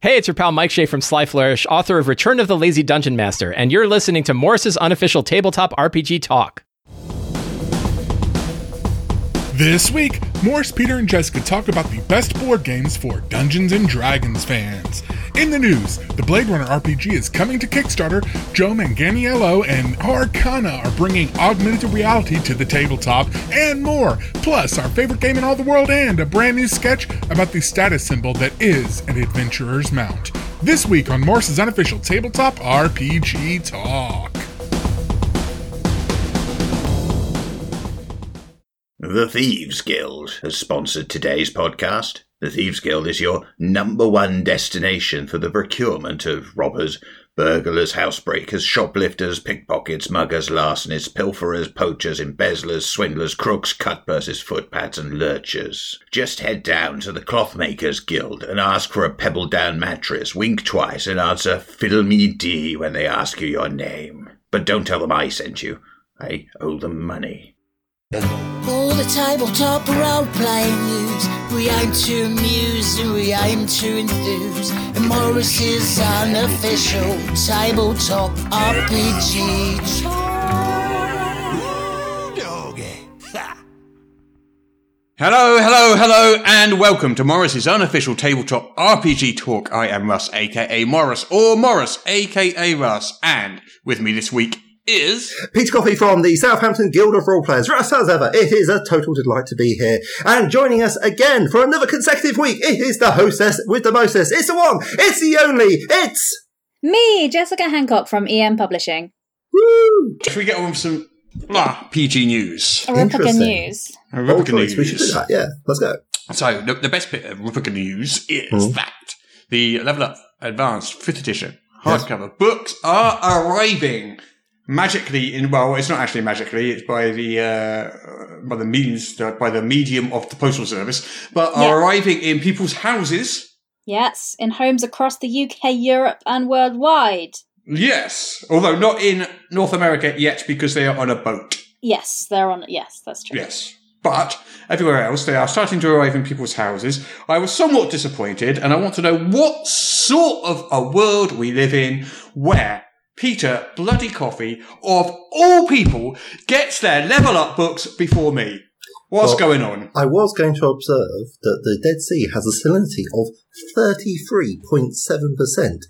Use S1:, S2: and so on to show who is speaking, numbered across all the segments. S1: Hey, it's your pal Mike Shea from Sly Flourish, author of Return of the Lazy Dungeon Master, and you're listening to Morris's unofficial tabletop RPG talk.
S2: This week, Morris, Peter, and Jessica talk about the best board games for Dungeons and Dragons fans. In the news, the Blade Runner RPG is coming to Kickstarter. Joe Manganiello and Arcana are bringing augmented reality to the tabletop, and more. Plus, our favorite game in all the world, and a brand new sketch about the status symbol that is an adventurer's mount. This week on Morris's unofficial tabletop RPG talk.
S3: The Thieves Guild has sponsored today's podcast. The Thieves Guild is your number one destination for the procurement of robbers, burglars, housebreakers, shoplifters, pickpockets, muggers, larcenies, pilferers, poachers, embezzlers, swindlers, crooks, cutpurses, footpads, and lurchers. Just head down to the Clothmakers Guild and ask for a pebble down mattress, wink twice, and answer fiddle me dee when they ask you your name. But don't tell them I sent you. I owe them money.
S4: All the tabletop role playing news. We aim to amuse and we aim to enthuse. And Morris's unofficial tabletop RPG.
S5: Hello, hello, hello, and welcome to Morris's unofficial tabletop RPG talk. I am Russ, aka Morris, or Morris, aka Russ, and with me this week is.
S6: Peter Coffey from the Southampton Guild of Role Players. Russ, as ever, it is a total delight to be here. And joining us again for another consecutive week, it is the hostess with the mostess. It's the one, it's the only, it's
S7: Me, Jessica Hancock from EM Publishing.
S5: Should we get on with some ah, PG news?
S7: A Republican
S6: Interesting.
S7: News.
S6: Bold
S5: Republican
S6: choice. We should do
S5: news.
S6: that. Yeah, let's go.
S5: So, the, the best bit of Republican news is
S6: Mhm.
S5: that the Level Up Advanced 5th Edition hardcover books are arriving magically in, well, it's not actually magically, it's by the, uh, by the means, by the medium of the Postal Service, but
S7: Yeah.
S5: are arriving in people's houses.
S7: Yes, in homes across the UK, Europe, and worldwide.
S5: Yes, although not in North America yet because they are on a boat.
S7: Yes, they're on. Yes, that's true.
S5: Yes. But everywhere else, they are starting to arrive in people's houses. I was somewhat disappointed, and I want to know what sort of a world we live in where Peter Bloody Coffee, of all people, gets their level up books before me. What's
S6: Well-
S5: going on?
S6: I was going to observe that the Dead Sea has a salinity of 33.7%,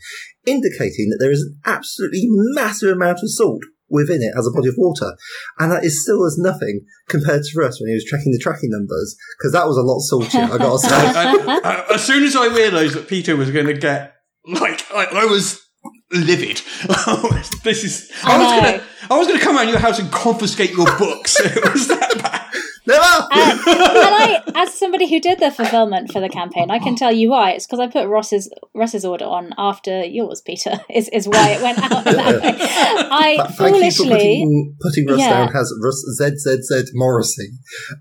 S6: indicating that there is an absolutely massive amount of salt within it as a body of water. And that is still as nothing compared to Russ when he was tracking the tracking numbers, because that was a lot saltier, I gotta say.
S5: I- I- I- uh, as soon as I realised that Peter was going to get, like, I, I was livid. this is. I,
S7: I
S5: was
S7: know.
S5: going to. I was going to come around your house and confiscate your books. it was that bad.
S6: Never!
S7: Um, And, and I, as somebody who did the fulfillment for the campaign, I can tell you why. It's because I put Ross's Ross's order on after yours, Peter. Is is why it went out that way. I
S6: But Thank you for
S7: foolishly.
S6: putting, putting Russ
S7: Yeah.
S6: down as Russ ZZZ Morrissey.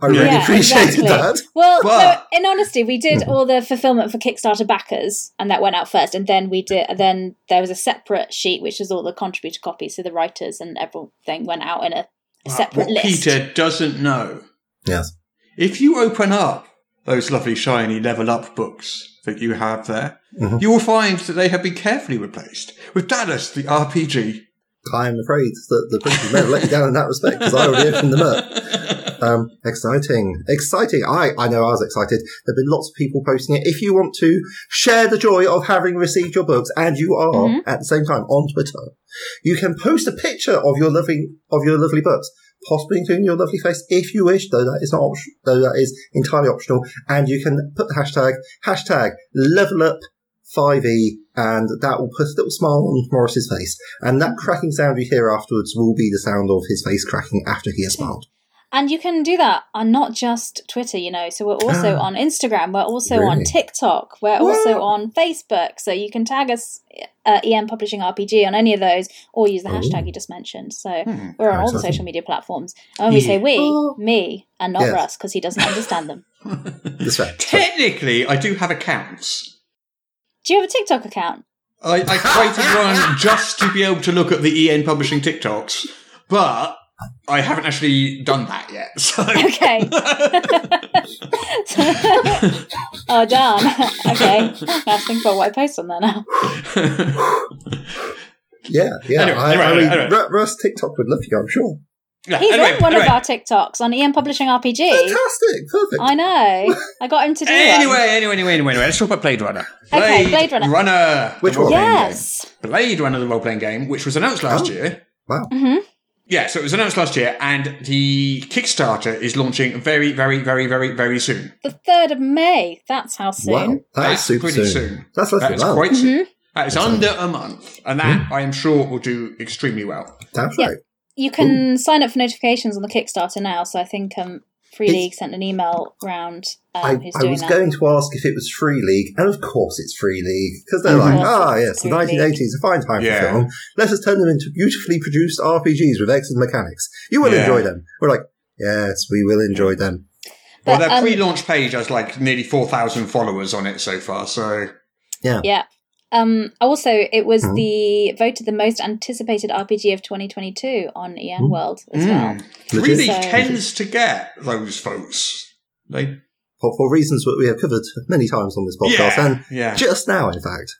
S6: I really
S7: Yeah,
S6: appreciated
S7: exactly.
S6: that.
S7: Well,
S5: But-
S7: so in honesty, we did
S6: Mm-hmm.
S7: all the fulfillment for Kickstarter backers, and that went out first. And then we did. Then there was a separate sheet, which is all the contributor copies, so the writers and everything went out in a separate
S5: What
S7: list.
S5: Peter doesn't know.
S6: Yes.
S5: If you open up those lovely shiny level up books that you have there,
S6: Mhm.
S5: you will find that they have been carefully replaced with Dallas the RPG.
S6: I am afraid that the British men let you down in that respect because I already opened them up. Um, exciting, exciting! I I know I was excited. There've been lots of people posting it. If you want to share the joy of having received your books, and you are
S7: Mhm.
S6: at the same time on Twitter, you can post a picture of your lovely of your lovely books, possibly including your lovely face, if you wish. Though that is not option, though that is entirely optional, and you can put the hashtag hashtag Level Up 5e, and that will put a little smile on Morris's face. And that cracking sound you hear afterwards will be the sound of his face cracking after he has smiled.
S7: And you can do that on not just Twitter, you know. So we're also
S6: Ah.
S7: on Instagram. We're also on
S6: Really?
S7: TikTok. We're also on Facebook. So you can tag us, uh, EM Publishing RPG, on any of those, or use the hashtag you just mentioned. So we're on
S6: Oh.
S7: all the
S6: Hmm, Exciting.
S7: social media platforms. And when we say we,
S6: Oh.
S7: me, and not
S6: Yes.
S7: Russ, because he doesn't understand them.
S6: That's right.
S5: Technically, I do have accounts.
S7: Do you have a TikTok account?
S5: E I, I created one just to be able to look at the EN Publishing TikToks, but I haven't actually done that yet. So.
S7: Okay. oh darn. okay. I think about what I post on there now.
S6: Yeah, yeah.
S5: Anyway,
S6: I,
S5: anyway,
S6: I mean,
S5: anyway.
S6: Ru- Russ TikTok would love you, I'm sure.
S5: Yeah,
S7: He's
S5: anyway,
S7: on one
S5: anyway.
S7: of our TikToks on EM Publishing RPG.
S6: Fantastic, perfect.
S7: I know. I got him to do
S5: Anyway,
S7: one.
S5: anyway, anyway, anyway, anyway, let's talk about Blade Runner.
S7: Okay, Blade Runner.
S5: Runner
S6: Which
S5: the role-playing
S7: Yes.
S5: game. Blade Runner, the role playing game, which was announced last
S6: Oh.
S5: year.
S6: Wow.
S7: hmm
S5: Yeah, so it was announced last year, and the Kickstarter is launching very, very, very, very, very soon.
S7: The third of May. That's how soon. Mm-hmm.
S6: Wow, that's super
S5: pretty
S6: soon.
S5: soon.
S6: That's less than
S5: That's
S6: that.
S5: quite soon. That is under a month, and that
S6: Hmm.
S5: I am sure will do extremely well.
S6: That's
S7: Yeah.
S6: right.
S7: You can sign up for notifications on the Kickstarter now. So I think um, Free
S6: It's-
S7: League sent an email round um,
S6: I,
S7: who's
S6: I
S7: doing
S6: was
S7: that.
S6: going to ask if it was Free League, and of course it's Free League, because they're
S7: Mhm.
S6: like, ah, yes, the
S7: Free League.
S6: 1980s, a fine time
S5: Yeah.
S6: for film. Let us turn them into beautifully produced RPGs with excellent mechanics. You will
S5: Yeah.
S6: enjoy them. We're like, yes, we will enjoy them.
S5: Well,
S7: But,
S5: their
S7: um,
S5: pre-launch page has like nearly four thousand followers on it so far. So
S7: Yeah. Um, also, it was
S6: Mhm.
S7: the voted the most anticipated RPG of 2022 on EN
S6: Hmm.
S7: World as well.
S5: mm, really
S6: Legit-
S7: So-
S5: tends to get those folks. They,
S6: For, for reasons that we have covered many times on this podcast,
S5: yeah,
S6: and
S5: yeah.
S6: just now, in fact.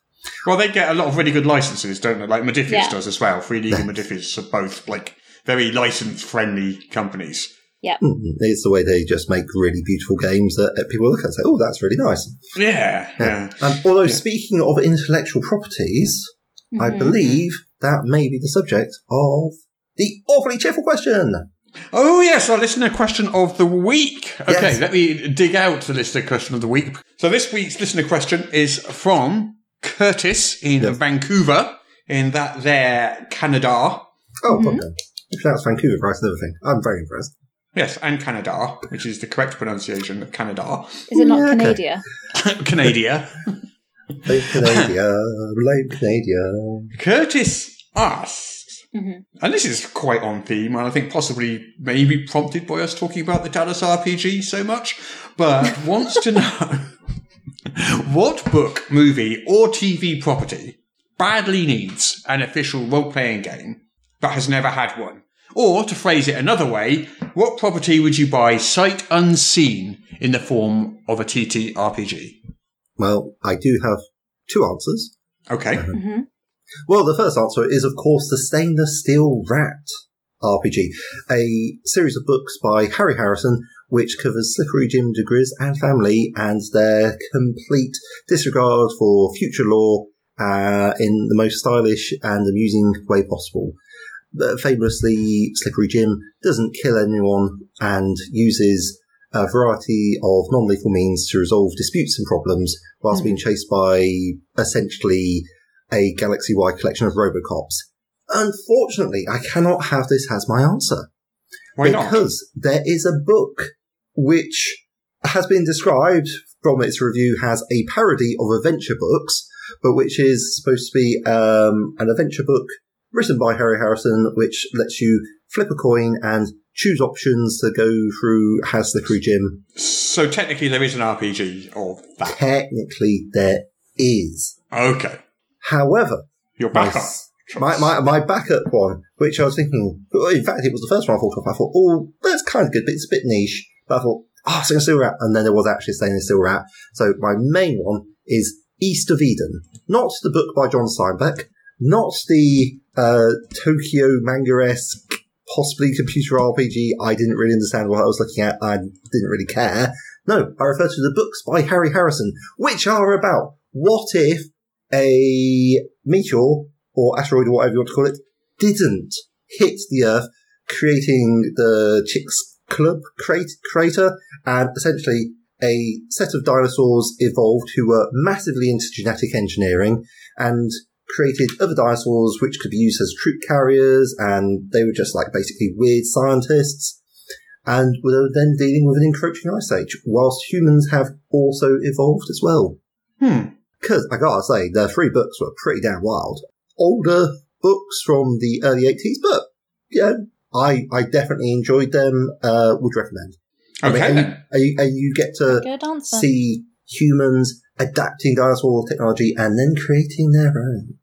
S5: Well, they get a lot of really good licenses, don't they? Like Modifius
S7: Yeah.
S5: does as well. Free League and Modifius are both like very license-friendly companies.
S6: Mm, It's the way they just make really beautiful games that uh, people look at and say, oh, that's really nice.
S5: Yeah, yeah.
S6: Um, although, speaking of intellectual properties, I
S7: Mhm.
S6: believe that may be the subject of the awfully cheerful question.
S5: Oh yes, our listener question of the week. Okay,
S6: Yes.
S5: let me dig out the listener question of the week. So this week's listener question is from Curtis in
S6: Yes.
S5: Vancouver, in that there Canada.
S6: Oh, okay. If that's Vancouver price and everything, I'm very impressed.
S5: Yes, and Canada, which is the correct pronunciation of Canada.
S7: Is it not
S6: Yeah, okay. Hmm.
S7: Canada?
S5: Canada.
S6: Blame Canada, blame Canada.
S5: Curtis asks,
S7: Mhm.
S5: and this is quite on theme, and I think possibly maybe prompted by us talking about the Dallas RPG so much, but wants to know what book, movie, or TV property badly needs an official role playing game but has never had one? Or to phrase it another way, what property would you buy sight unseen in the form of a TTRPG?
S6: Well, I do have two answers.
S5: Okay.
S7: hmm
S6: Well, the first answer is, of course, the Stainless Steel Rat RPG, a series of books by Harry Harrison, which covers Slippery Jim DeGriz and family and their complete disregard for future law uh, in the most stylish and amusing way possible. Uh, famously, Slippery Jim doesn't kill anyone and uses a variety of non-lethal means to resolve disputes and problems whilst being chased by essentially a galaxy wide collection of Robocops. Unfortunately, I cannot have this as my answer.
S5: Why not?
S6: because there is a book which has been described from its review as a parody of adventure books, but which is supposed to be um, an adventure book written by Harry Harrison, which lets you flip a coin and choose options to go through Has Slippery Jim.
S5: So technically, there is an RPG of that.
S6: Technically, there is.
S5: Okay,
S6: However,
S5: you're back
S6: My-
S5: up.
S6: My, my, my backup one, which I was thinking, well, in fact, it was the first one I thought of. I thought, oh, that's kind of good, but it's a bit niche. But I thought, ah, oh, Stainless Steel Rat. And then there was actually Stainless Steel Rat. So my main one is East of Eden. Not the book by John Steinbeck, not the uh, Tokyo manga esque, possibly computer RPG. I didn't really understand what I was looking at. I didn't really care. No, I refer to the books by Harry Harrison, which are about what if a meteor or asteroid or whatever you want to call it didn't hit the Earth, creating the Chicks Club crate, crater, and essentially a set of dinosaurs evolved who were massively into genetic engineering and created other dinosaurs which could be used as troop carriers, and they were just like basically weird scientists. And were then dealing with an encroaching ice age, whilst humans have also evolved as well.
S5: Hmm.
S6: Because I gotta say, the three books were pretty damn wild. Older books from the early 80s, but yeah, I, I definitely enjoyed them. Uh, would recommend. I mean,
S5: Okay,
S6: and,
S5: then.
S6: and you, and you get to
S7: Good answer.
S6: see humans adapting dinosaur technology and then creating their own.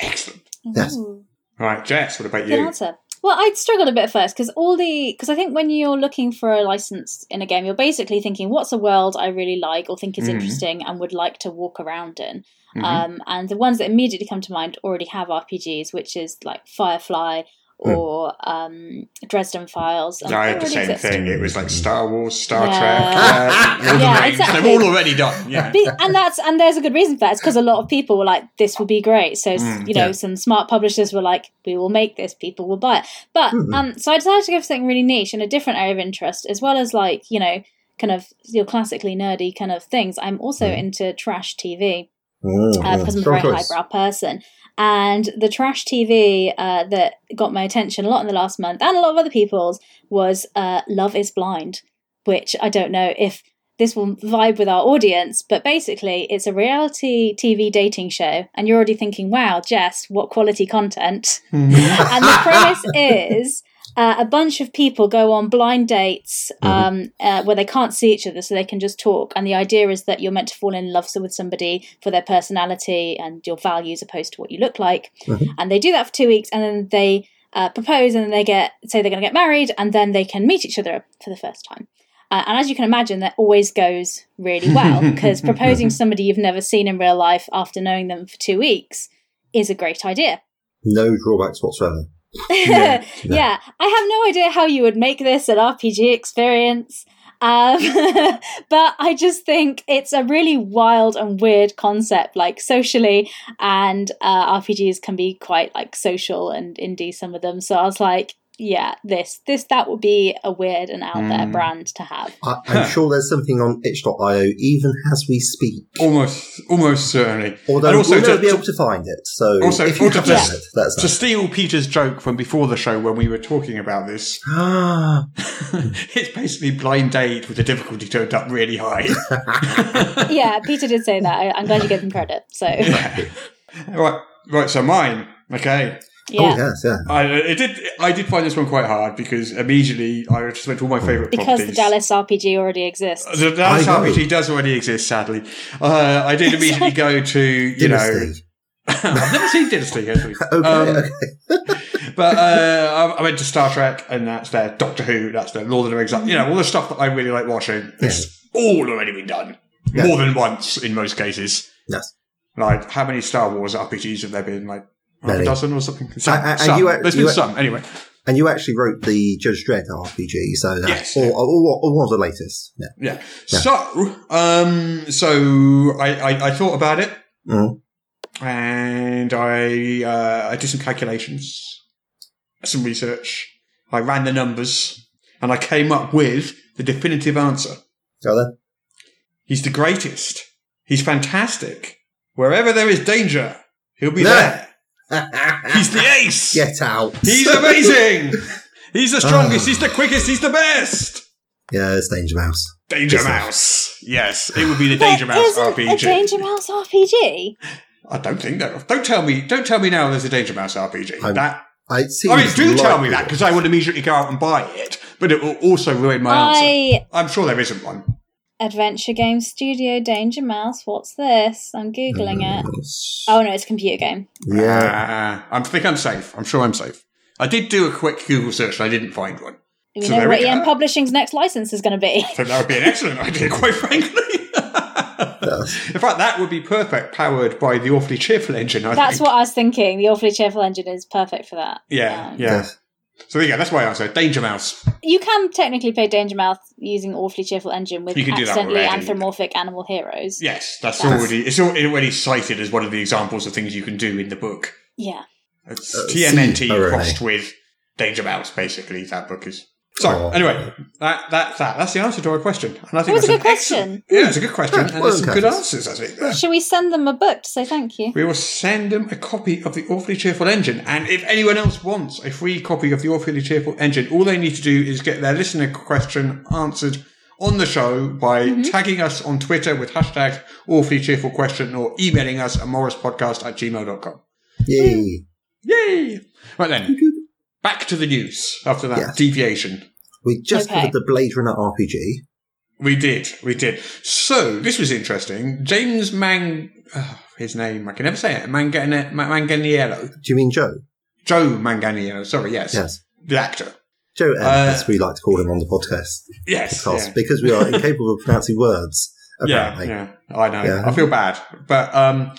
S5: excellent.
S6: yes.
S7: Ooh,
S5: All right, Jess, what about
S7: Good
S5: you?
S7: Mm-hmm. answer. Well, I struggled a bit at first because all the because I think when you're looking for a license in a game, you're basically thinking, "What's a world I really like or think is
S5: Mhm.
S7: interesting and would like to walk around in?"
S5: Mhm.
S7: Um, and the ones that immediately come to mind already have RPGs, which is like Firefly
S6: Hmm.
S7: or um, Dresden Files. and
S5: I
S7: they
S5: had the
S7: already
S5: same
S7: exist.
S5: thing. It was
S6: Mm-hmm.
S5: like Star Wars, Star
S7: Yeah.
S5: Trek, uh, Lord
S7: Yeah,
S5: of the Rings.
S7: exactly.
S5: They've all already done. Yeah.
S7: Be- and that's and there's a good reason for that. It's because a lot of people were like, "This would be great." So s-
S5: Mm,
S7: you know,
S6: yeah.
S7: some smart publishers were like, "We will make this. People will buy it." But
S5: Hmm.
S6: Mhm.
S7: um, so I decided to go for something really niche and a different area of interest, as well as like you know, kind of your classically nerdy kind of things. I'm also
S5: Hmm.
S7: into trash TV
S6: Mm,
S7: uh,
S6: yeah.
S7: because I'm a
S6: Strong
S7: very
S6: choice.
S7: highbrow person. And the trash TV uh, that got my attention a lot in the last month and a lot of other people's was uh, Love is Blind, which I don't know if this will vibe with our audience, but basically it's a reality TV dating show. And you're already thinking, wow, Jess, what quality content.
S5: Mm-hmm.
S7: and the premise is. Uh, a bunch of people go on blind dates um, uh, where they can't see each other, so they can just talk. And the idea is that you're meant to fall in love with somebody for their personality and your values, opposed to what you look like. And they do that for two weeks, and then they uh, propose, and then they get say they're going to get married, and then they can meet each other for the first time. Uh, and as you can imagine, that always goes really well because proposing to somebody you've never seen in real life after knowing them for two weeks is a great idea.
S6: No drawbacks whatsoever.
S7: yeah. I have no idea how you would make this an RPG experience. Um, but I just think it's a really wild and weird concept, like socially, and uh, RPGs can be quite like social and indie some of them. So I was like, yeah, this, this, that would be a weird and out there
S5: Mm.
S7: brand to have.
S6: I, I'm sure there's something on itch.io even as we speak.
S5: Almost, almost certainly.
S6: Although
S5: And also
S6: we'll
S5: to-
S6: never be
S5: to-
S6: able to find it. So
S5: Also-
S6: if you
S5: also
S6: have
S5: to-
S6: found it, that's
S5: To steal Peter's joke from before the show when we were talking about this,
S6: Ah.
S5: it's basically blind date with the difficulty turned up really high.
S7: yeah, Peter did say that. I, I'm glad you gave him credit. So
S5: Oh,
S7: yeah,
S5: right, right. So mine. Okay,
S6: Oh yes, yeah.
S5: I it did. I did find this one quite hard because immediately I just went to all my favourite
S7: because
S5: properties.
S7: the Dallas RPG already exists.
S5: The Dallas
S6: I know.
S5: RPG does already exist, sadly. Uh, I did immediately go to, you know,
S6: Dynasty.
S5: I've never seen Dynasty actually.
S6: Okay,
S5: Um,
S6: okay.
S5: But uh, I I went to Star Trek, and that's there. Doctor Who, that's there. Lord of the Rings, that- you know, all the stuff that I really like watching. It's all already been done
S6: Yeah.
S5: more than once in most cases.
S6: Yes.
S5: Like, how many Star Wars RPGs have there been? Like half
S6: Many.
S5: a dozen or something. Some,
S6: I- I-
S5: some.
S6: you- uh,
S5: There's been
S6: you-
S5: some anyway.
S6: And you actually wrote the Judge Dredd RPG, so
S5: Yes.
S6: that's all, all, all, all the latest. Yeah.
S5: Yeah.
S6: Yeah.
S5: So, um, so I, I, I thought about it,
S6: Mm.
S5: and I uh, I did some calculations, some research. I ran the numbers, and I came up with the definitive answer.
S6: So then,
S5: He's the greatest. He's fantastic. Wherever there is danger, he'll be
S6: No.
S5: there. He's the ace.
S6: get out.
S5: He's amazing. He's the
S6: Ah.
S5: strongest. he's the quickest. He's the best.
S6: yeah, it's Danger Mouse.
S5: Danger
S6: Yes, sir.
S5: Mouse. Yes, it would be the Danger Mouse
S7: isn't
S5: RPG.
S7: A Danger Mouse RPG.
S5: I don't think that. Don't tell me. Don't tell me now. There's a Danger Mouse RPG.
S6: I'm-
S5: that.
S6: I, it seems
S5: I mean, Oh, do tell me
S6: likely.
S5: that because I would immediately go out and buy it, but it will also ruin my answer.
S7: I
S5: I'm sure there isn't one.
S7: Adventure Game Studio Danger Mouse. What's this? I'm googling it. Oh no, it's a computer game.
S6: Yeah.
S5: Uh, I think I'm safe. I'm sure I'm safe. I did do a quick Google search and I didn't find one.
S7: We
S5: So
S7: know
S5: there we
S7: what EM
S5: go.
S7: Publishing's next license is going to be.
S5: So that would be an excellent idea, quite frankly. In fact, that would be perfect, powered by the awfully cheerful engine. I
S7: That's
S5: think.
S7: what I was thinking. The awfully cheerful engine is perfect for that.
S5: Yeah,
S7: Um,
S5: yeah. So there you go. That's my answer. Danger Mouse.
S7: You can technically play Danger Mouse using awfully cheerful engine with
S5: You can do that
S7: accidentally
S5: already.
S7: anthropomorphic animal heroes.
S5: Yes, that's
S7: That's-
S5: already it's al- already cited as one of the examples of things you can do in the book.
S7: Yeah.
S5: It's
S6: Uh,
S5: TMNT
S6: see, already.
S5: crossed with Danger Mouse, basically. That book is. So
S6: Oh.
S5: anyway, that, that that that's the answer to our question, and I think
S7: It was
S5: that's
S7: a good
S5: an
S7: question.
S5: excellent- Yeah, it's a good question, and
S6: well
S5: there's some
S6: done,
S5: good
S6: guys.
S5: answers. I think. Yeah.
S7: Should we send them a book to say thank you?
S5: We will send them a copy of the Awfully Cheerful Engine. And if anyone else wants a free copy of the Awfully Cheerful Engine, all they need to do is get their listener question answered on the show by
S7: Mm-hmm.
S5: tagging us on Twitter with hashtag Awfully Cheerful Question or emailing us at morrispodcast at gmail.com.
S6: Yay.
S5: Yay! Right then, back to the news after that
S6: Yes.
S5: deviation.
S6: We just
S7: Okay.
S6: covered the Blade Runner RPG.
S5: We did, we did. So, this was interesting. James Mang... Oh, his name, I can never say it. Manganiello.
S6: Do you mean Joe?
S5: Joe Manganiello, sorry, yes.
S6: Yes.
S5: the actor.
S6: Joe M,
S5: Uh,
S6: as we like to call him on the podcast,
S5: Yes.
S6: because,
S5: yeah.
S6: because we are incapable of pronouncing words,
S5: Yeah,
S6: apparently.
S5: yeah, I know.
S6: Yeah.
S5: I feel bad, but um,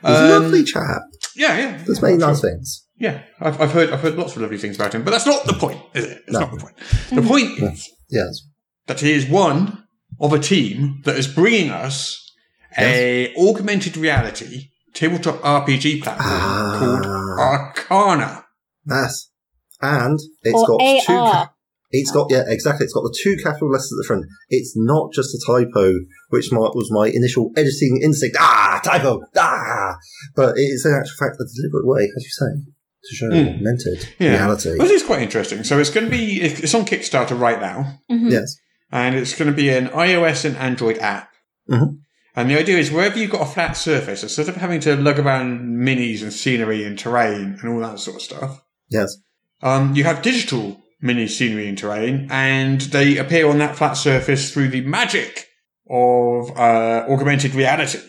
S6: He's a
S5: um,
S6: lovely chap.
S5: Yeah, yeah.
S6: There's many nice things.
S5: Yeah, I've, I've heard I've heard lots of lovely things about him, but that's not the point, is it? It's
S6: No.
S5: not the point. The point is
S6: Yes.
S5: that he is one of a team that is bringing us a augmented reality tabletop RPG platform
S6: Ah.
S5: called Arcana.
S6: Yes. And it's
S7: Or
S6: got two.
S7: AR.
S6: Ca- it's got yeah, exactly. It's got the two capital letters at the front. It's not just a typo, which my, was my initial editing instinct. Ah, typo. Ah, but it is in actual fact a deliberate way, as you say, to show
S5: Mm.
S6: augmented
S5: Yeah.
S6: reality.
S5: This is quite interesting. So it's going to be it's on Kickstarter right now.
S7: Mhm.
S6: Yes.
S5: and it's going to be an iOS and Android app.
S6: Mhm.
S5: And the idea is wherever you've got a flat surface, instead of having to lug around minis and scenery and terrain and all that sort of stuff,
S6: Yes.
S5: um, you have digital mini scenery and terrain, and they appear on that flat surface through the magic of uh, augmented reality.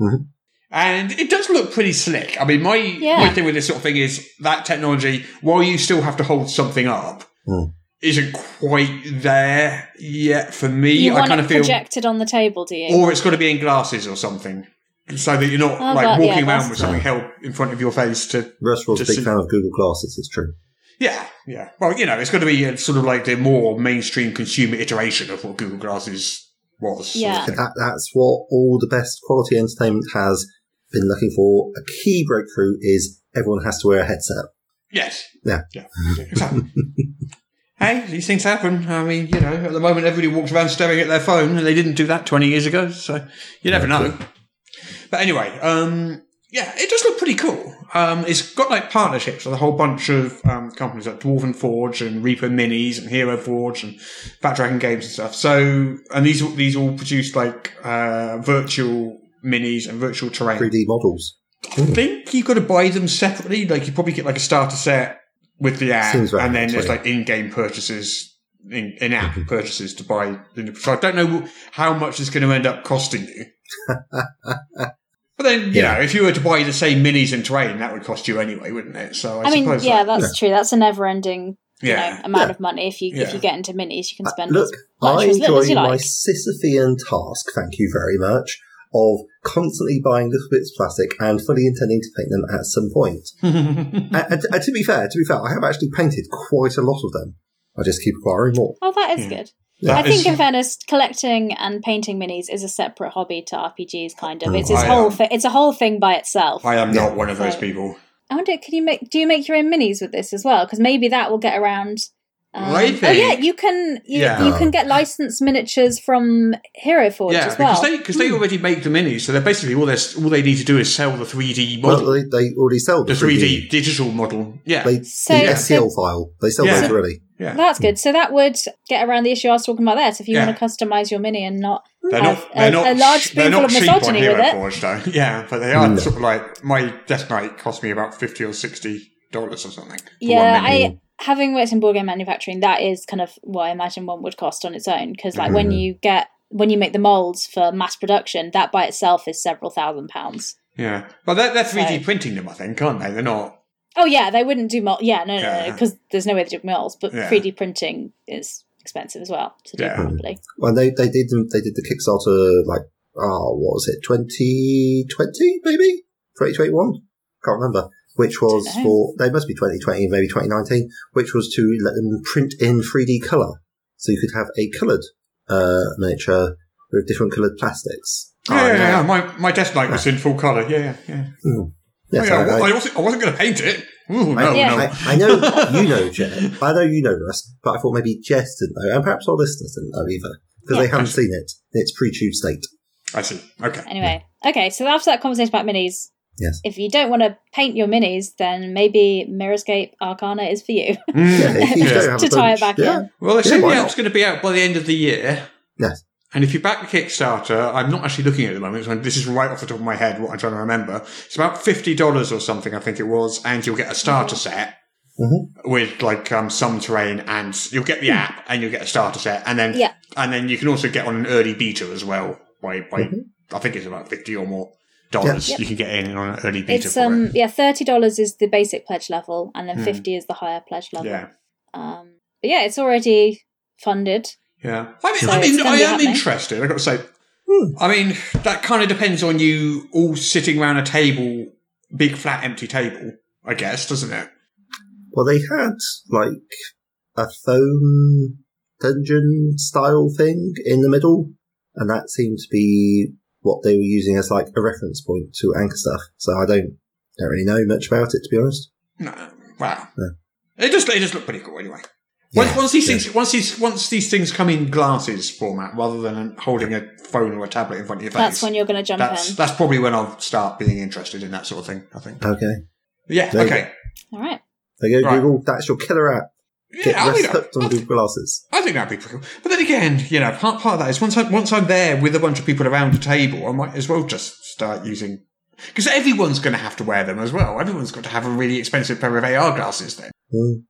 S6: Mhm.
S5: And it does look pretty slick. I mean, my, my
S7: Yeah.
S5: thing with this sort of thing is that technology, while you still have to hold something up,
S6: Mm.
S5: isn't quite there yet for me.
S7: You
S5: I
S7: want
S5: kind
S7: it
S5: of feel,
S7: projected on the table, do you?
S5: or it's got to be in glasses or something, so that you're not
S7: Oh,
S5: like
S7: God, yeah,
S5: walking around
S7: that's-
S5: with something held in front of your face to
S6: Russ was a
S5: Just
S6: big
S5: in-
S6: fan of Google Glasses. It's true.
S5: Yeah, yeah. Well, you know, it's going to be uh sort of like the more mainstream consumer iteration of what Google Glasses was.
S7: Yeah.
S6: That, that's what all the best quality entertainment has been looking for. A key breakthrough is everyone has to wear a headset.
S5: Yes.
S6: Yeah.
S5: Yeah. Exactly. hey, these things happen. I mean, you know, at the moment everybody walks around staring at their phone, and they didn't do that 20 years ago, so you never know. But anyway, um, yeah, it does look pretty cool. Um, it's got like partnerships with a whole bunch of um, companies like Dwarven Forge and Reaper Minis and Hero Forge and Fat Dragon Games and stuff. So, and these these all produce like uh, virtual minis and virtual terrain.
S6: 3D models.
S5: I think you've got to buy them separately. Like you probably get like a starter set with the app,
S6: Seems right,
S5: and then there's
S6: actually. Mm-hmm.
S5: like in-game purchases, in, in-app purchases to buy. So I don't know how much it's going to end up costing you. but then you
S6: Yeah.
S5: know, if you were to buy the same minis and terrain, that would cost you anyway, wouldn't it? So I,
S7: I mean,
S5: suppose
S7: yeah,
S5: that-
S7: that's true. That's a never-ending you
S5: yeah.
S7: know, amount
S6: Yeah.
S7: of money if you if
S5: Yeah.
S7: you get into minis, you can
S6: Uh,
S7: spend.
S6: Look,
S7: much
S6: I
S7: as little
S6: enjoy
S7: as you
S6: my
S7: like.
S6: Sisyphean task, thank you very much, of constantly buying little bits of plastic and fully intending to paint them at some point. and, and- and to be fair, to be fair, I have actually painted quite a lot of them. I just keep acquiring more.
S7: oh, that is
S5: Yeah.
S7: good.
S5: That
S7: I think,
S5: is-
S7: in fairness, collecting and painting minis is a separate hobby to RPGs. Kind of, it's
S5: Mm.
S7: its
S5: I,
S7: whole
S5: um,
S7: thi- it's a whole thing by itself. I,
S5: I am not one of those
S7: So-
S5: people.
S7: wonder, can you make do you make your own minis with this as well? Because maybe that will get around. Um,
S5: I
S7: oh yeah,
S5: think-
S7: you can you,
S5: Yeah.
S7: you can get licensed miniatures from Hero Forge
S5: Yeah,
S7: as well. Hmm.
S5: because they because they already make the minis, so they're basically all they all they need to do is sell the 3D model,
S6: Well, they, they already sell
S5: the
S6: the,
S5: 3D, digital model. Yeah,
S6: They,
S7: So-
S6: the
S7: yeah.
S6: STL file. They sell
S5: Yeah.
S6: those already.
S5: yeah.
S7: That's good. So that would get around the issue I was talking about there. So if you
S5: Yeah.
S7: want to customize your mini and not
S5: They're
S7: have
S5: not, they're
S7: a,
S5: not,
S7: a large
S5: sh- they're
S7: spoonful
S5: not
S7: of
S5: cheap on
S7: misogyny with
S5: Hero
S7: it.
S5: Forge, though. Yeah, but they are
S6: No.
S5: sort of like my Death Knight cost me about fifty or sixty dollars or something. for
S7: Yeah,
S5: one mini.
S7: I having worked in board game manufacturing, that is kind of what I imagine one would cost on its own. Because like when
S5: Mm.
S7: you get when you make the molds for mass production, that by itself is several thousand pounds.
S5: yeah, but they're, they're three D
S7: So-
S5: printing them, I think, aren't they? They're not.
S7: Oh yeah, they wouldn't do mold. Yeah, no, no,
S5: Yeah.
S7: because there's no way they do molds. But
S5: Yeah.
S7: 3D printing is expensive as well to do
S5: Yeah.
S7: probably.
S6: Well, they, they did them, they did the Kickstarter like, oh, what was it, 2020 maybe? 2021? Can't remember. Which was
S7: Dunno.
S6: for, they must be 2020, maybe 2019, which was to let them print in 3D colour. So you could have a coloured, uh, miniature with different coloured plastics.
S5: Yeah, yeah,
S6: I
S5: yeah,
S6: know.
S5: My my Death Knight was in full color. Yeah, yeah, yeah.
S6: Hmm. Yes,
S5: Oh, yeah,
S6: I,
S5: I,
S6: I-
S5: wasn't, I wasn't going to paint it. Ooh, no,
S7: Yeah.
S5: no.
S6: I, I know you know, Jeff. I know you know Russ, but I thought maybe Jess didn't know, and perhaps our listeners didn't know either, because they
S7: Yeah.
S6: haven't seen it. It's pre-tube state.
S5: I see. Okay.
S7: Anyway, okay. So after that conversation about minis,
S6: Yes.
S7: if you don't want to paint your minis, then maybe Mirrorscape Arcana is for you.
S5: Mm.
S6: Yeah, if you
S5: Yeah.
S6: don't have
S7: to
S6: a
S7: tie it
S6: bunch-
S7: back
S6: yeah.
S7: in.
S5: Well, they
S6: Yeah,
S5: say the
S6: why
S5: app's going to be out by the end of the year.
S6: Yes.
S5: And if you back the Kickstarter, I'm not actually looking at it at the moment. so This is right off the top of my head what I'm trying to remember. It's about fifty dollars or something, I think it was, and you'll get a starter set
S6: Mhm.
S5: with like um, some terrain, and you'll get
S6: Hmm.
S5: the app, and you'll get a starter set, and then
S7: Yeah.
S5: and then you can also get on an early beta as well. By, by
S6: Mm-hmm.
S5: I think it's about fifty or more dollars you can get in on an early beta.
S7: It's
S5: for
S7: um
S5: it. Hmm.
S7: yeah, thirty dollars is the basic pledge level, and then fifty is the higher pledge level.
S5: yeah,
S7: Um, but yeah, it's already funded.
S5: Yeah. I mean,
S7: So
S5: I,
S7: it's
S5: mean
S7: gonna
S5: I
S7: be
S5: am
S7: happening.
S5: interested, I've got to say. I mean, that kind of depends on you all sitting around a table, big, flat, empty table, I guess, doesn't it?
S6: Well, they had like a foam dungeon style thing in the middle, and that seemed to be what they were using as like a reference point to anchor stuff. So I don't don't really know much about it to be honest.
S5: No. Wow.
S6: No.
S5: It does. It does look pretty cool, anyway.
S6: Yeah,
S5: once, once these
S6: yeah.
S5: things, once these, once these things come in glasses format rather than holding a phone or a tablet in front of your face.
S7: That's when you're going to jump
S5: That's
S7: in.
S5: that's probably when I'll start being interested in that sort of thing. I think.
S6: Okay,
S5: Yeah.
S6: There you
S5: okay.
S7: All right.
S6: there you go,
S5: Right.
S6: Google. That's your killer app. Get
S5: Yeah, I mean,
S6: dressed up on
S5: I-
S6: Google glasses.
S5: I think that'd be pretty cool. But then again, you know, part part of that is once I once I'm there with a bunch of people around a table, I might as well just start using because everyone's going to have to wear them as well. Everyone's got to have a really expensive pair of AR glasses. Then,
S6: Hmm.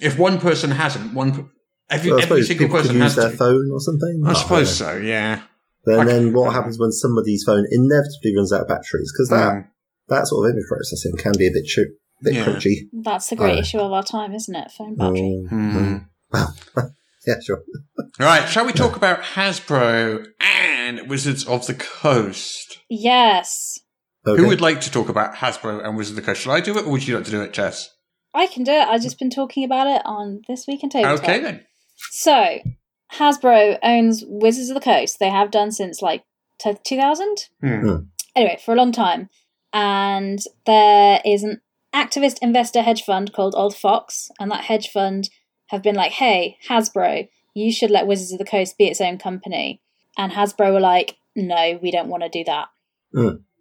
S5: if one person hasn't, one per- every,
S6: Well, I
S5: every
S6: suppose
S5: single
S6: people could
S5: person has
S6: use their
S5: to.
S6: phone or something.
S5: I
S6: Oh,
S5: suppose
S6: yeah.
S5: so. Yeah.
S6: Then,
S5: I c-
S6: then what happens when somebody's phone inevitably runs out of batteries? Because that
S5: Mm.
S6: that sort of image processing can be a bit choo- bit
S5: Yeah.
S6: crunchy.
S7: That's the great
S6: Alright.
S7: issue of our time, isn't it? Phone battery.
S6: Mm.
S5: Mm.
S6: Yeah, sure.
S5: All right. Shall we talk about Hasbro and Wizards of the Coast?
S7: Yes,
S6: Okay.
S5: Who would like to talk about Hasbro and Wizards of the Coast? Shall I do it, or would you like to do it, Chess?
S7: I can do it. I've just been talking about it on this week in tabletop.
S5: Okay then.
S7: So Hasbro owns Wizards of the Coast. They have done since like t- 2000.
S5: Hmm.
S7: anyway, for a long time. And there is an activist investor hedge fund called Old Fox, and that hedge fund have been like, hey, Hasbro, you should let Wizards of the Coast be its own company. And Hasbro were like, no, we don't want to do that.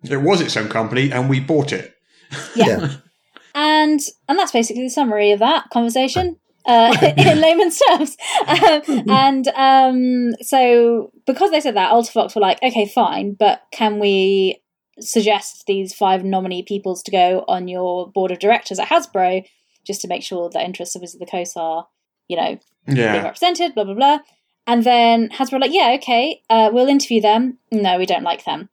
S5: It was its own company, and we bought it.
S7: Yeah. And and that's basically the summary of that conversation uh, in layman's terms. Um, and um, so because they said that, Alterfox were like, okay, fine, but can we suggest these five nominee peoples to go on your board of directors at Hasbro just to make sure that interests of Wizards of the Coast are, you know, being
S5: Yeah.
S7: represented, blah blah blah. And then Hasbro were like, yeah, okay, uh, we'll interview them. No, we don't like them.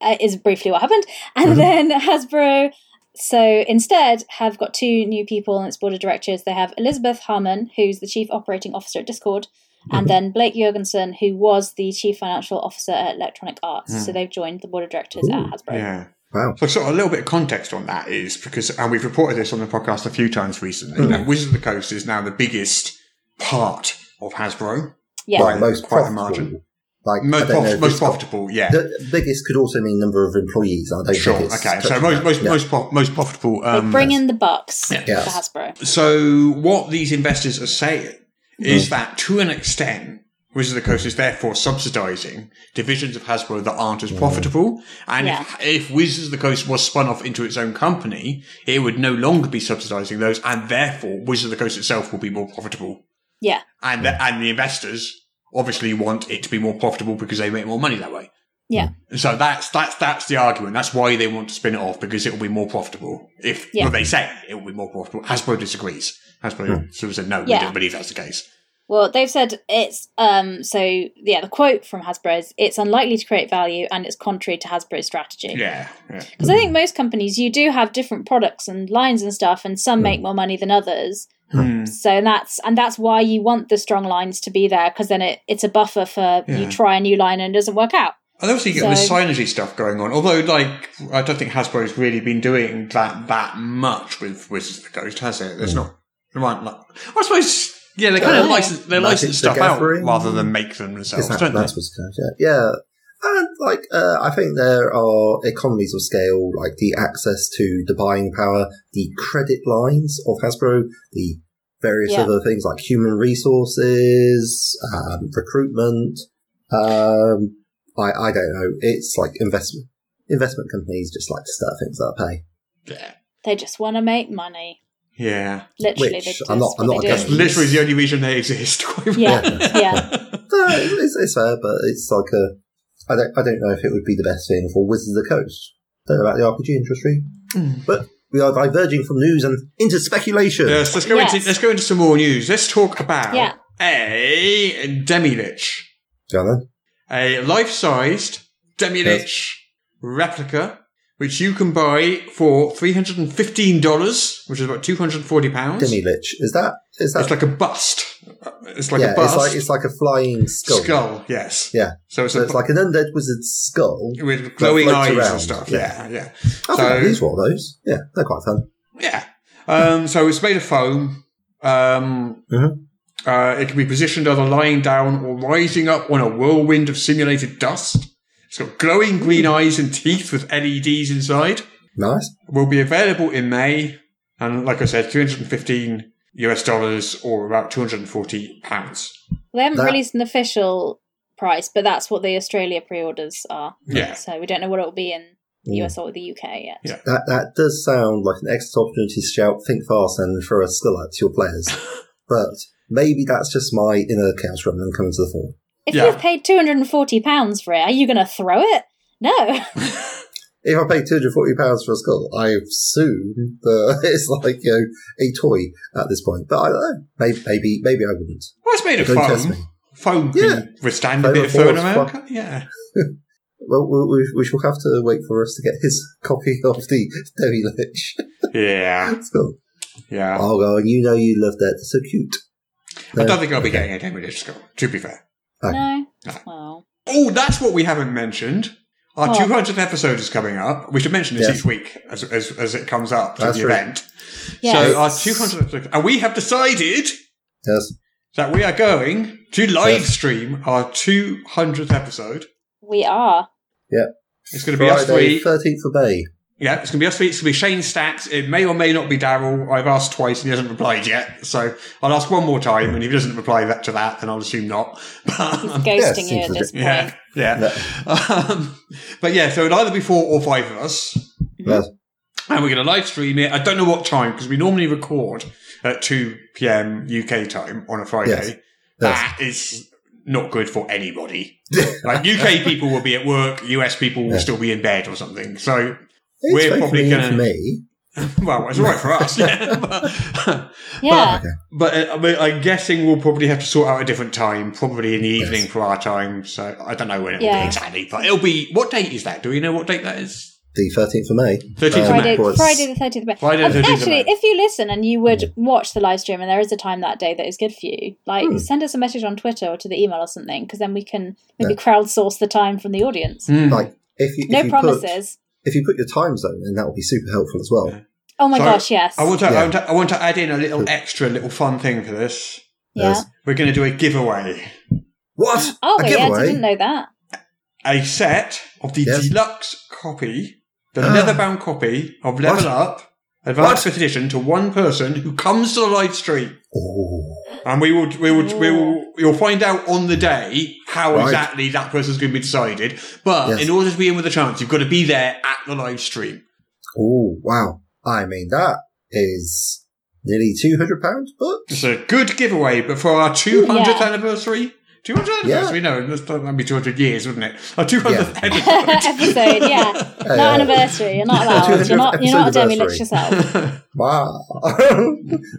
S7: Uh, is briefly what happened. And
S5: Mm-hmm.
S6: Mhm.
S7: then Hasbro, so instead, have got two new people on its board of directors. They have Elizabeth Harmon, who's the chief operating officer at Discord,
S5: Mm-hmm.
S7: and then Blake Jorgensen, who was the chief financial officer at Electronic Arts. So they've joined the board of directors at
S6: Ooh.
S7: Hasbro.
S5: Mm. Yeah.
S6: Wow.
S5: So, sort of a little bit of context on that is because, and we've reported this on the podcast a few times recently,
S6: Mm.
S5: that Wizard of the Coast is now the biggest part of Hasbro.
S7: Yeah.
S6: Like most
S5: Quite a
S6: profitable.
S5: margin.
S6: Like I
S5: Most,
S6: don't know
S5: prof-
S6: if
S5: most
S6: it's got-
S5: profitable, yeah.
S6: The biggest could also mean number of employees. I don't
S5: Sure.
S6: think it's
S5: Okay. So
S6: touching
S5: most
S6: that.
S5: most
S6: Yeah.
S5: most, pro- most profitable.
S7: They
S5: Um,
S7: bring in the bucks
S6: Yeah.
S7: for Hasbro.
S5: so what these investors are saying is that to an extent, Wizard of the Coast is therefore subsidising divisions of Hasbro that aren't as profitable. And if, if Wizards of the Coast was spun off into its own company, it would no longer be subsidising those, and therefore Wizard of the Coast itself will be more profitable.
S7: Yeah.
S5: And the, and the investors obviously want it to be more profitable because they make more money that way.
S7: Yeah.
S5: So that's that's that's the argument. That's why they want to spin it off because it will be more profitable. If
S7: Yeah.
S5: well, they say it will be more profitable, Hasbro disagrees. Hasbro
S6: Hmm.
S5: sort of said no,
S7: Yeah.
S5: we don't believe that's the case.
S7: Well, they've said it's um so yeah, the quote from Hasbro is it's unlikely to create value and it's contrary to Hasbro's strategy.
S5: Yeah, yeah,
S7: Because I think most companies you do have different products and lines and stuff and some
S6: Hmm.
S7: make more money than others. So that's and that's why you want the strong lines to be there because then it, it's a buffer for you
S5: Yeah.
S7: try a new line and it doesn't work out.
S5: And obviously you get all this
S7: So-
S5: synergy stuff going on. Although, like, I don't think Hasbro's really been doing that that much with Wizards of the Coast, has it?
S6: Hmm.
S5: There's not. There aren't, like, I suppose. Yeah, they kind of
S7: Yeah.
S5: license they
S6: Magic
S5: license
S6: the
S5: stuff out
S6: Gathering.
S5: rather than make them themselves,
S6: Is that,
S5: don't they?
S6: that's what's kind of, yeah. yeah. And like, uh, I think there are economies of scale, like the access to the buying power, the credit lines of Hasbro, the various
S7: Yeah.
S6: other things like human resources, um, recruitment. Um, I, I don't know. It's like investment. Investment companies just like to start things up, hey?
S5: Yeah.
S7: They just want to make money.
S5: Yeah.
S7: Literally,
S6: Which
S7: they just
S6: I'm not- I'm
S7: what
S6: not
S7: they do.
S6: against.
S5: Literally the only reason they exist.
S7: Yeah, yeah.
S6: No, it's, it's fair, but it's like a. I don't, I don't know if it would be the best thing for Wizards of the Coast. Don't know about the RPG industry, but we are diverging from news and into speculation.
S5: Yes, let's go
S7: Yes.
S5: into let's go into some more news. Let's talk about
S7: Yeah.
S5: a demi lich,
S6: Go on then.
S5: a life-sized demi lich replica which you can buy for three hundred and fifteen dollars, which is about two hundred and forty pounds.
S6: Demi Lich. Is that, is that,
S5: It's like a bust. It's like
S6: yeah,
S5: a bust.
S6: it's like, it's like a flying skull.
S5: skull. Yes.
S6: Yeah.
S5: So it's,
S6: So
S5: a,
S6: it's like an undead wizard's skull.
S5: with
S6: that
S5: glowing
S6: floats
S5: eyes
S6: around.
S5: and stuff.
S6: Yeah.
S5: Yeah, yeah.
S6: I think
S5: So-
S6: I'll use one of those. Yeah, they're quite fun.
S5: Yeah. Um, so it's made of foam. Um,
S6: Mhm.
S5: uh, it can be positioned either lying down or rising up on a whirlwind of simulated dust. It's got glowing
S6: Mm-hmm.
S5: green eyes and teeth with LEDs inside.
S6: Nice.
S5: Will be available in May, and like I said, 215 US dollars or about 240 pounds.
S7: They haven't
S6: That-
S7: released an official price, but that's what the Australia pre-orders are.
S5: Yeah.
S7: So we don't know what it will be in the
S6: Mm.
S7: US or the UK yet.
S5: Yeah.
S6: That that does sound like an excellent opportunity to shout "Think fast" and throw a skill at your players, but maybe that's just my inner chaos remnant coming to the fore.
S7: If
S5: Yeah.
S7: you've paid two hundred and forty pounds for it, are you going to throw it? No.
S6: If I pay two hundred forty pounds for a skull, I assume that it's like you know a toy at this point. But I don't know. Maybe maybe, maybe I wouldn't.
S5: Well, it's made of
S6: Don't test me.
S5: foam. Foam can
S6: Yeah.
S5: withstand
S6: Foam
S5: a bit
S6: and
S5: of foam in
S6: boards,
S5: America. Yeah.
S6: Well, we, we, we shall have to wait for us to get his copy of the Demi Lich
S5: Yeah.
S6: skull.
S5: Yeah.
S6: Oh god, you know you love that. It's so cute.
S5: I don't think I'll be getting a Demi Lich skull, to be fair.
S6: Oh.
S7: no.
S5: No.
S7: Well,
S5: Oh, that's what we haven't mentioned. Our
S7: What?
S5: 200th episode is coming up. We should mention this
S6: Yes.
S5: each week as, as, as it comes up to
S6: That's
S5: the
S6: true.
S5: event.
S7: Yes.
S5: So uh, our 200th episode, and we have decided
S6: Yes.
S5: that we are going to live
S6: Yes.
S5: stream our 200th episode.
S7: we are.
S5: It's going to be us
S6: Friday,
S5: three.
S6: 13th of May.
S5: Yeah, it's going to be us three. It's going to be Shane Stacks. It may or may not be Daryl. I've asked twice and he hasn't replied yet. So I'll ask one more time, and if he doesn't reply that to that, then I'll assume not. But
S7: Ghosting you
S6: seems
S7: at
S6: a
S7: this point.
S5: Yeah, yeah. Um, but yeah, so it'll either be four or five of us.
S6: Yes.
S5: And we're going to live stream it. I don't know what time because we normally record at 2 p.m. UK time on a Friday.
S6: Yes.
S5: That is not good for anybody. like UK people will be at work, US people will
S6: Yeah.
S5: still be in bed or something. So,
S6: It's
S5: We're
S6: very
S5: probably
S6: convenient
S5: gonna-
S6: for me.
S5: well, it's all right for us. Yeah. But,
S7: Yeah.
S5: but uh, I mean, I'm guessing we'll probably have to sort out a different time, probably in the evening for our time. So I don't know when it will
S7: Yeah.
S5: be exactly, but it'll be. What date is that? Do we know what date that is?
S6: The 13th of May.
S5: 13th of
S6: Um,
S5: May.
S7: Friday,
S6: course.
S7: Friday the thirteenth of May.
S5: Friday the
S7: Um,
S5: 13th of
S7: Actually,
S5: May.
S7: if you listen and you would watch the live stream, and there is a time that day that is good for you, like
S6: Hmm.
S7: send us a message on Twitter or to the email or something, because then we can maybe crowdsource the time from the audience.
S5: Hmm.
S6: Like, if you, if
S7: No
S6: you
S7: promises.
S6: Put, if you put your time zone, then that will be super helpful as well.
S7: Oh my
S5: So,
S7: gosh, yes.
S5: I want, to, I,
S6: Yeah.
S5: want to, I want to add in a little extra, little fun thing for this.
S7: yeah.
S6: Yes.
S5: We're going to do a giveaway.
S6: What?
S7: Oh,
S6: a
S7: yeah, I
S6: giveaway?
S7: didn't know that.
S5: A set of the
S6: Yes. Ah.
S5: deluxe copy, the leatherbound copy of Level
S6: What?
S5: Up Advanced
S6: What?
S5: Fifth Edition to one person who comes to the live stream.
S6: Oh,
S5: And we will, we will, we will, you'll find out on the day how
S6: Right.
S5: exactly that person's going to be decided. But
S6: Yes.
S5: in order to be in with a chance, you've got to be there at the live stream.
S6: oh, wow. I mean, that is nearly £200, but
S5: It's a good giveaway, but for our 200th
S7: Yeah.
S5: anniversary, 200th
S6: Yeah.
S5: anniversary, no, that's- that'd be 200 years, wouldn't it? Our 200th episode.
S7: Episode, yeah. Not
S6: yeah.
S7: anniversary. You're not allowed. You're not. You're not a demi lich yourself.
S6: wow.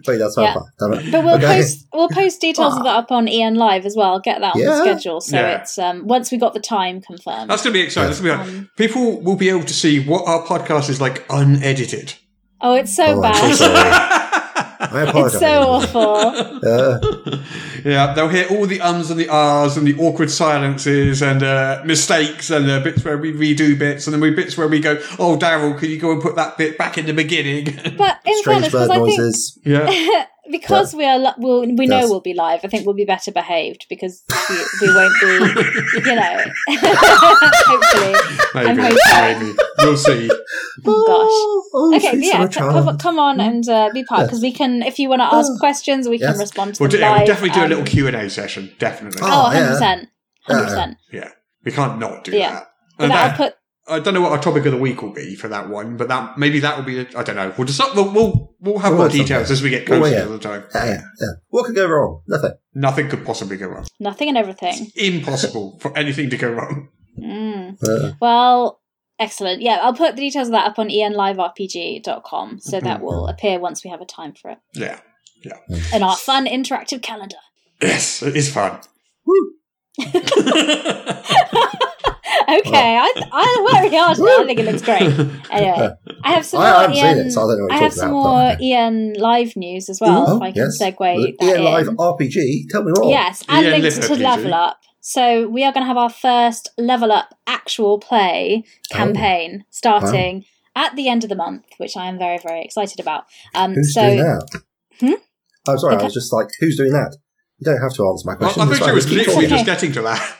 S6: Wait, that's
S7: Yeah.
S6: my fault. Damn it.
S7: But we'll
S6: Okay. Ah.
S7: post we'll post details of that up on EN Live as well. Get that on the
S6: Yeah.
S7: schedule. So
S5: Yeah.
S7: it's um once we got the time confirmed.
S5: That's going to be exciting. That's gonna be like, people will be able to see what our podcast is like unedited.
S7: oh, it's
S6: Oh,
S7: so
S6: I'm so
S7: bad.
S6: sorry. I apologize.
S7: it's so awful.
S6: Uh,
S5: Yeah, they'll hear all the ums and the ahs and the awkward silences and uh, mistakes and the bits where we redo bits and then we bits where we go, oh, Daryl, can you go and put that bit back in the beginning?
S7: But in
S6: strange
S7: fairness,
S6: bird
S7: because I think
S6: noises.
S5: yeah.
S7: because we are li- we'll, we know
S6: Yes.
S7: we'll be live, I think we'll be better behaved because we, we won't be, you know. Hopefully, I'm
S5: Maybe.
S7: hoping.
S5: Maybe. We'll see.
S7: gosh.
S6: Oh,
S7: Okay,
S6: she's
S7: yeah,
S6: so
S7: c- come,
S6: charming.
S7: come on and uh, be part because we can. If you want to ask questions, we
S6: Hmm?
S7: can
S6: Oh, Yes.
S7: respond to
S5: We'll, do,
S7: them
S5: yeah, we'll
S7: live,
S5: definitely do a
S7: um,
S5: little Q and A session. Definitely,
S6: Oh,
S7: Oh,
S6: yeah.
S7: 100 percent, hundred percent.
S5: yeah, we can't not do
S7: Yeah.
S5: that.
S7: But
S5: And
S7: that'll
S5: that,
S7: put
S5: I don't know what our topic of the week will be for that one, but that maybe that will be. I don't know. We'll just we'll we'll, we'll have
S6: We'll
S5: more
S6: work something
S5: details
S6: out.
S5: as we get
S6: We'll
S5: closer
S6: work
S5: to the time.
S6: Yeah, yeah, yeah. What could go wrong? Nothing.
S5: Nothing could possibly go wrong.
S7: nothing and everything.
S5: Impossible for anything to go wrong.
S7: Mm.
S6: Uh,
S7: Well, excellent. Yeah, I'll put the details of that up on enliverpg.com,
S6: Mm-hmm.
S7: so that will appear once we have a time for it
S5: Yeah.
S7: in our fun interactive calendar.
S5: Yes, it is fun.
S6: woo.
S7: okay, I, I work really hard. now. I think it looks great. Anyway, I have some
S6: I
S7: more.
S6: haven't seen
S7: Ian,
S6: it, so I don't know what
S7: I
S6: you're
S7: have
S6: talking
S7: some
S6: about,
S7: more
S6: but-
S7: Ian live news as well.
S6: oh,
S7: if I can segue that
S6: yeah,
S7: in.
S6: live RPG. Tell me more.
S7: Yes, and
S5: Ian
S7: linked
S5: Liver,
S7: to
S5: please,
S7: Level
S5: Ian.
S7: Up. So we are going to have our first Level Up actual play
S6: Oh,
S7: campaign starting at the end of the month, which I am very very excited about. Um,
S6: Who's
S7: so
S6: doing that?
S7: Hmm?
S6: I'm sorry, I
S7: Okay.
S6: was just like, who's doing that? You don't have to answer my
S5: I,
S6: question.
S5: I
S6: It's
S5: think she
S6: fine,
S5: was
S6: just keep
S5: literally
S6: talking.
S5: just getting to that.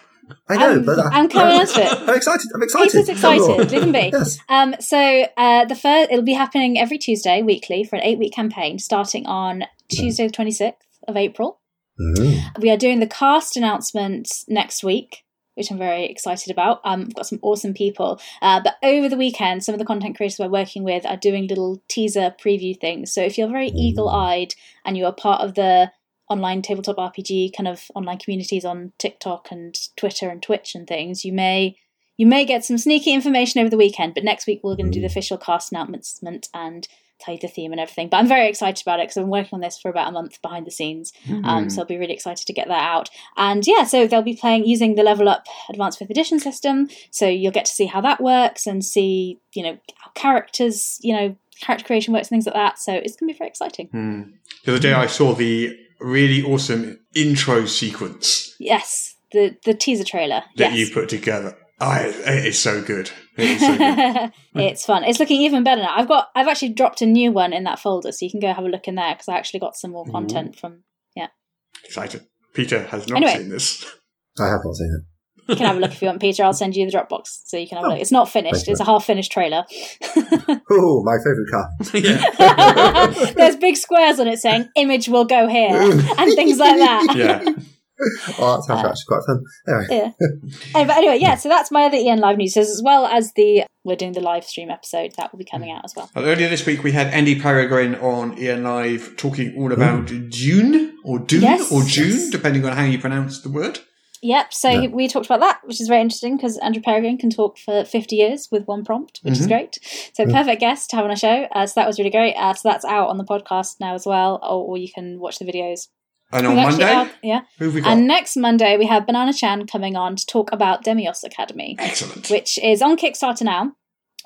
S6: I know,
S7: I'm-
S6: but I-
S7: I'm coming on to it.
S6: I'm excited. I'm excited.
S7: um, He's just
S6: Tell me more.
S7: excited. Leave him be.
S6: Yes.
S7: Um, so uh, the first, it'll be happening every Tuesday weekly for an eight-week campaign, starting
S6: Hmm.
S7: on Tuesday the twenty-sixth of April.
S6: Mm.
S7: We are doing the cast announcements next week, which I'm very excited about. Um, we've got some awesome people. Uh, but over the weekend, some of the content creators we're working with are doing little teaser preview things. So if you're very eagle-eyed and you are part of the online tabletop RPG kind of online communities on TikTok and Twitter and Twitch and things, you may you may get some sneaky information over the weekend, but next week we're going to do the official cast announcement and tell you the theme and everything. But I'm very excited about it because I've been working on this for about a month behind the scenes.
S5: Hmm.
S7: Um, so I'll be really excited to get that out. And yeah, so they'll be playing using the Level Up Advanced Fifth Edition system. So you'll get to see how that works and see, you know, how characters, you know, character creation works and things like that. So it's going to be very exciting.
S5: Hmm. The other day, I saw the really awesome intro sequence
S7: Yes, the the teaser trailer.
S5: that
S7: yes.
S5: you put together. I, it is so good. It is so good.
S7: it's fun. It's looking even better now. I've got I've actually dropped a new one in that folder, so you can go have a look in there because I actually got some more content from.
S5: Excited. Peter has not
S7: Anyway.
S5: seen this.
S6: I have not seen it.
S7: You can have a look if you want, Peter. I'll send you the Dropbox so you can have
S5: Oh,
S7: a look. It's not finished.
S6: thank you.
S7: It's a half finished trailer.
S6: Oh, my favourite car.
S5: yeah.
S7: There's big squares on it saying "image will go here" and things like that.
S5: Yeah.
S6: Oh, that
S7: Uh,
S6: sounds actually quite fun. Anyway,
S7: Hey, Oh, but anyway, yeah. So that's my other Ian live news, as well as the we're doing the live stream episode that will be coming out as well.
S5: Well, earlier this week, we had Andy Peregrine on Ian Live talking all about June or Dune
S7: Yes.
S5: or June,
S7: Yes.
S5: depending on how you pronounce the word.
S7: Yep. So he- we talked about that, which is very interesting because Andrew Peregrine can talk for 50 years with one prompt, which is
S5: Mm-hmm.
S7: great. So perfect guest to have on a show. Uh, so that was really great. Uh, so that's out on the podcast now as well, or, or you can watch the videos.
S5: And on
S7: We've actually
S5: Monday,
S7: out- yeah.
S5: who have we got?
S7: And next Monday we have Banana Chan coming on to talk about Demios Academy
S5: Excellent.
S7: which is on Kickstarter now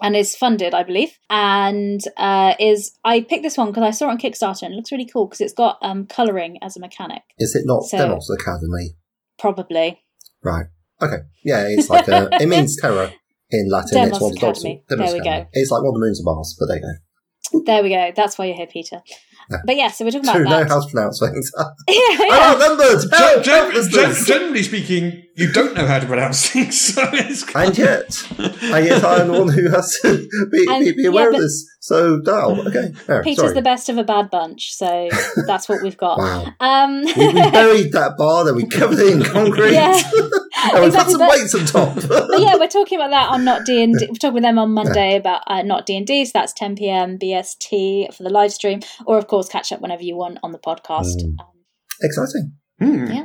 S7: and is funded, I believe. And uh, is I picked this one because I saw it on Kickstarter and it looks really cool because it's got um, colouring as a mechanic,
S6: is it not
S7: So-
S6: Demos Academy?
S7: probably.
S6: Right. Okay. Yeah, it's like a, it means terror in Latin.
S7: Demos
S6: it's one of the dogs-
S7: Academy.
S6: Demos
S7: There we
S6: Academy.
S7: go.
S6: It's like one of the moons of Mars, but there you go.
S7: There we go. That's why you're here, Peter. But yeah, so we're talking
S6: Two
S7: about
S6: know
S7: that.
S6: how
S7: um,
S6: to pronounce things.
S7: yeah, yeah.
S6: I remembered!
S5: Gen-
S6: Help,
S5: gen-
S6: helplessness!
S5: gen- generally speaking, you don't know how to pronounce things, so it's
S6: And yet, and yet I'm the one who has to be,
S7: And-
S6: be, be aware
S7: yeah,
S6: of
S7: but-
S6: this. So, Dal, okay. There,
S7: Peter's
S6: sorry.
S7: the best of a bad bunch, so that's what we've got.
S6: Wow.
S7: Um,
S6: we, we buried that bar, then we covered it in concrete,
S7: Yeah.
S6: and we put
S7: Exactly,
S6: some
S7: but-
S6: weights on top.
S7: but yeah, we're talking about that on not D and D. We're talking with them on Monday about uh, not D and D. So that's 10 p.m. BST for the live stream, or of course catch up whenever you want on the podcast. Um,
S6: Exciting.
S5: Hmm.
S7: Yeah.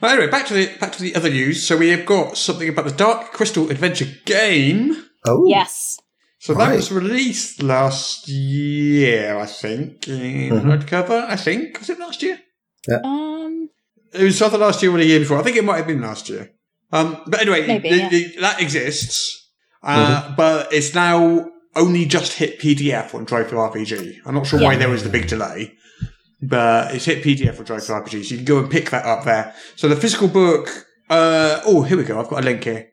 S5: Well, anyway, back to the back to the other news. So we have got something about the Dark Crystal Adventure game.
S6: Oh,
S7: yes,
S5: So that
S6: Right.
S5: was released last year, I think, in hardcover. I think was it last year?
S7: Um,
S5: It was either last year or the year before. I think it might have been last year. Um, but anyway,
S7: Maybe,
S5: the-
S7: yeah.
S5: the- that exists, uh, but it's now only just hit PDF on Drive Through RPG. I'm not sure why
S7: Yeah.
S5: there was the big delay, but it's hit PDF on Drive Through RPG, so you can go and pick that up there. So the physical book. Uh, oh, here we go. I've got a link here.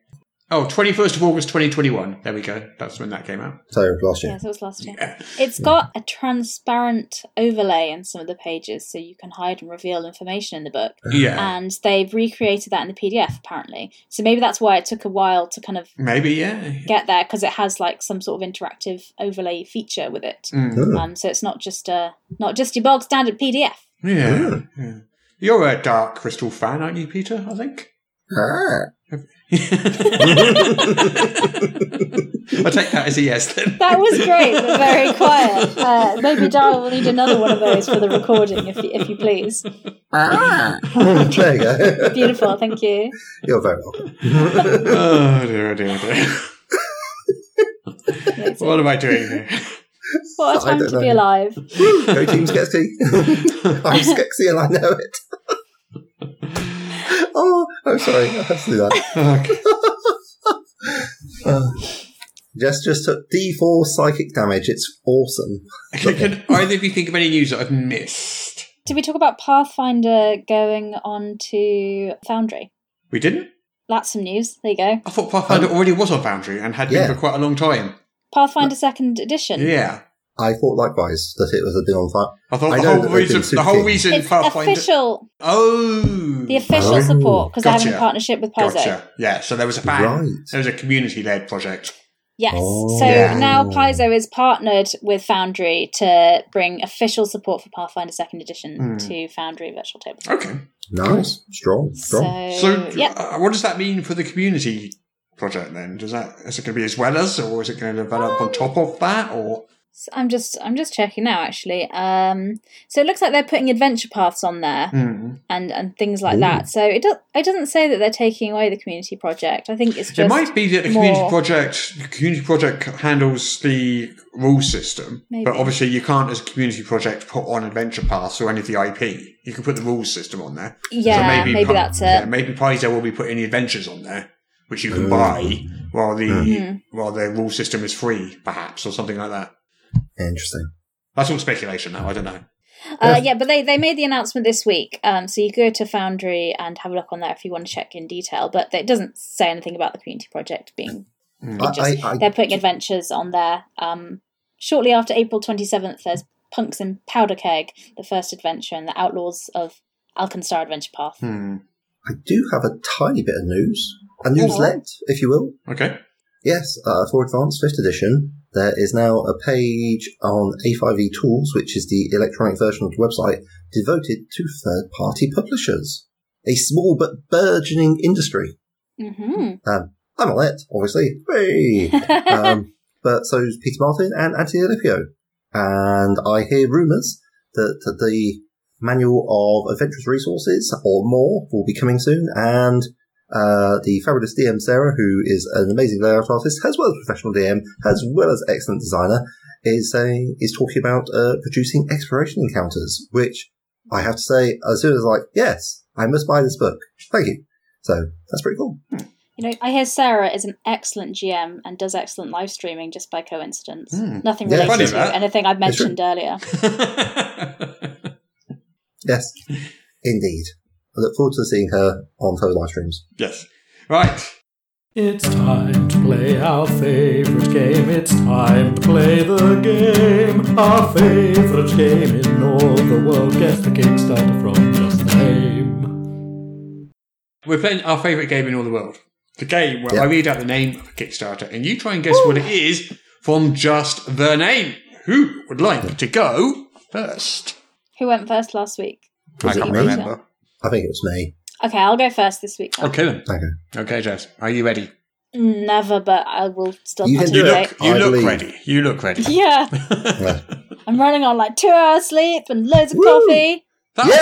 S5: Oh, 21st of August 2021. There we go. That's when that came out.
S6: so last year.
S7: yes, it was last year.
S5: Yeah.
S7: It's got a transparent overlay in some of the pages, so you can hide and reveal information in the book.
S5: Yeah.
S7: And they've recreated that in the PDF, apparently. So maybe that's why it took a while to kind of
S5: Maybe, yeah.
S7: get there because it has like some sort of interactive overlay feature with it.
S5: Mm.
S7: Um, so it's not just a not just your bog standard PDF.
S5: Yeah. yeah. You're a Dark Crystal fan, aren't you, Peter? I think.
S6: Ah.
S5: I take that as a yes then.
S7: That was great, but very quiet. Uh, maybe Daryl will need another one of those for the recording, if you, if you please.
S6: ah. there you go.
S7: Beautiful, thank you.
S6: You're very welcome.
S5: oh dear, oh dear, oh dear. what am I doing here?
S7: What a
S6: I
S7: time
S6: don't
S7: to be
S6: know.
S7: alive.
S6: Go Team Skexy. I'm Skexy and I know it. oh, I'm sorry. I have to do that.
S5: Okay.
S6: Uh, just just took D4 psychic damage. It's awesome.
S5: Okay, can either of you think of any news that I've missed?
S7: Did we talk about Pathfinder going on to Foundry?
S5: We didn't?
S7: That's some news. There you go.
S5: I thought Pathfinder already was on Foundry and had
S6: Um, Yeah.
S5: been for quite a long time.
S7: Pathfinder Second Edition.
S5: Yeah.
S6: I thought likewise that it was a bit on fire.
S5: I thought
S6: I
S5: the
S6: know
S5: whole,
S6: that they've
S5: reason,
S6: been super
S5: the whole
S6: keen.
S5: reason
S7: It's
S5: Pathfinder.
S7: official.
S5: Oh.
S7: The official
S6: Oh.
S7: support because they're having a
S5: Gotcha.
S7: partnership with Paizo.
S5: Gotcha. Yeah, so there was a band.
S6: Right.
S5: There was a community led project.
S7: Yes.
S6: Oh.
S7: so
S5: Yeah.
S7: now Paizo is partnered with Foundry to bring official support for Pathfinder Second Edition
S5: Hmm.
S7: to Foundry Virtual Tabletop.
S5: Okay.
S6: Nice, strong, strong.
S7: So,
S5: So,
S7: yeah,
S5: uh, what does that mean for the community project then? Does that is it going to be as well as, or is it going to develop on top of that, or
S7: So I'm just I'm just checking now actually. Um, so it looks like they're putting adventure paths on there
S5: Hmm.
S7: and and things like that. So it does it doesn't say that they're taking away the community project. I think it's just
S5: it might be that the community
S7: more-
S5: project the community project handles the rule system, but
S7: Maybe.
S5: obviously you can't as a community project put on adventure paths or any of the IP. You can put the rules system on there.
S7: yeah maybe,
S5: Pi-
S7: that's it.
S5: Yeah, maybe Paizo will be putting the adventures on there, which you can buy while the
S7: Mm.
S5: while the rule system is free, perhaps, or something like that.
S6: Interesting.
S5: That's all speculation now. I don't know.
S7: Uh, yeah, but they, they made the announcement this week. Um, so you go to Foundry and have a look on there if you want to check in detail. But it doesn't say anything about the community project being.
S5: Mm.
S7: It just-
S6: I- I-
S7: they're putting adventures on there. Um, shortly after April 27th, there's Punks in Powder Keg, the first adventure, and the Outlaws of Alkenstar Adventure Path.
S5: Hmm.
S6: I do have a tiny bit of news, a newslet, if you will.
S5: Okay.
S6: Yes, uh, for Advanced Fifth Edition, there is now a page on A5E Tools, which is the electronic version of the website, devoted to third-party publishers. A small but burgeoning industry.
S7: hmm
S6: Um, I'm on it, obviously. Hey! um, but so is Peter Martin and Anthony Olypio. And I hear rumours that that the manual of adventurous resources or more will be coming soon. And uh, the fabulous DM Sarah, who is an amazing layout artist as well as professional DM, as well as excellent designer, is saying is talking about uh, producing exploration encounters, which I have to say, as soon as like, yes, I must buy this book. Thank you. So that's pretty cool.
S7: You know, I hear Sarah is an excellent GM and does excellent live streaming just by coincidence.
S5: Hmm.
S7: Nothing
S6: Yeah,
S7: related
S5: funny
S7: to
S5: that.
S7: anything I've
S6: That's true.
S7: mentioned earlier.
S6: Yes, indeed. I look forward to seeing her on her live streams.
S5: yes. Right.
S8: It's time to play our favorite game. It's time to play the game. Our favorite game in all the world. Guess the Kickstarter from just the name.
S5: We're playing our favourite game in all the world. The game where
S6: Yeah.
S5: I read out the name of a Kickstarter and you try and guess what it is from just the name. Who would like to go first?
S7: Who went first last week?
S6: Was
S5: I
S6: it
S5: can't
S6: me?
S5: remember.
S6: I think it was me.
S7: Okay, I'll go first this week. Mm,
S5: Okay then.
S6: Okay.
S5: Okay, Jess. Are you ready?
S7: Never, but I will still
S6: You can
S5: You
S6: do
S5: look.
S7: participate.
S6: it.
S5: You
S6: I
S5: look
S6: believe.
S5: ready. You look ready.
S7: Yeah,
S6: Yeah.
S7: I'm running on like two hours sleep and loads of
S6: Woo!
S7: coffee.
S5: That'll,
S6: Yeah!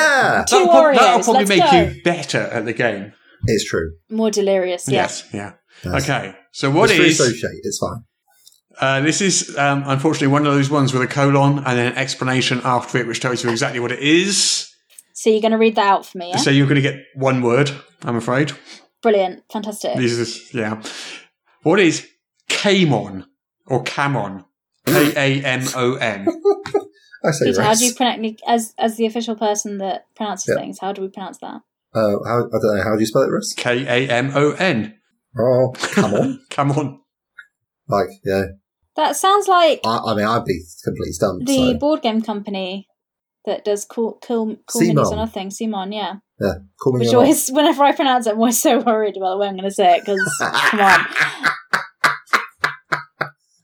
S5: That'll,
S7: Two
S5: prob-
S7: Oreos,
S5: that'll probably
S7: let's
S5: make
S7: go.
S5: you better at the game.
S6: It's true.
S7: More delirious, yeah.
S5: Yes. Yeah.
S6: Yes.
S5: Okay. So what
S6: it's free
S5: is?
S6: associate, It's fine.
S5: Uh, this is um, unfortunately one of those ones with a colon and an explanation after it, which tells you exactly what it is.
S7: So you're going to read that out for me, yeah?
S5: So you're going to get one word, I'm afraid.
S7: Brilliant, fantastic.
S5: This is yeah. What is Camon or Camon? K A M O N.
S6: I say
S7: Peter, how
S6: race.
S7: do you pronounce as as the official person that pronounces
S6: Yeah.
S7: things? How do we pronounce that?
S6: uh, how, I don't know. How do you spell it, Russ?
S5: K A M O N.
S6: Oh, come on.
S5: Come on.
S6: like, yeah.
S7: That sounds like
S6: I, I mean, I'd be completely stumped.
S7: the
S6: So.
S7: board game company that does cool cool cool
S6: Simon.
S7: minis or nothing. Simon, yeah.
S6: Yeah. Call me
S7: Which
S6: your name.
S7: always, whenever I pronounce it, I'm always so worried about the way I'm going to say it because come on.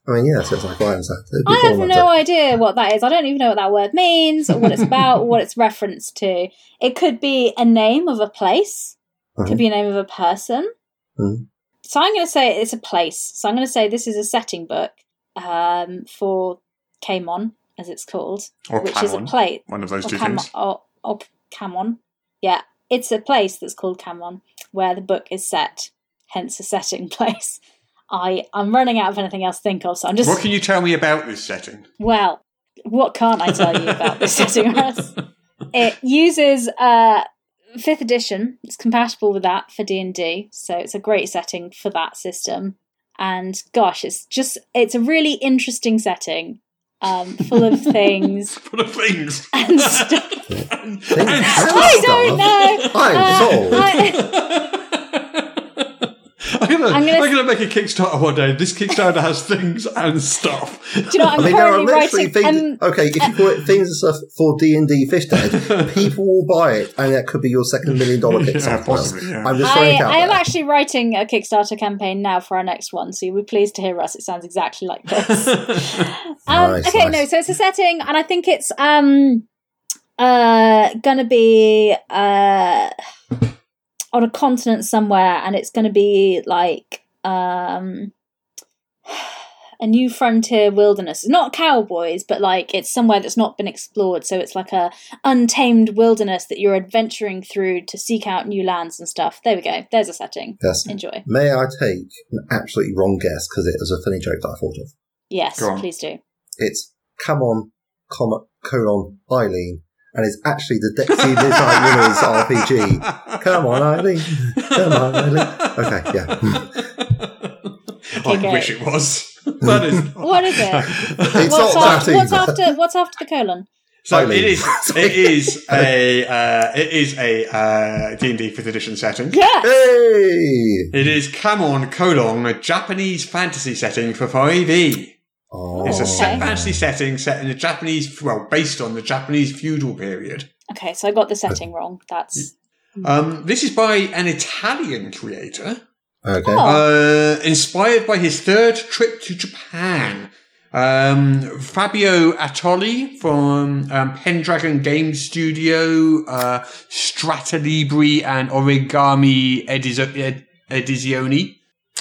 S6: I mean, yeah, so it's like Ryan said. It'd be
S7: I have
S6: cool,
S7: no
S6: but-
S7: idea what that is. I don't even know what that word means or what it's about or what it's referenced to. It could be a name of a place, It
S6: Uh-huh.
S7: could be a name of a person.
S6: Mhm.
S7: So I'm going to say it's a place. So I'm going to say this is a setting book um, for Camon, as it's called,
S5: Or
S7: which is a
S5: Camon.
S7: place.
S5: One of those
S7: Or,
S5: two
S7: Cam-
S5: things.
S7: or, or Camon. Yeah, it's a place that's called Camon where the book is set, hence a setting place. I, I'm running out of anything else to think of, so I'm just
S5: What can you tell me about this setting?
S7: well, what can't I tell you about this setting, Russ? It uses uh, fifth edition. It's compatible with that for D and D, so it's a great setting for that system. And gosh, it's just it's a really interesting setting, um, full of things
S5: Full of things.
S7: and stuff.
S5: And-
S6: Things
S5: and-
S6: and
S7: I
S6: stuff.
S7: don't know.
S6: I'm sold.
S7: Uh, I-
S5: I'm gonna, I'm,
S7: I'm
S5: gonna,
S7: gonna-
S5: make a Kickstarter one day. This Kickstarter has things and stuff.
S7: do you know? what, I'm
S6: I mean, there are
S7: currently
S6: literally
S7: writing.
S6: things.
S7: Um,
S6: okay, if you call it things and stuff for D and D fish dead, people will buy it, and that could be your second million dollar
S5: Yeah,
S6: Kickstarter.
S5: possibly, yeah.
S6: I'm just throwing
S7: I,
S6: it out
S7: I am
S6: there.
S7: actually writing a Kickstarter campaign now for our next one, so you'll be pleased to hear us. It sounds exactly like this. um,
S6: Nice,
S7: okay,
S6: nice.
S7: no, so it's a setting, and I think it's um uh gonna be uh on a continent somewhere, and it's gonna be like um a new frontier wilderness. Not cowboys, but like it's somewhere that's not been explored, so it's like a untamed wilderness that you're adventuring through to seek out new lands and stuff. There we go. There's a setting.
S6: Yes.
S7: Enjoy.
S6: May I take an absolutely wrong guess because it was a funny joke that I thought of?
S7: Yes,
S5: Go on.
S7: please do.
S6: It's come on, comma, colon, Eileen, and it's actually the Dexy Midnight Winners RPG. Come on, Eileen. Come on, Eileen. Okay, yeah.
S5: I
S7: great.
S5: wish it was. that is.
S7: What is it?
S6: It's
S7: what's,
S6: not
S7: af-
S6: that
S7: what's
S6: either.
S7: after what's after the colon?
S5: So
S6: Eileen.
S5: it is. It is a. Uh, it is a uh, D and D fifth edition setting.
S7: Yeah.
S6: Hey!
S5: It is Kamon Kolon, a Japanese fantasy setting for 5e.
S6: Oh,
S5: It's a set
S7: Okay.
S5: fantasy setting set in the Japanese, well, based on the Japanese feudal period.
S7: Okay, so I got the setting wrong. That's
S5: Um, this is by an Italian creator,
S6: okay.
S7: Oh.
S5: uh, inspired by his third trip to Japan. Um, Fabio Attoli from um, Pendragon Game Studio, uh, Stratalibri, and Origami Edizo- Ed- Edizioni.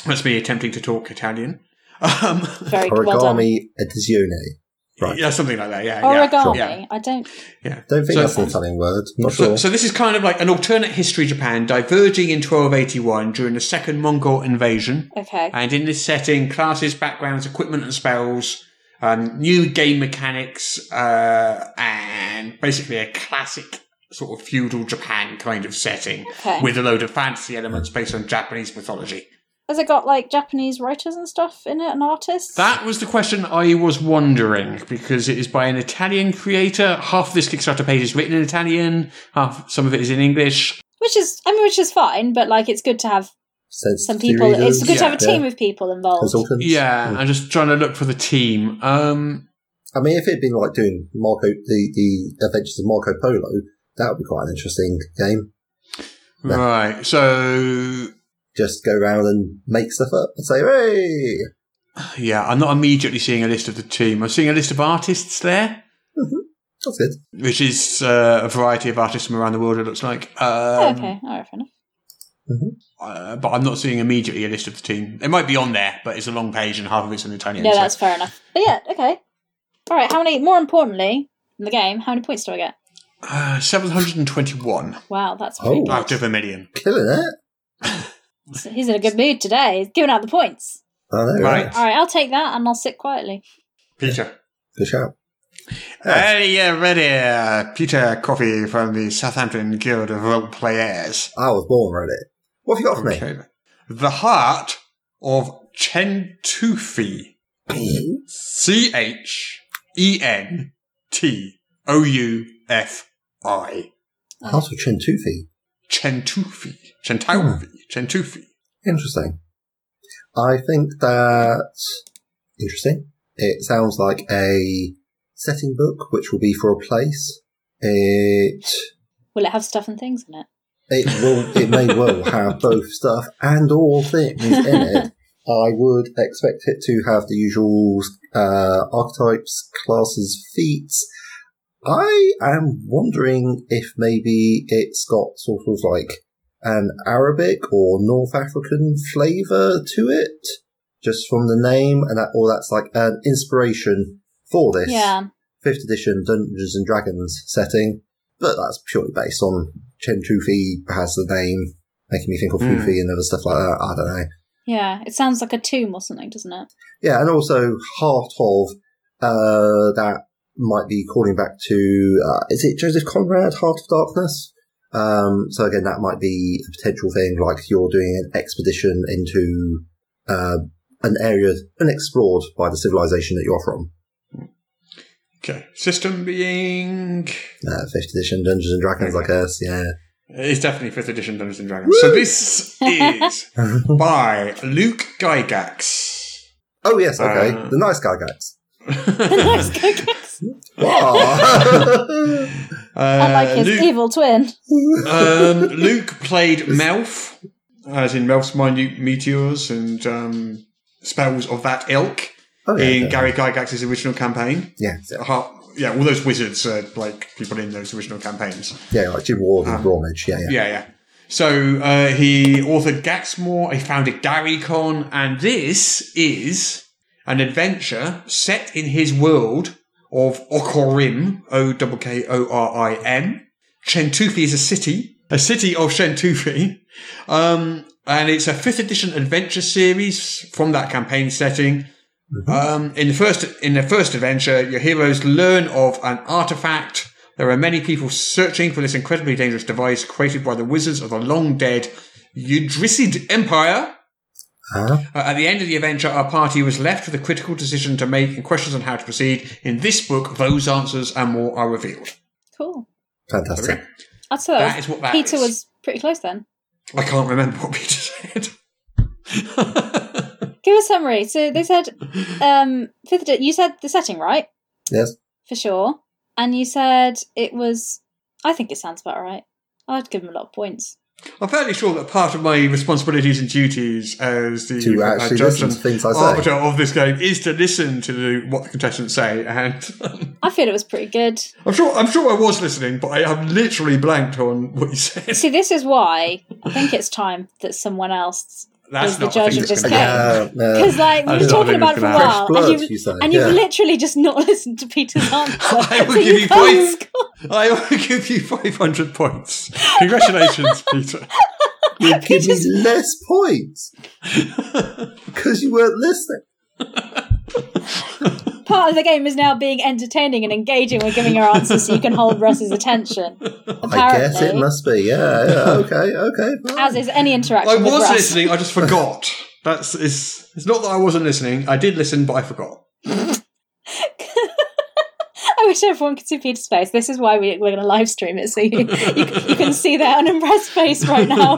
S5: That's me attempting to talk Italian. Um,
S7: very well done.
S6: Origami Edizione. Right.
S5: Yeah, something like that. Yeah, yeah,
S7: Origami.
S5: yeah,
S7: I don't.
S5: yeah.
S6: Don't think
S5: So-
S6: that's an Italian word. I'm not
S5: So,
S6: sure.
S5: so this is kind of like an alternate history Japan diverging in 1281 during the second Mongol invasion.
S7: Okay.
S5: And in this setting, classes, backgrounds, equipment, and spells, um, new game mechanics, uh, and basically a classic sort of feudal Japan kind of setting
S7: Okay.
S5: with a load of fancy elements based on Japanese mythology.
S7: Has it got like Japanese writers and stuff in it and artists?
S5: That was the question I was wondering because it is by an Italian creator. Half of this Kickstarter page is written in Italian, half some of it is in English.
S7: which is, I mean, which is fine, but like, it's good to have
S6: Sensitive
S7: some people. It's
S6: readers.
S7: good to have a
S6: Yeah.
S7: team of people involved.
S6: Consultants.
S5: Yeah, I'm just trying to look for the team. Um,
S6: I mean, if it'd been like doing Marco, the, the Adventures of Marco Polo, that would be quite an interesting game. Yeah.
S5: right, so
S6: Just go around and make stuff up and say, hey!
S5: yeah, I'm not immediately seeing a list of the team. I'm seeing a list of artists there,
S6: That's good.
S5: which is uh, a variety of artists from around the world. It looks like. Um,
S7: Oh, okay, all right, fair enough.
S5: uh, but I'm not seeing immediately a list of the team. It might be on there, but it's a long page and half of it's in Italian.
S7: Yeah,
S5: so-
S7: that's fair enough. But yeah, okay. All right. How many? More importantly, in the game, how many points do I get?
S5: uh, 721
S7: Wow, that's
S6: Oh.
S7: pretty.
S5: out of a million.
S6: Killing it.
S7: So He's in a good mood today. He's giving out the points.
S6: I know, right?
S5: Right,
S7: All right, I'll take that and I'll sit quietly.
S5: Peter.
S6: Good shout.
S5: Hey, yeah, ready. Uh, Peter Coffey from the Southampton Guild of Role Players.
S6: I was born read it. What have you got for
S5: Okay. The heart of Chentufi.
S6: me?
S5: C H E N T O U F I.
S6: House of Chintufi.
S5: Chentufi. Chentaufi. Chentufi.
S6: Interesting. I think that interesting. It sounds like a setting book, which will be for a place. It
S7: Will it have stuff and things in it?
S6: it will it may well have both stuff and all things in it. I would expect it to have the usual uh, archetypes, classes, feats. I am wondering if maybe it's got sort of like an Arabic or North African flavour to it, just from the name, and that, or that's like an inspiration for this
S7: Yeah.
S6: fifth edition Dungeons and Dragons setting, but that's purely based on Chen Tufi has the name, making me think of
S5: Hmm.
S6: Fufi and other stuff like that. I don't know.
S7: Yeah, it sounds like a tomb or something, doesn't it?
S6: Yeah, and also Heart of uh, that might be calling back to uh, is it Joseph Conrad Heart of Darkness? Um, so again, that might be a potential thing, like you're doing an expedition into uh, an area unexplored by the civilization that you're from.
S5: Okay. System being.
S6: Uh, Fifth edition Dungeons and Dragons, I guess. Yeah.
S5: It's definitely 5th edition Dungeons and Dragons. So this is by Luke Gygax.
S6: Oh yes, okay.
S5: Uh.
S6: the nice guy guys.
S7: Nice Gygax.
S6: Wow.
S7: Unlike his
S5: uh, Luke,
S7: evil twin.
S5: um, Luke played Melf, as in Melf's minute meteors and um, spells of that ilk
S6: oh, yeah,
S5: in
S6: yeah.
S5: Gary Gygax's original campaign.
S6: yeah,
S5: Ha- Yeah, all those wizards are like people in those original campaigns.
S6: yeah, like Jim Ward and Bromage. Yeah, yeah.
S5: Uh, Yeah, yeah. So uh, he authored Gaxmore, he founded Garycon, and this is an adventure set in his world of Okorim, O K K O R I M. Chentufi is a city, a city of Chentufi. Um, and it's a fifth edition adventure series from that campaign setting. Um, in the first in the first adventure, your heroes learn of an artifact. There are many people searching for this incredibly dangerous device created by the wizards of the long dead Udrisid Empire.
S6: Huh?
S5: Uh, at the end of the adventure, our party was left with a critical decision to make and questions on how to proceed. In this book, those answers and more are revealed.
S7: Cool.
S6: Fantastic.
S5: Okay.
S7: I'd say that,
S5: That
S7: was,
S5: is what that
S7: Peter
S5: is.
S7: was pretty close then.
S5: I can't remember what Peter said.
S7: Give a summary. So they said, um, fifth. edi- You said the setting, right?
S6: Yes.
S7: for sure. And you said it was. I think it sounds about right. I'd give him a lot of points.
S5: I'm fairly sure that part of my responsibilities and duties as the
S6: To actually
S5: judge
S6: listen
S5: and
S6: to things I say.
S5: arbiter of this game is to listen to the, what the contestants say, and
S7: I feel it was pretty good.
S5: I'm sure I'm sure I was listening, but I have literally blanked on what you said.
S7: See, this is why I think it's time that someone else
S5: That's
S7: is the
S5: not I
S7: judge
S5: think
S7: of
S5: it's
S7: this
S5: gonna
S7: game.
S6: Yeah, uh, yeah.
S7: Because like
S5: I
S7: we've
S5: don't
S7: been talking
S5: think it's
S7: about it for a
S5: gonna happen.
S7: while,
S6: Fresh
S7: and
S6: blood, you
S7: you've,
S6: say.
S7: and you've
S6: Yeah.
S7: literally just not listened to Peter's answer.
S5: I will
S7: so
S5: give you
S7: can't
S5: points.
S7: score.
S5: I will give you 500 points. Congratulations, Peter.
S6: You give me less points because you weren't listening.
S7: Part of the game is now being entertaining and engaging. We're giving our answers so you can hold Russ's attention. Apparently,
S6: I guess it must be. Yeah. yeah okay. Okay. fine.
S7: as is any interaction
S5: I
S7: with
S5: was
S7: Russ.
S5: listening. I just forgot. That's it's, it's not that I wasn't listening. I did listen, but I forgot.
S7: I wish everyone could see Peter's face. This is why we, we're going to live stream it, so you, you, you can see their unimpressed face right now.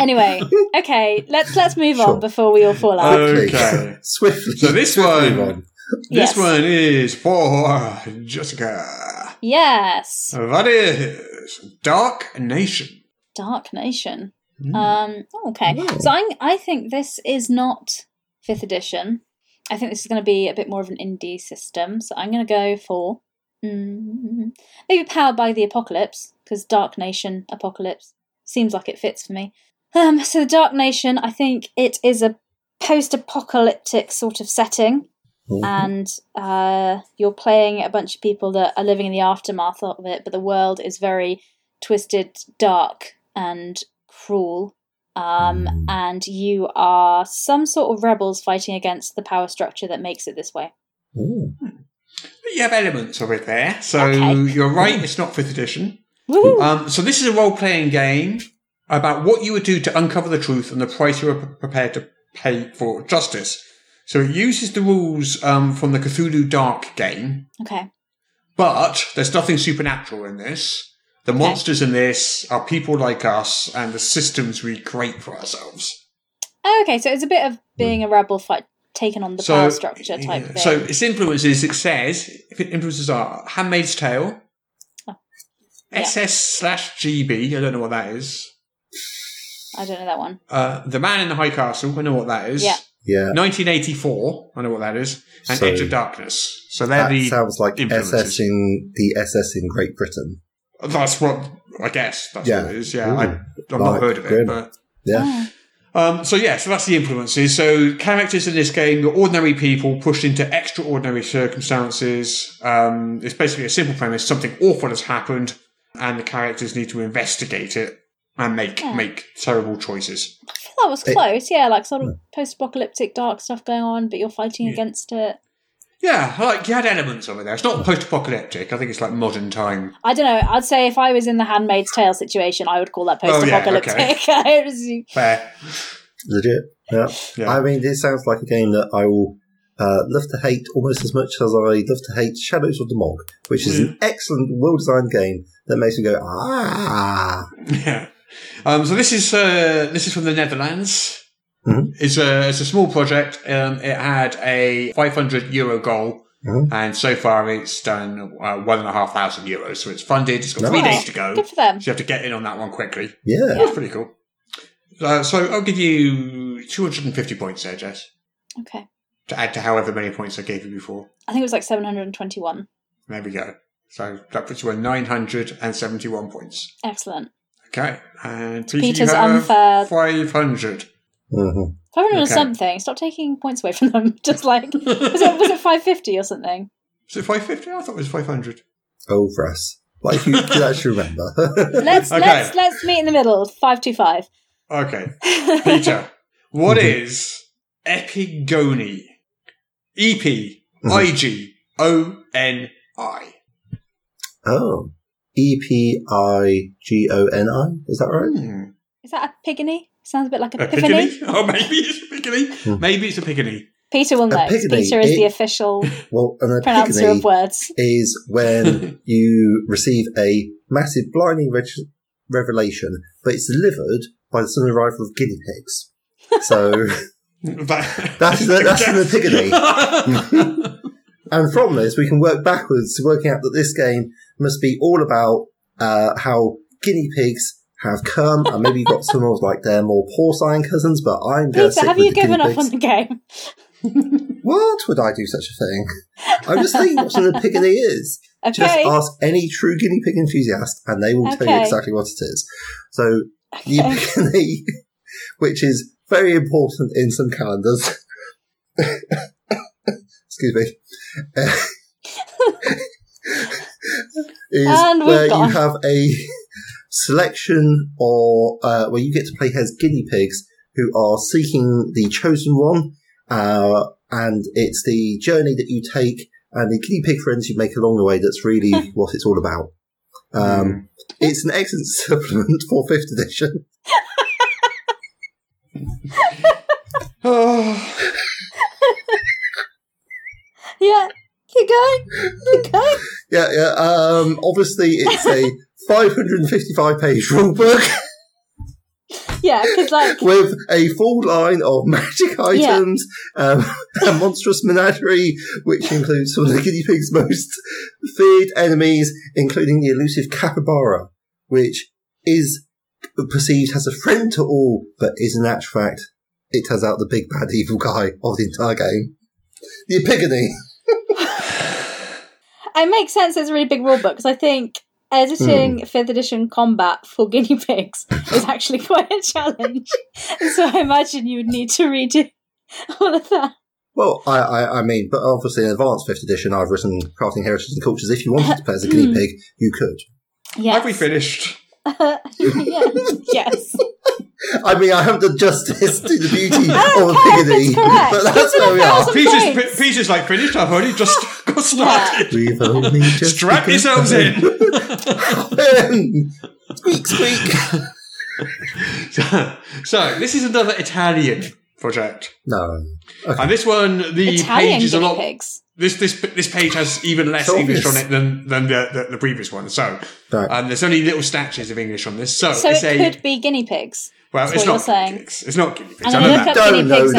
S7: anyway, okay, let's let's move
S6: Sure.
S7: on before we all fall out.
S5: Uh,
S6: Please.
S5: Okay.
S6: Swiftly.
S5: So this
S6: swiftly
S5: one-
S7: yes.
S5: This one is for Jessica.
S7: Yes,
S5: That is Dark Nation.
S7: Dark Nation. Um, okay, so I I think this is not fifth edition. I think this is going to be a bit more of an indie system. So I'm going to go for mm, maybe powered by the apocalypse because Dark Nation apocalypse seems like it fits for me. Um, so the Dark Nation, I think it is a post-apocalyptic sort of setting, and uh, you're playing a bunch of people that are living in the aftermath of it, but the world is very twisted, dark, and cruel. Um, and you are some sort of rebels fighting against the power structure that makes it this way.
S6: Ooh.
S5: But you have elements of it there, so
S7: Okay.
S5: you're right. It's not fifth edition.
S7: Woo!
S5: Um, so this is a role-playing game about what you would do to uncover the truth and the price you are pre- prepared to pay for justice. So it uses the rules um, from the Cthulhu Dark game,
S7: okay.
S5: but there's nothing supernatural in this. The monsters in this are people like us and the systems we create for ourselves.
S7: Okay, so it's a bit of being a rebel fight taken on the power structure type
S5: yeah,
S7: thing.
S5: So its influences, it says, if it influences are Handmaid's Tale, SS slash GB, I don't know what that is.
S7: I don't know that one.
S5: Uh, the Man in the High Castle, I know what that is.
S7: Yeah.
S6: Yeah.
S5: 1984, I know what that is. And
S6: So-
S5: Edge of Darkness. So they're
S6: That
S5: the.
S6: sounds like
S5: influences.
S6: SS in the SS in Great Britain.
S5: That's what, I guess, that's
S6: Yeah.
S5: what it is. Yeah,
S6: Ooh.
S5: I, I've not
S6: Right,
S5: heard of it,
S6: good.
S5: but.
S6: Yeah.
S7: Ah,
S5: Um, so yeah, so that's the influences. So characters in this game are ordinary people pushed into extraordinary circumstances. Um, it's basically a simple premise: something awful has happened, and the characters need to investigate it and make make terrible choices.
S7: I feel that was close, yeah, like sort of post apocalyptic dark stuff going on, but you're fighting against it.
S5: Yeah, I like you had elements of it there. It's not post-apocalyptic. I think it's like modern time.
S7: I don't know. I'd say if I was in the Handmaid's Tale situation, I would call that
S5: Oh,
S7: post
S5: yeah,
S7: apocalyptic.
S5: okay. Fair.
S6: legit. Yeah.
S5: Yeah.
S6: I mean, this sounds like a game that I will uh, love to hate almost as much as I love to hate Shadows of the Mog, which is an excellent, well designed game that makes me go, ah.
S5: Yeah. Um, so this is uh, this is from the Netherlands.
S6: Mhm.
S5: It's a it's a small project. Um, it had a 500 euro goal,
S6: Mhm.
S5: and so far it's done uh, one and a half thousand euros. So it's funded. It's got three days
S7: Nice.
S5: to go,
S7: Good
S5: so
S7: for them.
S5: you have to get in on that one quickly.
S6: Yeah.
S5: That's pretty cool. Uh, so I'll give you 250 points there, Jess,
S7: Okay.
S5: to add to however many points I gave you before.
S7: I think it was like 721.
S5: There we go. So that puts you on 971 points.
S7: Excellent.
S5: Okay, and
S7: Peter's
S5: you have
S7: unfair.
S5: 500.
S6: Mhm.
S7: 500 or
S5: Okay.
S7: something. Stop taking points away from them. Just like, was it, was it 550 or something?
S5: Is it 550? I thought it was 500.
S6: Oh, Russ. Like you can actually remember.
S7: Let's,
S5: Okay.
S7: let's, let's meet in the middle. 525.
S5: Okay. Peter, what is epigoni? E P
S6: Mm-hmm.
S5: I G O N I.
S6: oh. E P I G O N I? Is that right?
S5: Hmm.
S7: Is that a pigony? Sounds a bit like a
S5: Epigony?
S7: epiphany.
S5: Oh, maybe it's
S6: Hmm.
S5: epigony. Maybe it's epigony.
S7: Peter will know. 'cause
S6: Epigony.
S7: Peter is the
S6: It-
S7: official
S6: Well, an E.
S7: pronouncer
S6: epigony
S7: of words.
S6: is when you receive a massive blinding reg- revelation, but it's delivered by the sudden arrival of guinea pigs. So,
S5: That-
S6: That's the- that's the epigony. and from this, we can work backwards to working out that this game must be all about uh, how guinea pigs have come, and maybe you've got some of like their more porcine cousins, but I'm going to
S7: Peter,
S6: stick
S7: have
S6: with
S7: you
S6: the
S7: given
S6: guinea
S7: up
S6: pigs.
S7: on the game?
S6: What would I do such a thing? I'm just thinking what an epigony is. Just
S7: Okay.
S6: ask any true guinea pig enthusiast, and they will tell
S7: Okay.
S6: you exactly what it is. So, epigony, which is very important in some calendars. Excuse me. is
S7: And we've
S6: where
S7: gone.
S6: you have a selection or uh, where you get to play as guinea pigs who are seeking the chosen one, uh, and it's the journey that you take and the guinea pig friends you make along the way that's really what it's all about. Um, It's an excellent supplement for fifth edition.
S5: Oh,
S7: yeah. Keep going. Keep going.
S6: Yeah, yeah. Um, obviously, it's a 555 page rulebook.
S7: Yeah, because like,
S6: with a full line of magic
S7: Yeah.
S6: items, um, a monstrous menagerie, which includes some of the guinea pig's most feared enemies, including the elusive capybara, which is perceived as a friend to all, but is in actual fact, it turns out the big bad evil guy of the entire game. The epigony.
S7: it makes sense. It's a really big rule book because I think editing fifth edition combat for guinea pigs is actually quite a challenge. And so I imagine you would need to redo all of that.
S6: Well, I, I, I mean, but obviously in advanced fifth edition, I've written Crafting Heritage and Cultures. If you wanted to play as a guinea pig, you could.
S7: Yes.
S5: have we finished?
S7: yeah. Yes.
S6: I mean, I haven't done justice to the beauty
S7: don't
S6: of a
S7: care if
S6: pigony,
S7: it's correct.
S6: but that's
S7: Give it a
S6: where we are.
S7: thousand.
S5: Peter's,
S7: Points.
S5: Pe- Peter's like finished. I've only just got started.
S6: We've only just
S5: Strap yourselves in.
S6: in. squeak, squeak.
S5: so, so this is another Italian project,
S6: No,
S5: and this one the
S7: Italian
S5: page is a
S7: guinea
S5: lot.
S7: pigs.
S5: This this this page has even less
S6: It's
S5: English on
S6: obvious.
S5: it than than the the, the previous one. So
S6: Right.
S5: um, there's only little statues of English on this. So,
S7: So
S5: it's
S7: it
S5: a
S7: could be guinea pigs.
S5: well,
S7: that's
S5: it's
S7: what
S5: not
S7: you're saying.
S5: guinea pigs. It's not guinea pigs.
S7: And
S5: I
S7: I
S5: know
S7: look
S5: that.
S7: up
S6: Don't
S7: guinea
S6: know
S7: pigs in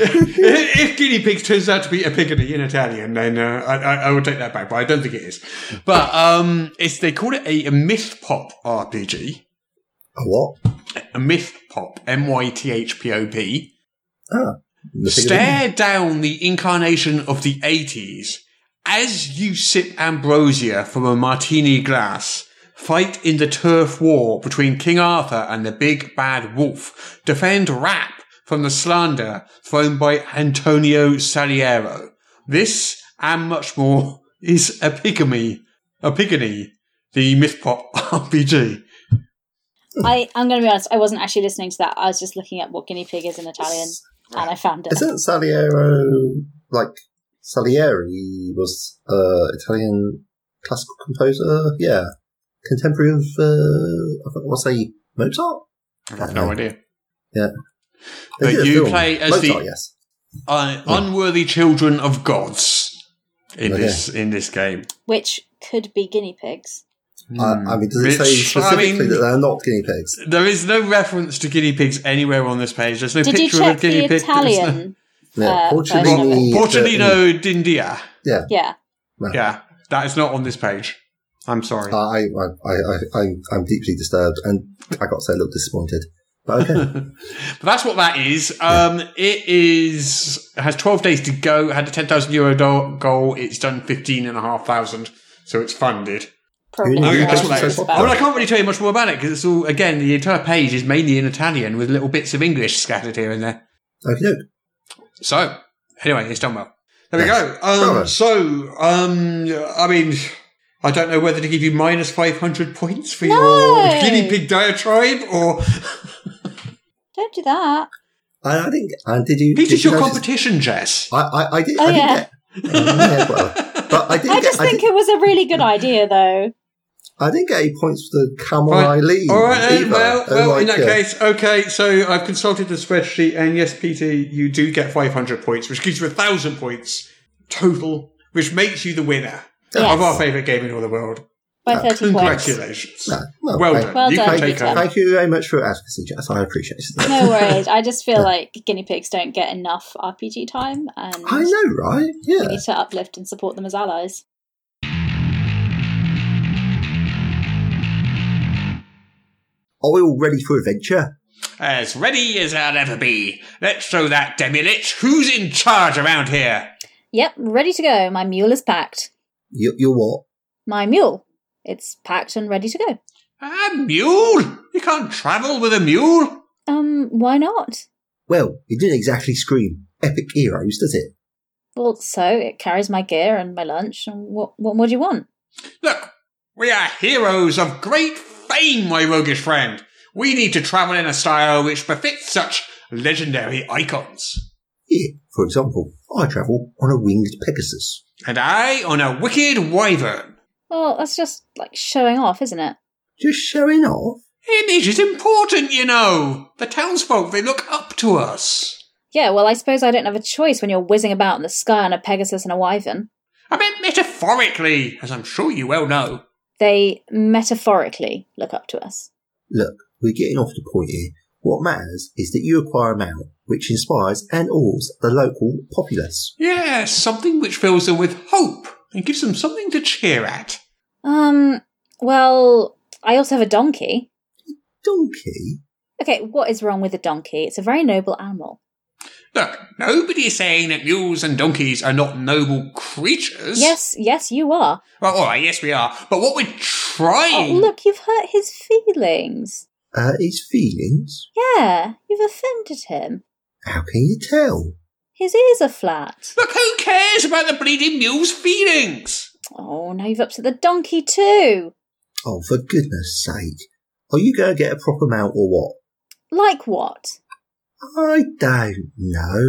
S7: Italian.
S5: if if guinea pig turns out to be a pigany in Italian, then uh, I, I, I will take that back. But I don't think it is. But um, it's they call it a, a myth pop RPG.
S6: a what?
S5: A myth pop, M Y T H P O P.
S6: The pigony?
S5: Stare down the incarnation of the 80s as you sip ambrosia from a martini glass. Fight in the turf war between King Arthur and the big bad wolf. Defend rap from the slander thrown by Antonio Saliero. This and much more is Epigamy, Epigony, the Mythpop RPG.
S7: I, I'm going to be honest, I wasn't actually listening to that. I was just looking at what guinea pig is in Italian and I found it.
S6: Isn't Saliero like Salieri was uh, Italian classical composer? Yeah, contemporary of uh, I want to say Mozart.
S5: I have no idea.
S6: Yeah. They did
S5: But
S6: a
S5: you
S6: film.
S5: play as
S6: Mozart,
S5: the
S6: yes.
S5: uh, unworthy children of gods in
S6: Okay.
S5: this in this game.
S7: which could be guinea pigs.
S6: I, I mean, does it say
S5: It's- I
S6: specifically
S5: mean-
S6: that they're not guinea pigs?
S5: There is no reference to guinea pigs anywhere on this page. There's no
S7: Did you
S5: picture
S7: check
S5: of a guinea
S7: the
S5: pig.
S7: Italian?
S6: Yeah,
S7: Uh,
S6: Porcellini.
S7: version
S5: Portolino d'India.
S6: Yeah,
S7: Yeah,
S5: Yeah, that is not on this page. I'm sorry.
S6: I, Uh, I, I, I, I, I'm deeply disturbed, and I got to say a little disappointed. But okay,
S5: But that's what that is. Um, it is has 12 days to go. Had a 10,000 euro do- goal. It's done 15,500. So it's funded.
S7: probably.
S6: Okay,
S7: not.
S6: that's
S5: what that
S7: It's
S5: is.
S7: about-
S5: Well, I can't really tell you much more about it because it's all again the entire page is mainly in Italian with little bits of English scattered here and there.
S6: okay, doke.
S5: So anyway, it's done well. There we
S6: Yes.
S5: go.
S6: Bravo.
S5: Um, so um, I mean, I don't know whether to give you minus 500 points for
S7: No.
S5: your guinea pig diatribe or
S7: Don't do that.
S6: I, I didn't. get- And did you?
S5: Peter's
S6: did you
S5: your
S6: notice-
S5: competition, Jess.
S6: I, I, I did.
S7: Oh,
S6: I didn't
S7: yeah.
S6: get. yeah, well, but I didn't
S7: I
S6: get.
S7: just
S6: I,
S7: think
S6: did,
S7: it was a really good idea, though.
S6: I didn't get any points for the Camel
S5: Right.
S6: I lead.
S5: All right, then.
S6: either.
S5: well,
S6: Oh,
S5: well
S6: like,
S5: in that
S6: yeah.
S5: case, okay. So I've consulted the spreadsheet, and yes, Peter, you do get 500 points, which gives you a thousand points total, which makes you the winner
S7: Yes.
S5: of our favourite game in all the world.
S7: By
S6: Ah,
S7: 30 points.
S5: Congratulations.
S6: No, no,
S5: well
S6: thank-
S5: done.
S7: Well
S5: you
S7: done,
S5: can take
S7: Peter.
S5: home.
S6: Thank you very much for your advocacy, Jess. I appreciate it.
S7: No worries. I just feel like guinea pigs don't get enough RPG time, and
S6: I know, right? Yeah.
S7: we need to uplift and support them as allies.
S6: Are we all ready for adventure?
S5: As ready as I'll ever be. Let's show that Demilich who's in charge around here.
S7: Yep, ready to go. My mule is packed.
S6: You, you're what?
S7: My mule. It's packed and ready to go.
S5: A mule? You can't travel with a mule.
S7: Um, why not?
S6: Well, it didn't exactly scream epic heroes, does it?
S7: Well, so it carries my gear and my lunch. And what, what more do you want?
S5: Look, we are heroes of great fame, my roguish friend. We need to travel in a style which befits such legendary icons.
S6: Yeah. For example, I travel on a winged Pegasus.
S5: And I on a wicked wyvern.
S7: Well, that's just like showing off, isn't it?
S6: Just showing off.
S5: Image is important, you know. The townsfolk, they look up to us.
S7: Yeah, well, I suppose I don't have a choice when you're whizzing about in the sky on a Pegasus and a Wyvern.
S5: I meant metaphorically, as I'm sure you well know.
S7: They metaphorically look up to us.
S6: Look, we're getting off the point here. What matters is that you acquire a mount which inspires and awes the local populace.
S5: Yes, something which fills them with hope and gives them something to cheer at.
S7: Um, well, I also have a donkey.
S6: Donkey?
S7: Okay, what is wrong with a donkey? It's a very noble animal.
S5: Look, nobody is saying that mules and donkeys are not noble creatures.
S7: Yes, yes, you are.
S5: Well, all right, yes, we are. But what we're
S7: Oh,
S5: trying.
S7: look, you've hurt his feelings.
S6: Uh, his feelings?
S7: Yeah, you've offended him.
S6: How can you tell?
S7: His ears are flat.
S5: Look, who cares about the bleeding mule's feelings?
S7: Oh, now you've upset the donkey too.
S6: Oh, for goodness sake. Are you going to get a proper mount or what?
S7: Like what?
S6: I don't know.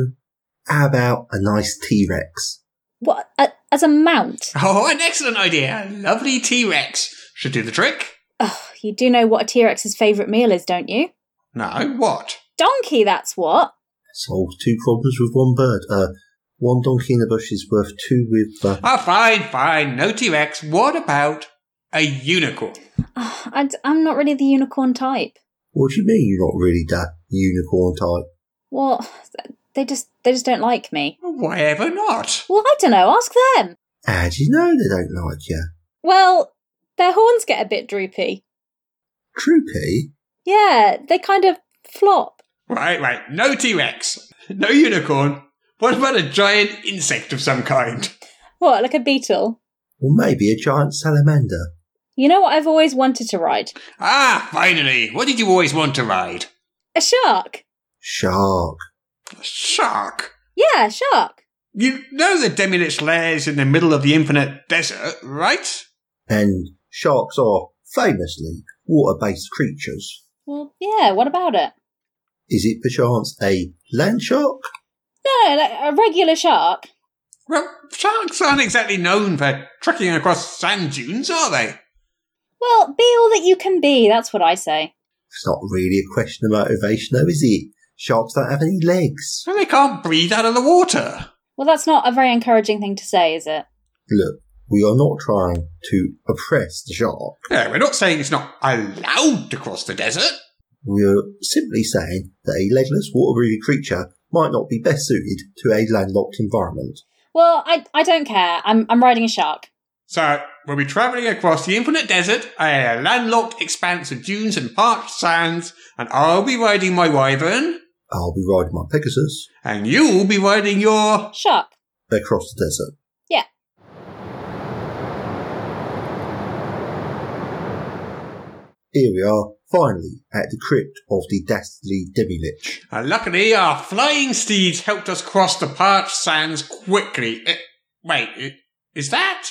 S6: How about a nice T Rex?
S7: What? A, as a mount?
S5: Oh, an excellent idea. A lovely T Rex. Should do the trick.
S7: Ugh, you do know what a T Rex's favourite meal is, don't you?
S5: No, what?
S7: Donkey, that's what.
S6: Solve two problems with one bird. Uh, one donkey in the bush is worth two with. Uh,
S5: Ah, fine, fine. No T Rex. What about a unicorn?
S7: Ugh, I, am not really the unicorn type.
S6: what do you mean you're not really that unicorn type?
S7: Well, they just they just don't like me.
S5: Why ever not?
S7: Well, I don't know. Ask them.
S6: How do you know they don't like you?
S7: Well, their horns get a bit droopy.
S6: Troopy?
S7: Yeah, they kind of flop.
S5: Right, right. No T Rex. No unicorn. What about a giant insect of some kind?
S7: What, like a beetle?
S6: Or maybe a giant salamander?
S7: You know what I've always wanted to ride?
S5: Ah, finally. What did you always want to ride?
S7: A shark.
S6: Shark?
S5: A shark.
S7: Yeah, shark.
S5: You know the Demilich lairs in the middle of the infinite desert, right?
S6: And sharks are famously water based creatures.
S7: Well, yeah. What about it?
S6: Is it perchance a land shark?
S7: No, no, like a regular shark.
S5: Well, sharks aren't exactly known for trekking across sand dunes, are they?
S7: Well, be all that you can be. That's what I say.
S6: It's not really a question of motivation, though, is it? sharks don't have any legs.
S5: So they can't breathe out of the water.
S7: Well, that's not a very encouraging thing to say, is it?
S6: Look, we are not trying to oppress the shark.
S5: No, we're not saying it's not allowed to cross the desert.
S6: We are simply saying that a legless water-breathing creature might not be best suited to a landlocked environment.
S7: Well, I, I don't care. I'm, I'm riding a shark.
S5: So we'll be travelling across the infinite desert, a landlocked expanse of dunes and parched sands, and I'll be riding my wyvern,
S6: I'll be riding my Pegasus
S5: and you'll be riding your.
S7: Shark.
S6: across the desert.
S7: Yeah.
S6: Here we are, finally, at the crypt of the dastardly Demi-Lich.
S5: And luckily, our flying steeds helped us cross the parched sands quickly. Eh, wait, i- is that?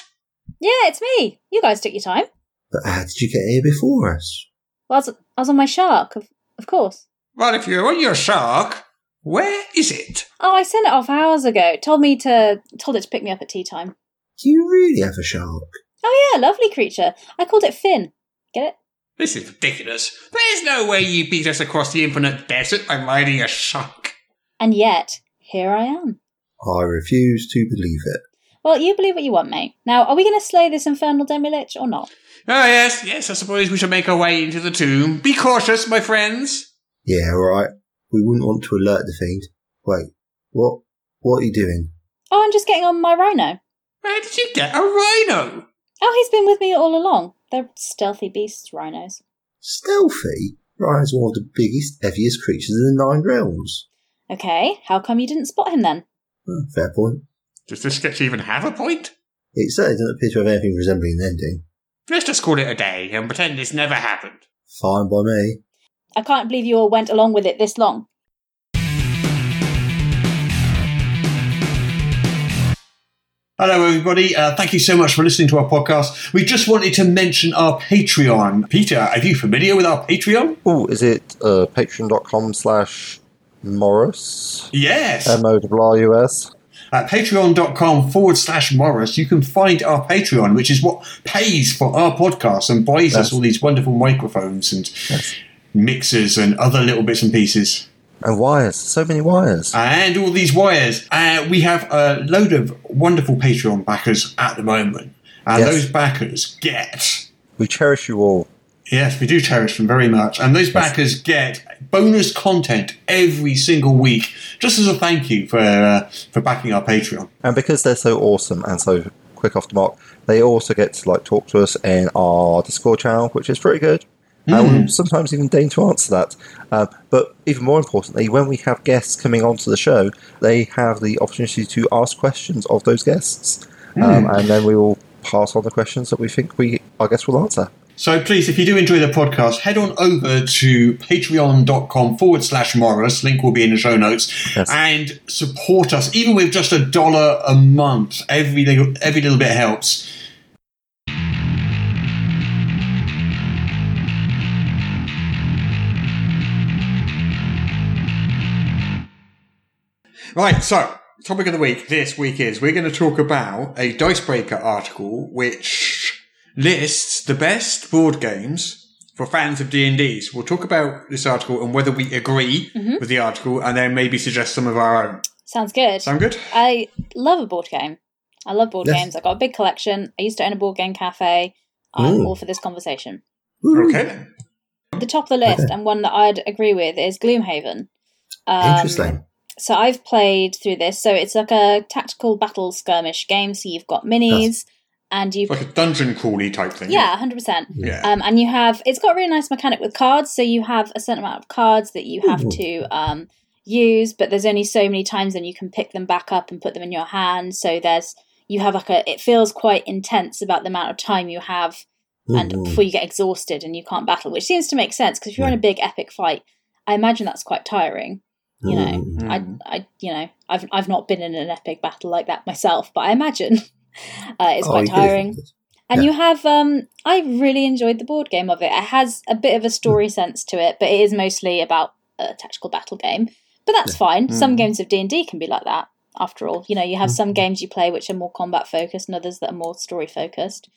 S7: Yeah, it's me. You guys took your time.
S6: But how did you get here before us?
S7: Well, I was, I was on my shark, of, of course.
S5: Well, if you're on your shark, where is it?
S7: Oh, I sent it off hours ago. Told me to told it to pick me up at tea time.
S6: Do you really have a shark?
S7: Oh yeah, lovely creature. I called it Finn. Get it?
S5: This is ridiculous. There's no way you beat us across the infinite desert by riding a shark.
S7: And yet, here I am.
S6: I refuse to believe it.
S7: Well, you believe what you want, mate. Now, are we going to slay this infernal demi-lich or not?
S5: Oh, yes, yes, I suppose we shall make our way into the tomb. Be cautious, my friends.
S6: Yeah, alright. We wouldn't want to alert the fiend. Wait, what? What are you doing?
S7: Oh, I'm just getting on my rhino.
S5: Where did you get a rhino?
S7: Oh, he's been with me all along. They're stealthy beasts, rhinos.
S6: Stealthy? Ryan is one of the biggest, heaviest creatures in the Nine Realms.
S7: Okay, how come you didn't spot him then?
S6: Hmm, fair point.
S5: Does this sketch even have a point?
S6: It certainly doesn't appear to have anything resembling an ending.
S5: Let's just call it a day and pretend this never happened.
S6: Fine by me.
S7: I can't believe you all went along with it this long.
S9: Hello, everybody. Uh, thank you so much for listening to our podcast. We just wanted to mention our Patreon. Peter, are you familiar with our Patreon?
S10: Oh, is it uh, patreon.com slash Morris?
S9: Yes.
S6: Um,
S10: M O W R U S?
S9: At patreon.com forward slash Morris, you can find our Patreon, which is what pays for our podcast and buys us all these wonderful microphones and mixers and other little bits and pieces.
S10: And wires. So many wires.
S9: and all these wires. Uh, we have a load of wonderful Patreon backers at the moment, and
S10: Yes.
S9: those backers get.
S10: We cherish you all.
S9: Yes, we do cherish them very much. And those backers get bonus content every single week, just as a thank you for uh, for backing our Patreon.
S10: And because they're so awesome and so quick off the mark, they also get to like talk to us in our Discord channel, which is pretty good.
S7: Hmm.
S10: And we sometimes even deign to answer that. Um, but even more importantly, when we have guests coming onto the show, they have the opportunity to ask questions of those guests.
S7: Hmm.
S10: Um, and then we will pass on the questions that we think we our guests will answer.
S9: So please, if you do enjoy the podcast, head on over to patreon.com forward slash Morris. Link will be in the show notes.
S10: Yes.
S9: And support us, even with just a dollar a month. Every little, every little bit helps.
S5: Right, so topic of the week this week is we're going to talk about a Dicebreaker article which lists the best board games for fans of D&Ds. We'll talk about this article and whether we agree
S7: Mm-hmm.
S5: with the article and then maybe suggest some of our own.
S7: Sounds good.
S5: Sound good?
S7: I love a board game. I love board
S6: Yes.
S7: games. I've got a big collection. I used to own a board game cafe. I'm all for this conversation.
S5: Okay then.
S7: The top of the list and one that I'd agree with is Gloomhaven. Um,
S6: Interesting.
S7: So I've played through this. So it's like a tactical battle skirmish game. So you've got minis and you've
S5: Like a dungeon crawly type thing.
S7: yeah, hundred percent.
S5: Yeah.
S7: Um, and you have it's got a really nice mechanic with cards. So you have a certain amount of cards that you have to um, use, but there's only so many times then you can pick them back up and put them in your hand. So there's you have like a it feels quite intense about the amount of time you have and before you get exhausted and you can't battle, which seems to make sense because if you're in a big epic fight, I imagine that's quite tiring. You know,
S5: Mm-hmm.
S7: I, I, you know, I've I've not been in an epic battle like that myself, but I imagine uh, it's
S6: Oh,
S7: quite
S6: you do.
S7: tiring. And you have, um, I really enjoyed the board game of it. It has a bit of a story sense to it, but it is mostly about a tactical battle game. But that's fine.
S5: Mm.
S7: Some games of D and D can be like that. After all, you know, you have some games you play which are more combat focused, and others that are more story focused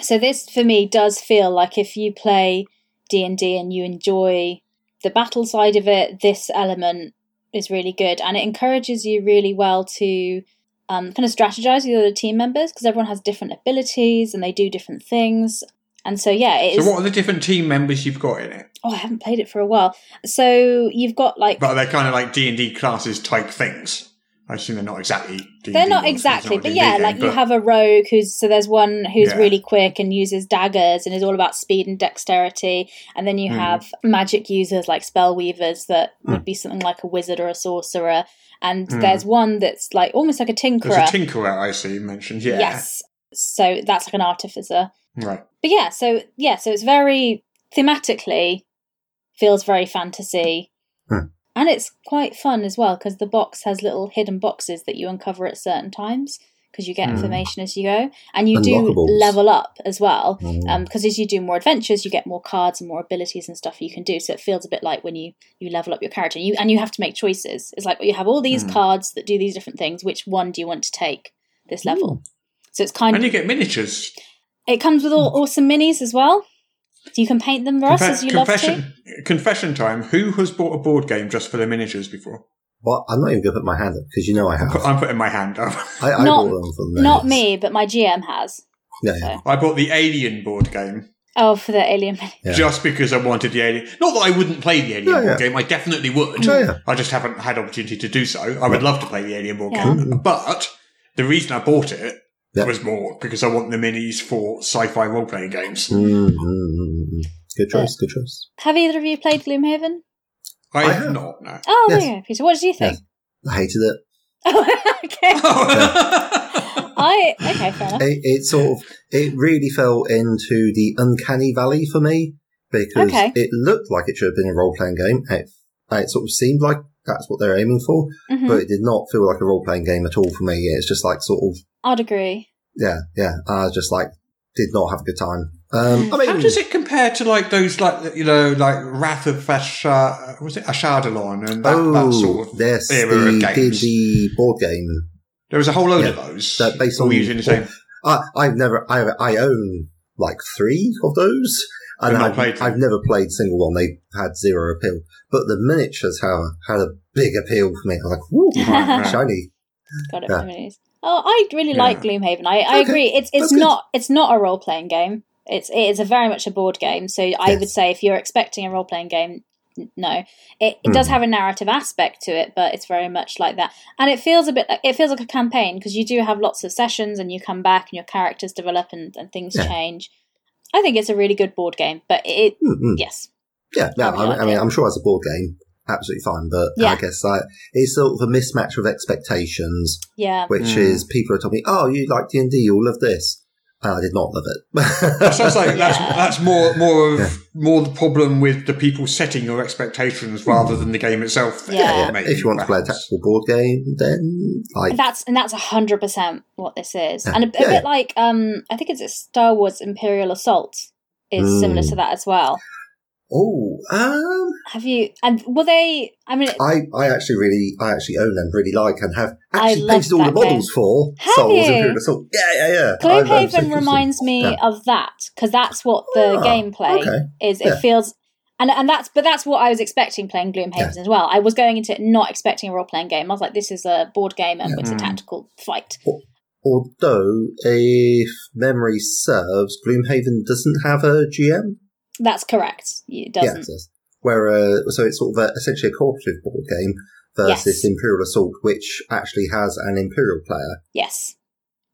S7: so this for me does feel like if you play d&d and you enjoy the battle side of it, this element is really good, and it encourages you really well to um, kind of strategize with the other team members because everyone has different abilities and they do different things. And so, yeah, it
S5: So,
S7: is.
S5: what are the different team members you've got in it?
S7: oh, I haven't played it for a while. So you've got like
S5: But they're kind of like D and D classes type things. I assume they're not exactly. D&D
S7: They're not
S5: ones,
S7: exactly,
S5: it's not a
S7: but
S5: D&D
S7: yeah,
S5: game,
S7: like you
S5: but-
S7: have a rogue who's so there's one who's
S5: Yeah.
S7: really quick and uses daggers and is all about speed and dexterity, and then you
S5: Mm.
S7: have magic users like spell weavers that would be something like a wizard or a sorcerer, and there's one that's like almost like a tinkerer.
S5: Mm. There's a tinkerer I see mentioned. Yeah.
S7: Yes, so that's like an artificer.
S5: Right.
S7: But yeah, so yeah, so it's very thematically feels very fantasy.
S6: Hmm.
S7: And it's quite fun as well because the box has little hidden boxes that you uncover at certain times because you get information as you go and you do
S6: Hmm. Unlockables.
S7: level up as well because
S6: Hmm.
S7: as you do more adventures you get more cards and more abilities and stuff you can do so it feels a bit like when you you level up your character you and you have to make choices it's like well, you have all
S6: Hmm.
S7: these cards that do these different things which one do you want to take this
S6: Hmm.
S7: level so it's kind
S5: And
S7: of
S5: you get miniatures.
S7: it comes with all awesome minis as well. So you can paint them, Ross, as you love to.
S5: confession, confession time. Who has bought a board game just for the miniatures before?
S6: Well, I'm not even going to put my hand up because you know I have.
S5: I'm putting my hand up.
S6: I, I
S7: Not-
S6: bought them for the
S7: Not
S6: nerds.
S7: me, but my GM has.
S6: Yeah,
S7: So.
S6: yeah.
S5: I bought the Alien board game
S7: Oh, for the alien mini.
S6: Yeah.
S5: just because I wanted the Alien. Not that I wouldn't play the Alien
S6: Yeah,
S5: board
S6: yeah.
S5: game. I definitely would.
S6: Yeah, yeah.
S5: I just haven't had opportunity to do so. I would love to play the Alien board
S7: Yeah.
S5: game, but the reason I bought it
S6: Yeah.
S5: was more because I want the minis for sci-fi role-playing games.
S6: Mm, mm, mm, mm. Good choice. Good choice.
S7: Have either of you played Gloomhaven?
S5: I
S6: I
S5: have
S6: have.
S5: not. No.
S7: Oh,
S6: Yes.
S7: there you go, Peter. What did you think?
S6: I hated it.
S7: Oh, okay. I okay, fair enough.
S6: it. It sort of it really fell into the uncanny valley for me because
S7: Okay.
S6: it looked like it should have been a role playing game. It, it sort of seemed like that's what they're aiming for,
S7: Mhm.
S5: Hmm.
S6: but it did not feel like a role playing game at all for me. It's just like sort of
S7: I'd agree.
S6: yeah, yeah. I just like did not have a good time. Um, I mean,
S5: How does it compare to like those like you know like Wrath of Ashar was it Ashardalon and that,
S6: oh,
S5: that sort of
S6: yes,
S5: era
S6: the
S5: of games?
S6: D&D board game.
S5: there was a whole load of
S6: Yeah,
S5: those.
S6: that based
S5: all
S6: on-
S5: using the same.
S6: I, I've never, I, I own like three of those, and
S5: But not
S6: I've,
S5: played them.
S6: I've never played a single one. They had zero appeal, but the miniatures have had a big appeal for me. I was like, woo,
S5: Right, right.
S6: shiny.
S7: Got it.
S6: Yeah.
S7: for minis. Oh, I really like Gloomhaven. I,
S6: Okay,
S7: I agree. It's it's
S6: that's good.
S7: not it's not a role playing game. It's it is a very much a board game. So I
S6: Yes.
S7: would say if you're expecting a role playing game, n- no. It, it
S6: Hmm.
S7: does have a narrative aspect to it, but it's very much like that. And it feels a bit like it feels like a campaign because you do have lots of sessions and you come back and your characters develop and, and things
S6: Yeah.
S7: change. I think it's a really good board game, but it
S6: Mm-mm.
S7: yes.
S6: Hmm, Yeah, no,
S7: I
S6: I
S7: really
S6: mean,
S7: like
S6: I mean,
S7: it.
S6: I'm sure it's a board game, absolutely fine, but
S7: Yeah.
S6: I guess like, it's sort of a mismatch of expectations,
S7: Yeah.
S6: which
S5: Mm.
S6: is people are telling me, oh, you like D and D, you'll love this. And I did not love
S5: That
S6: it.
S5: sounds like that's
S7: Yeah.
S5: that's more more of
S6: Yeah.
S5: more the problem with the people setting your expectations rather than the game itself. then,
S7: Yeah. Yeah,
S5: maybe,
S6: if you want to play a
S5: perhaps.
S6: tactical board game, then like
S7: that's and that's hundred percent what this is,
S6: Yeah.
S7: and a, a
S6: Yeah, yeah.
S7: bit like um, I think it's Star Wars Imperial Assault is similar
S6: Mm.
S7: to that as well.
S6: oh, um,
S7: Have you? And were they? I mean,
S6: I, I actually really, I actually own them, really like, and have
S7: I
S6: actually
S7: love
S6: painted all the
S7: that
S6: models for
S7: Have
S6: Souls
S7: you?
S6: and Imperial Assault. Yeah, yeah, yeah. I'm- I'm so
S7: Gloomhaven
S6: interested.
S7: reminds me
S6: Yeah.
S7: of that because that's what the
S6: Ah,
S7: gameplay
S6: okay.
S7: is. It
S6: Yeah.
S7: feels. And, and that's but that's what I was expecting playing Gloomhaven as well. I was going into it not expecting a role playing game. I was like, this is a board game and
S6: Yeah.
S7: it's a
S5: Mm.
S7: tactical fight.
S6: Although, if memory serves, Gloomhaven doesn't have a GM.
S7: That's correct. It doesn't.
S6: Yeah, it does. Where, uh, so it's sort of a, essentially a cooperative board game versus
S7: Yes.
S6: Imperial Assault, which actually has an Imperial player.
S7: Yes,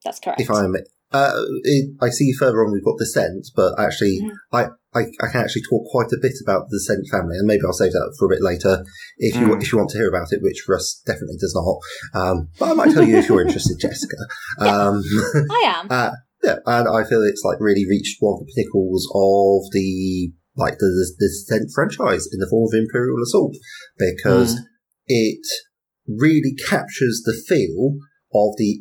S7: that's correct.
S6: If I'm, uh, it, I see further on we've got Descent, but actually,
S7: Mhm.
S6: I, I, I can actually talk quite a bit about the Descent family, and maybe I'll save that for a bit later if you
S5: Mm.
S6: if you want to hear about it, which Russ definitely does not. Um, but I might tell you if you're interested, Jessica. Um,
S7: I am.
S6: uh, yeah, and I feel it's like really reached one of the pinnacles of the like the, the, the Descent franchise in the form of Imperial Assault because it really captures the feel of the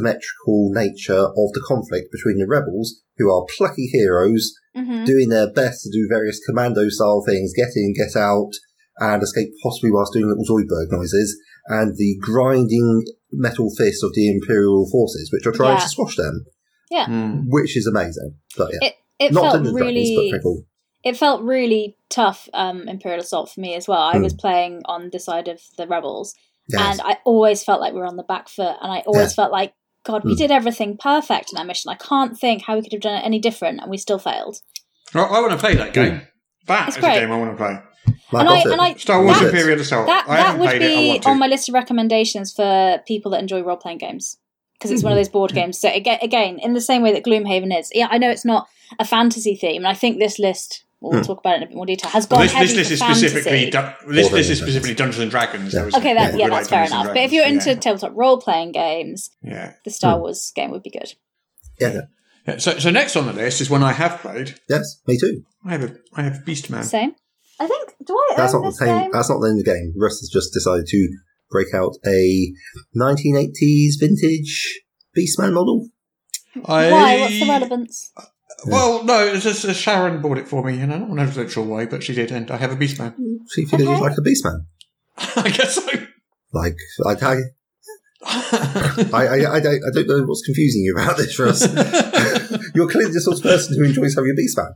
S6: asymmetrical nature of the conflict between the rebels, who are plucky heroes
S7: hmm
S6: doing their best to do various commando style things, get in, get out, and escape possibly whilst doing little Zoidberg noises, and the grinding metal fists of the Imperial forces, which are trying
S7: Yeah.
S6: to squash them,
S7: Yeah.
S5: Mm.
S6: which is amazing. But yeah,
S7: It it
S6: not
S7: felt
S6: Dungeons and
S7: really
S6: Dragons, but pretty cool.
S7: it felt really tough um, imperial assault for me as well i was playing on the side of the rebels
S6: Hmm. Yes.
S7: and i always felt like we were on the back foot and i always felt like god
S6: Hmm.
S7: we did everything perfect in that mission i can't think how we could have done it any different and we still failed
S5: I, want to play that game. That
S7: It's
S5: is
S7: great.
S5: a game I want to play.
S6: My
S7: and
S6: God,
S7: I, and I
S5: Star Wars
S6: Love
S7: that,
S6: Hmm. it.
S5: Imperial Assault.
S7: that,
S5: I
S7: that
S5: haven't
S7: would
S5: played it. I
S7: be
S5: want to.
S7: on my list of recommendations for people that enjoy role playing games because it's one of
S5: Mm-hmm.
S7: those board games. So again, again, in the same way that Gloomhaven is, yeah, I know it's not a fantasy theme, and I think this list we'll talk about it in a bit more detail has gone
S5: Hmm. Well, this,
S7: heavy
S5: this list
S7: for
S5: is
S7: fantasy.
S5: specifically dun- this,
S6: Or
S5: this is
S6: Dungeons and
S5: specifically Dungeons and Dragons. There was-
S7: okay. That, yeah,
S5: we
S7: that's
S5: like
S7: fair
S5: Dungeons and
S7: enough. But if you're
S5: Dragons,
S7: into tabletop role playing games,
S5: yeah. yeah.
S7: the Star Wars game would be good.
S6: yeah.
S5: Yeah, So, so next on the list is one I have played.
S6: Yes, me too.
S5: I have a I have Beast Man.
S7: Same. I think. Do I
S6: That's
S7: own
S6: not the
S7: this
S6: same.
S7: game?
S6: That's not the end of the game. Russ has just decided to break out a 1980s vintage Beastman model.
S5: I,
S7: Why? What's the relevance?
S5: Well, no, it's just uh, Sharon bought it for me, and I don't know sure why, but she did, and I have a Beast Man.
S7: Mm.
S6: She figured he's
S7: Okay.
S6: like a Beastman.
S5: I guess so.
S6: Like I, I, I, I, I, don't, I don't know what's confusing you about this, Russ. You're clearly the sort of person who enjoys having a Beastman.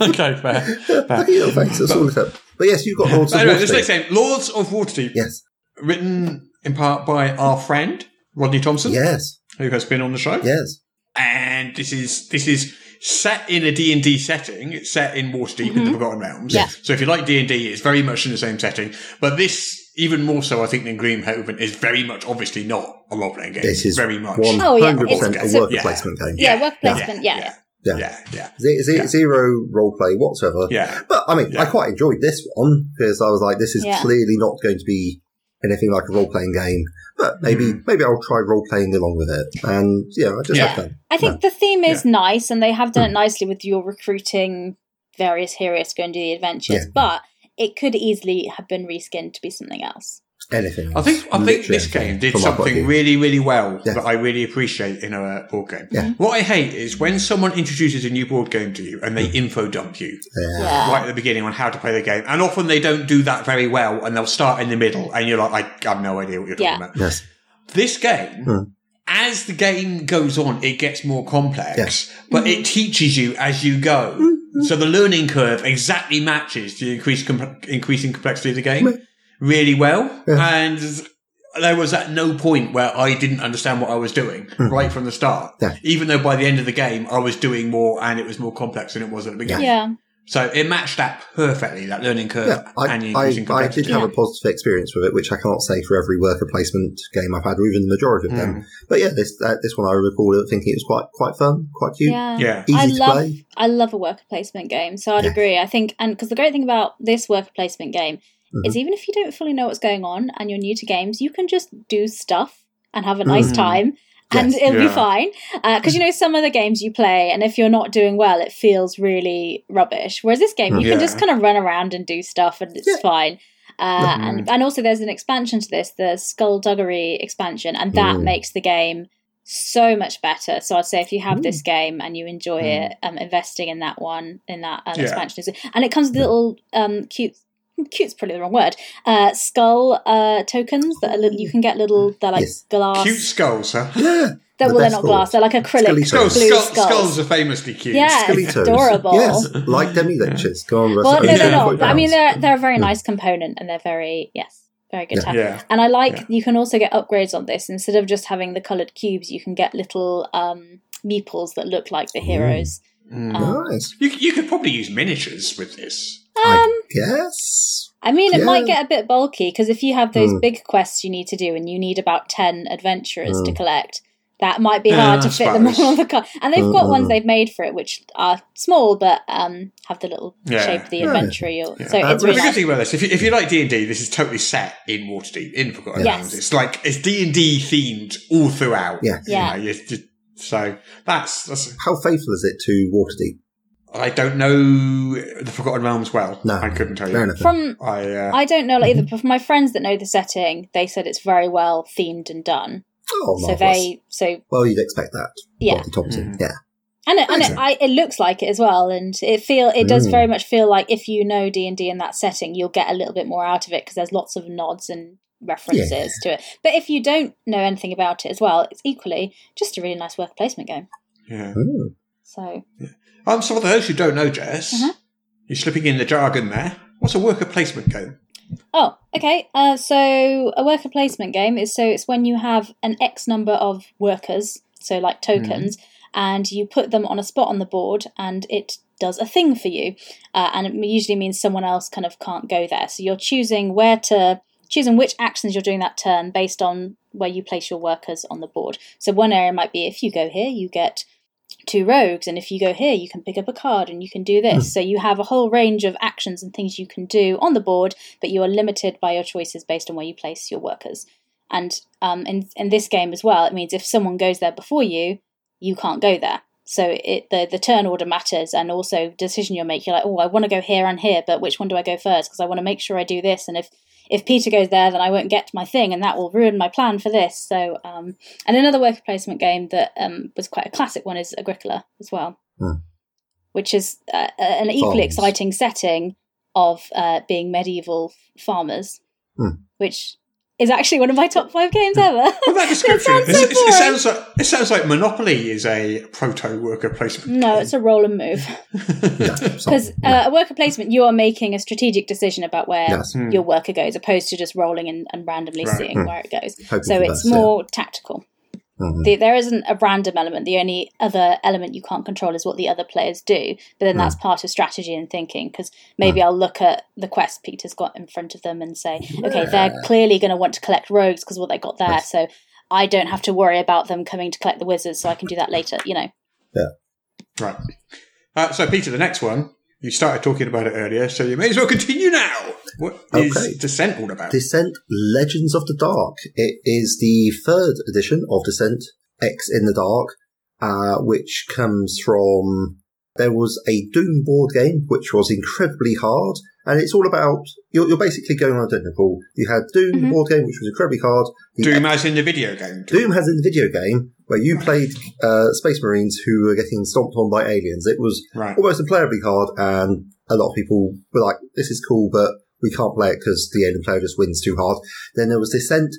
S5: okay, fair.
S6: Look at your face. That's all it up. But yes, you've got Lords
S5: But
S6: of
S5: anyway, this next
S6: Waterdeep.
S5: game, Lords of Waterdeep,
S6: Yes,
S5: written in part by our friend Rodney Thompson,
S6: yes,
S5: who has been on the show.
S6: yes.
S5: and this is this is set in a D&D setting. It's set in Waterdeep in the
S6: Mm-hmm.
S5: Forgotten Realms.
S7: Yeah.
S5: So if you like D&D, it's very much in the same setting. But this, even more so, I think, than Gloomhaven, is very much obviously not a role-playing game.
S6: This is
S5: very much.
S6: one
S7: Oh, yeah,
S6: hundred percent
S7: it's-
S6: a worker
S5: yeah.
S6: placement game.
S7: Yeah,
S5: Yeah,
S7: work
S5: yeah,
S7: placement. Yeah, yeah.
S5: yeah.
S6: Yeah.
S5: Yeah, yeah.
S6: Ze- ze-
S5: Yeah.
S6: Zero role play whatsoever.
S5: Yeah.
S6: But I mean, I
S5: Yeah.
S6: quite enjoyed this one because I was like, this is
S7: Yeah.
S6: clearly not going to be anything like a role playing game. But maybe maybe I'll try role playing along with it. And yeah, I just
S5: Mm. Yeah.
S6: have fun.
S7: I think the theme is nice, and they have done it nicely with your recruiting various heroes to go and do the adventures,
S6: Yeah.
S7: but it could easily have been reskinned to be something else.
S6: Anything.
S5: I think I think
S6: Literally
S5: this game did
S6: from my point of
S5: something
S6: view.
S5: really really well
S6: Yeah.
S5: that I really appreciate in a board game.
S6: Yeah.
S5: What I hate is when someone introduces a new board game to you and
S6: Mm.
S5: they info dump you
S7: Yeah.
S5: right at the beginning on how to play the game, and often they don't do that very well, and they'll start in the middle, and you're like, I have no idea what you're
S7: Yeah.
S5: talking about.
S6: Yes.
S5: This game.
S6: Hmm.
S5: As the game goes on, it gets more complex,
S6: Yes. Mm-hmm.
S5: but it teaches you as you go. So the learning curve exactly matches the increased com- increasing complexity of the game really well. And there was at no point where I didn't understand what I was doing right from the start.
S6: Mm-hmm. Yeah.
S5: Even though by the end of the game, I was doing more and it was more complex than it was at the
S7: Yeah.
S5: beginning. So it matched that perfectly, that learning curve
S6: Yeah,
S5: and the
S6: I, I,
S5: increasing
S6: I did
S5: complexity.
S6: have a positive experience with it, which I can't say for every worker placement game I've had, or even the majority of
S5: Mm.
S6: them. But yeah, this uh, this one I recall thinking it was quite quite fun, quite cute,
S7: Yeah.
S5: yeah.
S6: easy
S7: I
S6: to
S7: love
S6: play.
S7: I love a worker placement game, so I'd agree. I think, and because the great thing about this worker placement game
S6: Mm-hmm.
S7: is even if you don't fully know what's going on and you're new to games, you can just do stuff and have a nice time.
S6: Mm-hmm.
S7: And
S6: Yes.
S7: it'll be
S5: Yeah.
S7: fine because you know some other games you play, and if you're not doing well, it feels really rubbish. Whereas this game, you can
S5: Yeah.
S7: just kind of run around and do stuff, and it's fine. Uh, and
S6: Mm-hmm.
S7: and also, there's an expansion to this, the Skullduggery expansion, and that
S6: Mm.
S7: makes the game so much better. So I'd say if you have this
S5: Mm.
S7: game and you enjoy it, um, investing in that one, in that um,
S5: Yeah.
S7: expansion, is- and it comes with little um, cute. Cute's probably the wrong word. Uh, skull uh, tokens that are little, you can get little. They're like
S6: Yes.
S7: glass.
S5: Mm. Cute skulls, huh?
S7: they're,
S6: the
S7: well, they're
S6: best
S7: not glass.
S6: skulls.
S7: They're like acrylic
S6: Skelly
S7: blue
S5: Skull,
S6: skulls.
S7: skulls.
S5: skull, skulls are famously cute.
S7: Yeah,
S6: Skelly
S7: it's
S6: toes.
S7: adorable.
S6: Yes, like demi leeches. Go on, Russ.
S7: Well,
S6: I'm
S7: no,
S6: sure
S7: they're
S6: you've
S7: not.
S6: got
S7: But I
S6: your
S7: mean, they're they're a very nice component, and they're very yes, very good to have.
S5: Yeah.
S7: And I like
S5: Yeah.
S7: you can also get upgrades on this. Instead of just having the coloured cubes, you can get little um, meeples that look like the
S5: Mm.
S7: heroes. Um,
S6: answer. nice.
S5: You, you could probably use miniatures with this.
S7: um,
S6: I guess.
S7: I mean, it might
S6: Yeah.
S7: get a bit bulky because if you have those
S6: Mm.
S7: big quests you need to do, and you need about ten adventurers
S6: Hmm.
S7: to collect, that might be hard
S5: Yeah,
S7: to
S5: I
S7: fit them all
S5: suppose.
S7: on the card. And they've got ones
S6: Mm.
S7: they've made for it, which are small but um, have the little
S5: Yeah.
S7: shape of the
S6: Yeah.
S7: adventure. you'll-
S6: Uh,
S7: So it's
S5: But
S7: really
S5: the good
S7: nice.
S5: thing about this, if you, if you like D and D, this is totally set in Waterdeep, in Forgotten
S7: Yes.
S5: Realms. It's like it's D and D themed all throughout.
S6: Yeah.
S5: you
S7: Yeah.
S5: know, you- you- so that's, that's
S6: How faithful is it to Waterdeep?
S5: I don't know the Forgotten Realms well.
S6: No.
S5: I couldn't tell you.
S6: Fair enough.
S7: From
S5: I uh,
S7: I don't know like, either,
S6: Mm-hmm.
S7: but for my friends that know the setting, they said it's very well themed and done.
S6: oh,
S7: so
S6: marvellous.
S7: they, so
S6: Well, you'd expect that.
S7: Yeah.
S6: Rodney Thompson. Yeah.
S7: and it, and it, I, it looks like it as well, and it feel it does very much feel like if you know D and D in that setting, you'll get a little bit more out of it because there's lots of nods and references to it. But if you don't know anything about it as well, it's equally just a really nice work placement game.
S5: yeah.
S7: So Uh-huh.
S5: Um, so for those who don't know, Jess, You're slipping in the jargon there. What's a worker placement game?
S7: Oh, okay. Uh, so a worker placement game is so it's when you have an X number of workers, so like tokens, and you put them on a spot on the board, and it does a thing for you, uh, and it usually means someone else kind of can't go there. So you're choosing where to choosing which actions you're doing that turn based on where you place your workers on the board. So one area might be if you go here, you get two rogues and if you go here you can pick up a card and you can do this so you have a whole range of actions and things you can do on the board but you are limited by your choices based on where you place your workers and um, in, in this game as well it means if someone goes there before you you can't go there so it the, the turn order matters and also decision you make you're like oh i want to go here and here but which one do i go first because i want to make sure i do this and if if Peter goes there, then I won't get my thing, and that will ruin my plan for this. So, um, and another worker placement game that um, was quite a classic one is Agricola as well,
S10: Hmm.
S7: which is uh, a- an equally
S10: Farms.
S7: exciting setting of uh, being medieval farmers,
S10: Hmm.
S7: which is actually one of my top five games ever.
S5: Well, that description.
S7: sounds
S5: it's-
S7: so
S5: it's- it,
S7: boring.
S5: sounds like it sounds like Monopoly is a proto worker placement.
S7: no, it's a roll and move. Because uh, a worker placement, you are making a strategic decision about where
S10: Yes.
S7: your worker goes, opposed to just rolling and, and randomly
S5: Right.
S7: seeing where it goes.
S10: Hmm. Hoping
S7: so
S10: for the
S7: it's
S10: best, yeah.
S7: more tactical.
S6: Uh-huh.
S7: The, there isn't a random element. The only other element you can't control is what the other players do. But then that's part of strategy and thinking. Because maybe I'll look at the quest Peter's got in front of them and say, okay, they're clearly going to want to collect rogues because what they got there. So I don't have to worry about them coming to collect the wizards. So I can do that later. You know. Mm.
S5: Right. Uh, so, Peter, the next one. You started talking about it earlier, so you may as well continue now. What is
S6: Okay.
S5: Descent all about?
S6: Descent Legends of the Dark. It is the third edition of Descent X in the Dark, uh, which comes from. There was a Doom board game which was incredibly hard, and it's all about. You're, you're basically going on identical. You had Doom board game which was incredibly hard. The
S5: Doom as in the video game.
S6: Doom has in the video game where you played uh, Space Marines who were getting stomped on by aliens. It was
S5: Right.
S6: almost unplayably hard, and a lot of people were like, "This is cool, but we can't play it because the alien player just wins too hard." Then there was Descent,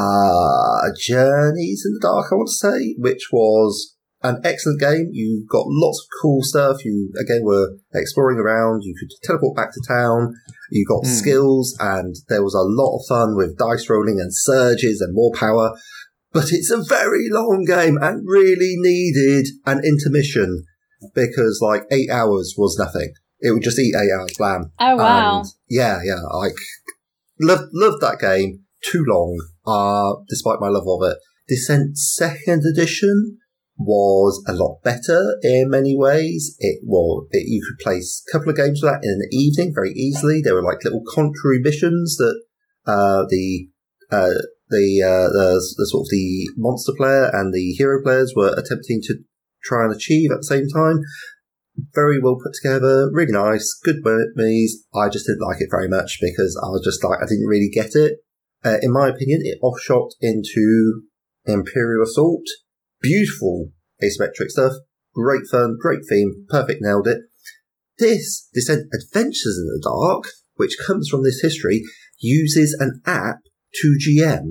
S6: uh, Journeys in the Dark, I want to say, which was an excellent game. You got lots of cool stuff. You again were exploring around. You could teleport back to town. You got skills, and there was a lot of fun with dice rolling and surges and more power. But it's a very long game and really needed an intermission because like eight hours was nothing. It would just eat eight hours, blam.
S7: Oh wow.
S6: And yeah, yeah. Like loved loved that game. Too long. Uh despite my love of it. Descent second edition was a lot better in many ways. It was it, you could play a couple of games with that in the evening very easily. There were like little contrary missions that uh the uh the, uh, the the sort of the monster player and the hero players were attempting to try and achieve at the same time. Very well put together, really nice, good memories. I just didn't like it very much because I was just like, I didn't really get it. Uh, in my opinion, it offshot into Imperial Assault. Beautiful asymmetric stuff, great fun, great theme, perfect, nailed it. This, this Adventures in the Dark, which comes from this history, uses an app to GM.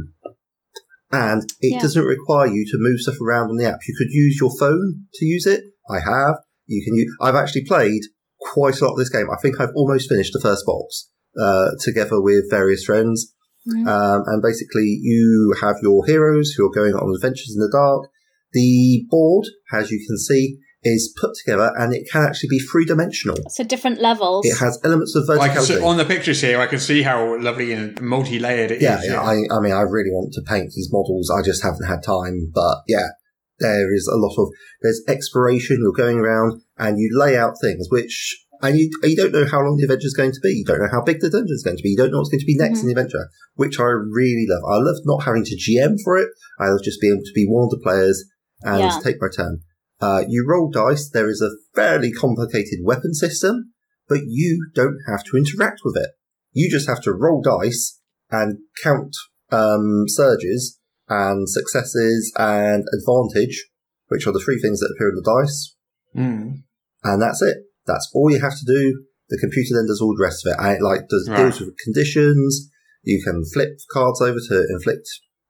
S6: And it
S7: Yeah.
S6: doesn't require you to move stuff around on the app. You could use your phone to use it. I have. You can use, I've actually played quite a lot of this game. I think I've almost finished the first box, uh, together with various friends. Um, and basically you have your heroes who are going on adventures in the dark. The board, as you can see, is put together and it can actually be three dimensional.
S7: So different levels.
S6: It has elements of
S5: I can
S6: verticality.
S5: see, on the pictures here, I can see how lovely and multi-layered it is.
S6: yeah, yeah. I, I mean, I really want to paint these models. I just haven't had time. But yeah, there is a lot of there's exploration. You're going around and you lay out things, which and you you don't know how long the adventure's going to be. You don't know how big the dungeon's going to be. You don't know what's going to be next in the adventure, which I really love. I love not having to GM for it. I love just being able to be one of the players and
S7: Yeah.
S6: take my turn. Uh, you roll dice. There is a fairly complicated weapon system, but you don't have to interact with it. You just have to roll dice and count um, surges and successes and advantage, which are the three things that appear in the dice,
S5: Mm.
S6: and that's it. That's all you have to do. The computer then does all the rest of it. And it like does
S5: Right.
S6: deals with conditions. You can flip cards over to inflict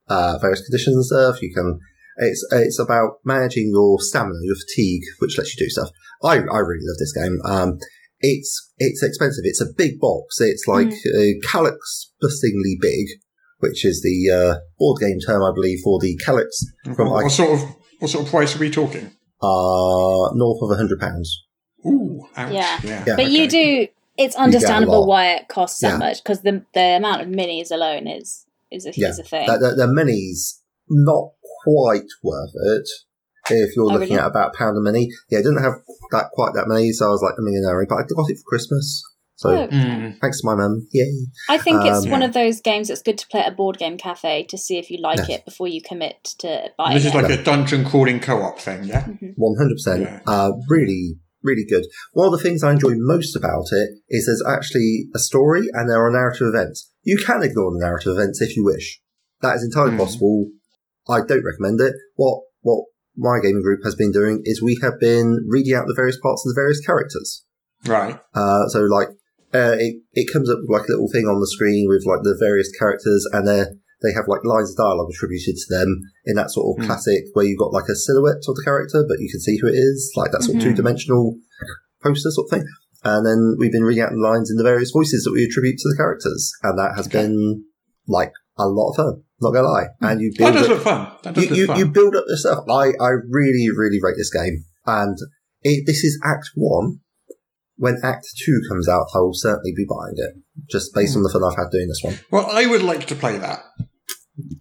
S6: uh, various conditions and stuff. You can. It's it's about managing your stamina, your fatigue, which lets you do stuff. I I really love this game. Um, it's it's expensive. It's a big box. It's
S7: Hmm.
S6: like uh, calyx bustingly big, which is the uh, board game term, I believe, for the calyx from
S5: What,
S6: like
S5: sort of what sort of price are we talking?
S6: uh, north of a hundred pounds.
S5: Ooh, ouch.
S7: Yeah.
S5: yeah.
S7: but you do. It's
S6: a
S7: understandable
S6: lot.
S7: why it costs that
S6: Yeah.
S7: much because the the amount of minis alone is is a,
S6: Yeah.
S7: is a thing.
S6: The, the, the mini's not quite worth it. If you're
S7: Oh,
S6: looking
S7: really?
S6: at about a pound a mini, yeah, I didn't have that quite that many, so I was like a millionaire, but I got it for Christmas. So
S7: Oh,
S5: Mm.
S6: thanks to my mum, yay!
S7: I think it's
S6: Um,
S7: one of those games that's good to play at a board game cafe to see if you like
S6: Yes.
S7: it before you commit to
S5: And
S7: buying
S5: this is
S7: it.
S5: like a dungeon crawling co-op thing, yeah.
S6: One hundred
S5: Yeah.
S6: percent. Uh, Really, really good. One of the things I enjoy most about it is there's actually a story and there are narrative events. You can ignore the narrative events if you wish. That is entirely possible. I don't recommend it. What what my gaming group has been doing is we have been reading out the various parts of the various characters.
S5: Right.
S6: Uh, so like, uh, it, it comes up with like a little thing on the screen with like the various characters and they're, they have like lines of dialogue attributed to them in that sort of
S5: Hmm.
S6: classic where you've got like a silhouette of the character, but you can see who it is, like that sort
S7: Mhm.
S5: Hmm.
S6: of two dimensional poster sort of thing. And then we've been reading out the lines in the various voices that we attribute to the characters. And that has been like a lot of fun, not gonna lie. And you
S5: That
S6: build
S5: does
S6: it-
S5: look fun. That does
S6: you, you,
S5: look
S6: you
S5: fun.
S6: build up this stuff. I, I really, really rate this game. And it, this is Act 1. When Act 2 comes out, I will certainly be buying it, just based on the
S5: Hmm.
S6: fun I've had doing this one.
S5: Well, I would like to play that.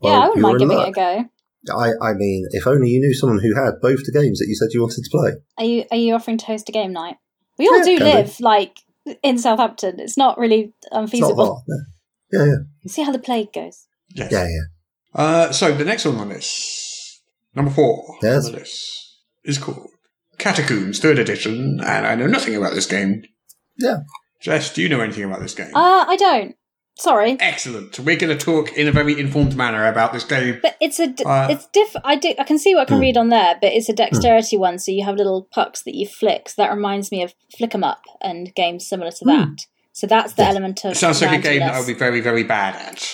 S7: yeah, I wouldn't
S6: you're
S7: mind
S6: in
S7: giving it a
S6: oh, luck.
S7: go.
S6: I, I mean, if only you knew someone who had both the games that you said you wanted to play.
S7: Are you are you offering to host a game night? We all
S6: Yeah,
S7: do
S6: can
S7: live like in Southampton. It's not really
S6: It's not
S7: unfeasible.
S6: hard. no. Yeah, yeah,
S7: See how the plague goes.
S5: Yes.
S6: yeah, yeah.
S5: Uh, so the next one on this, number four
S6: Yes.
S5: on the list, is called Catacombs Third Edition, and I know nothing about this game.
S6: Yeah.
S5: Jess, do you know anything about this game?
S7: Uh, I don't. Sorry.
S5: Excellent. We're going to talk in a very informed manner about this game.
S7: But it's a d-
S5: Uh,
S7: it's diff. I do, I can see what I
S6: hmm.
S7: can read on there, but it's a dexterity one. So you have little pucks that you flick. So that reminds me of Flick 'em Up and games similar
S6: Hmm.
S7: to that. So that's the element of.
S5: It sounds like a game that
S7: randomness.
S5: I'll be very, very bad at.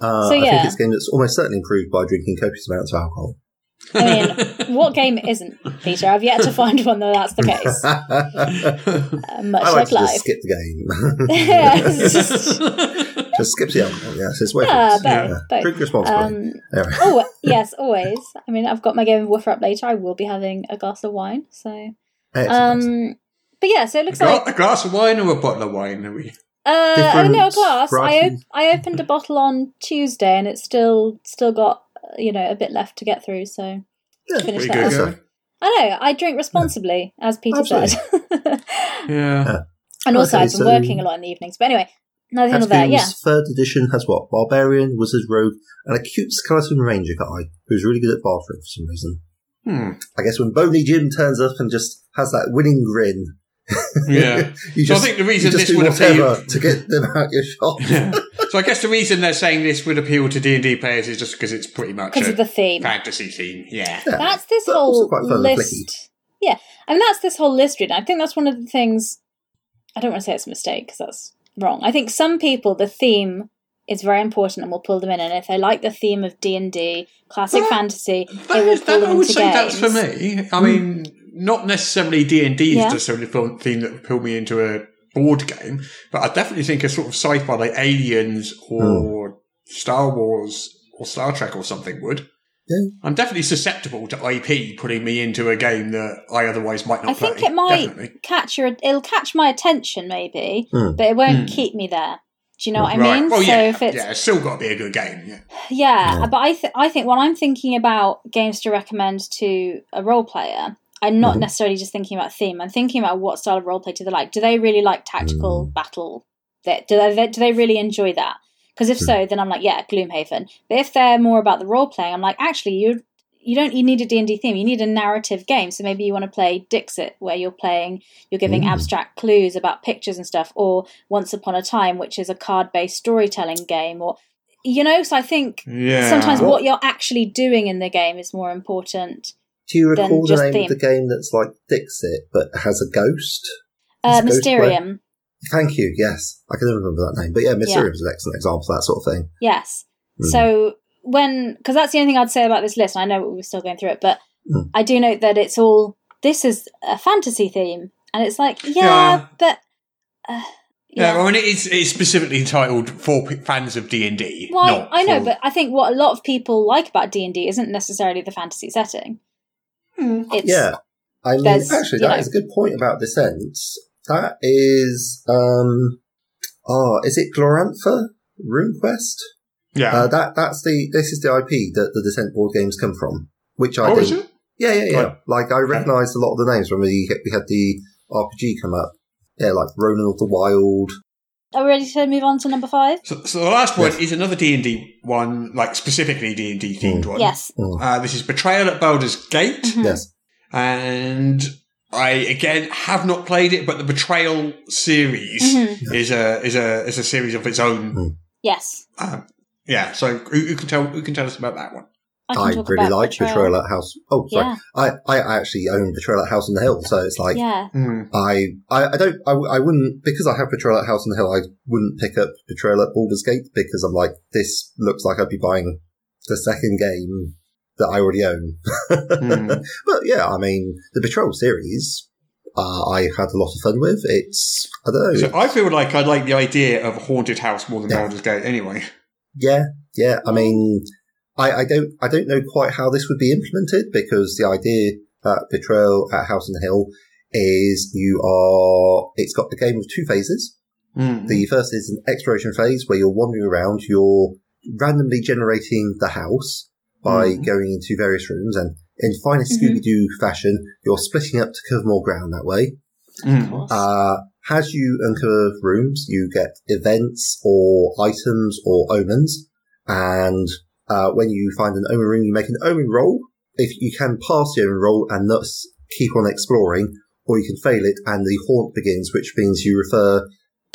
S6: Uh,
S7: So,
S6: I
S7: yeah.
S6: think it's a game that's almost certainly improved by drinking copious amounts of alcohol.
S7: I mean, what game isn't Peter? I've yet to find one that that's the case. Uh, much
S6: I like
S7: like,
S6: to just
S7: life.
S6: skip the game.
S7: Yeah, it's just-
S6: just skip the alcohol, yes. It's way
S7: ah,
S6: worse.
S7: both,
S5: Yeah.
S7: both.
S6: Drink responsibly.
S7: Um,
S6: Anyway.
S7: oh yes, always. I mean, I've got my game of Woofer up later. I will be having a glass of wine. So,
S6: Excellent.
S7: um, but yeah, so it looks like
S5: Got a glass of wine or a bottle of wine? Are we?
S7: Uh, I
S6: different
S7: don't know a glass. I op-
S6: varieties.
S7: I opened a bottle on Tuesday, and it's still still got uh, you know a bit left to get through. So finish
S5: Pretty
S7: that.
S5: good
S7: off.
S5: going.
S7: I know. I drink responsibly, as Peter said,
S5: Yeah.
S7: and also
S6: Okay,
S7: I've been
S6: so-
S7: working a lot in the evenings. But anyway, neither here nor there.
S6: X-Games
S7: Yeah,
S6: third edition has what? Barbarian, Wizard, Rogue, and a cute skeleton ranger guy who's really good at bartering for some reason.
S5: Hmm.
S6: I guess when Boney Jim turns up and just has that winning grin,
S5: Yeah.
S6: you
S5: So I
S6: just,
S5: think the reason
S6: you just
S5: this
S6: do
S5: would appeal-
S6: whatever to get them out your shop.
S5: Yeah. so I guess the reason they're saying this would appeal to D and D players is just because it's pretty much
S7: because
S5: a
S7: of the theme.
S5: fantasy theme. Yeah.
S6: Yeah.
S7: That's this
S6: But also
S7: whole
S6: quite fun and
S7: list. Yeah, I mean that's this whole list. Really, I think that's one of the things. I don't want to say it's a mistake because that's wrong. I think some people the theme is very important and will pull them in, and if they like the theme of D and D, classic
S5: Well,
S7: fantasy,
S5: That
S7: it will
S5: is,
S7: pull
S5: that,
S7: them
S5: I would
S7: into
S5: say that's for
S7: games.
S5: me. I mean, not necessarily D and D
S7: Yeah.
S5: is necessarily the theme that would pull me into a board game, but I definitely think a sort of sci-fi like Aliens or Star Wars or Star Trek or something would.
S6: Yeah.
S5: I'm definitely susceptible to IP pulling me into a game that I otherwise might not
S7: I
S5: play.
S7: think it might
S5: Definitely.
S7: catch your it'll catch my attention maybe,
S6: Mm.
S7: but it won't
S5: Mm.
S7: keep me there. Do you know what I
S5: Right.
S7: mean?
S5: Well,
S7: so
S5: yeah,
S7: if it's
S5: yeah, it's still got to be a good game. Yeah.
S7: Yeah, but I th- I think when I'm thinking about games to recommend to a role player, I'm not necessarily just thinking about theme. I'm thinking about what style of role play do they like. Do they really like tactical battle? That do they do they really enjoy that? Because if so, then I'm like, yeah, Gloomhaven. But if they're more about the role playing, I'm like, actually, you you don't you need a D&D theme. You need a narrative game. So maybe you want to play Dixit where you're playing you're giving abstract clues about pictures and stuff or Once Upon a Time which is a card-based storytelling game or you know, so I think
S5: Yeah.
S7: sometimes what you're actually doing in the game is more important.
S6: Do you
S7: Then
S6: recall the
S7: just
S6: name
S7: theme.
S6: of the game that's like Dixit but has a ghost?
S7: Uh,
S6: It's ghost play.
S7: Mysterium,
S6: Thank you. Yes, I can remember that name. But yeah, Mysterium's an excellent example of that sort of thing.
S7: yes.
S6: Hmm.
S7: So when, because that's the only thing I'd say about this list.
S6: Hmm.
S7: and I know we're still going through it, but I do note that it's all. This is a fantasy theme, and it's like, yeah,
S5: Yeah.
S7: but uh,
S5: Yeah,
S7: yeah.
S5: well, I mean, it's, it's specifically entitled for p- fans of D and D.
S7: well, I know, but I think what a lot of people like about D and D isn't necessarily the fantasy setting.
S5: Hmm.
S7: It's,
S6: Yeah. I mean,
S7: There's-
S6: actually,
S7: you
S6: that
S7: know.
S6: is a good point about Descent. That is, um, oh, is it Glorantha? RuneQuest?
S5: yeah,
S6: Uh, that, that's the, this is the IP that the Descent board games come from, which I
S5: Oh,
S6: think
S5: is it?
S6: Yeah, yeah, yeah.
S5: Right.
S6: Like I recognised a lot of the names when we we had the RPG come up. Yeah, like Ronan of the Wild.
S7: Are we ready to move on to number five?
S5: So, so the last one is another D and D one, like specifically D and D
S6: Hmm.
S5: themed one.
S7: Yes.
S5: Uh, this is Betrayal at Baldur's Gate,
S6: Oh,
S7: Hmm.
S6: Yes,
S5: and I again have not played it, but the Betrayal series
S7: Mm-hmm.
S5: is a is a is a series of its own.
S6: Hmm.
S7: Yes.
S5: Um, yeah, so who, who can tell who can tell us about that one?
S7: I, can
S6: I,
S7: talk
S6: really
S7: about
S6: like Betrayal. at House. Oh, sorry,
S7: Yeah.
S6: I I actually own Betrayal at House on the Hill, so it's like
S7: Yeah.
S5: Hmm.
S6: I, I I don't I, I wouldn't because I have Betrayal at House on the Hill. I wouldn't pick up Betrayal at Baldur's Gate because I'm like this looks like I'd be buying the second game that I already own.
S5: Hmm.
S6: But yeah, I mean the Betrayal series. Uh, I had a lot of fun with. It's I don't know.
S5: So I feel like I like the idea of a haunted house more than
S6: Yeah.
S5: Baldur's Gate. Anyway,
S6: Yeah, yeah. I mean, I, I don't, I don't know quite how this would be implemented because the idea that Betrayal at House and Hill is you are, it's got a game of two phases.
S5: Hmm.
S6: The first is an exploration phase where you're wandering around, you're randomly generating the house by going into various rooms and in finest
S7: Mhm.
S6: Scooby Doo fashion, you're splitting up to cover more ground that way.
S7: Of
S5: Hmm.
S7: course.
S6: Uh, as you uncover rooms, you get events or items or omens. And uh, when you find an omen room, you make an omen roll. If you can pass the omen roll and thus keep on exploring, or you can fail it and the haunt begins, which means you refer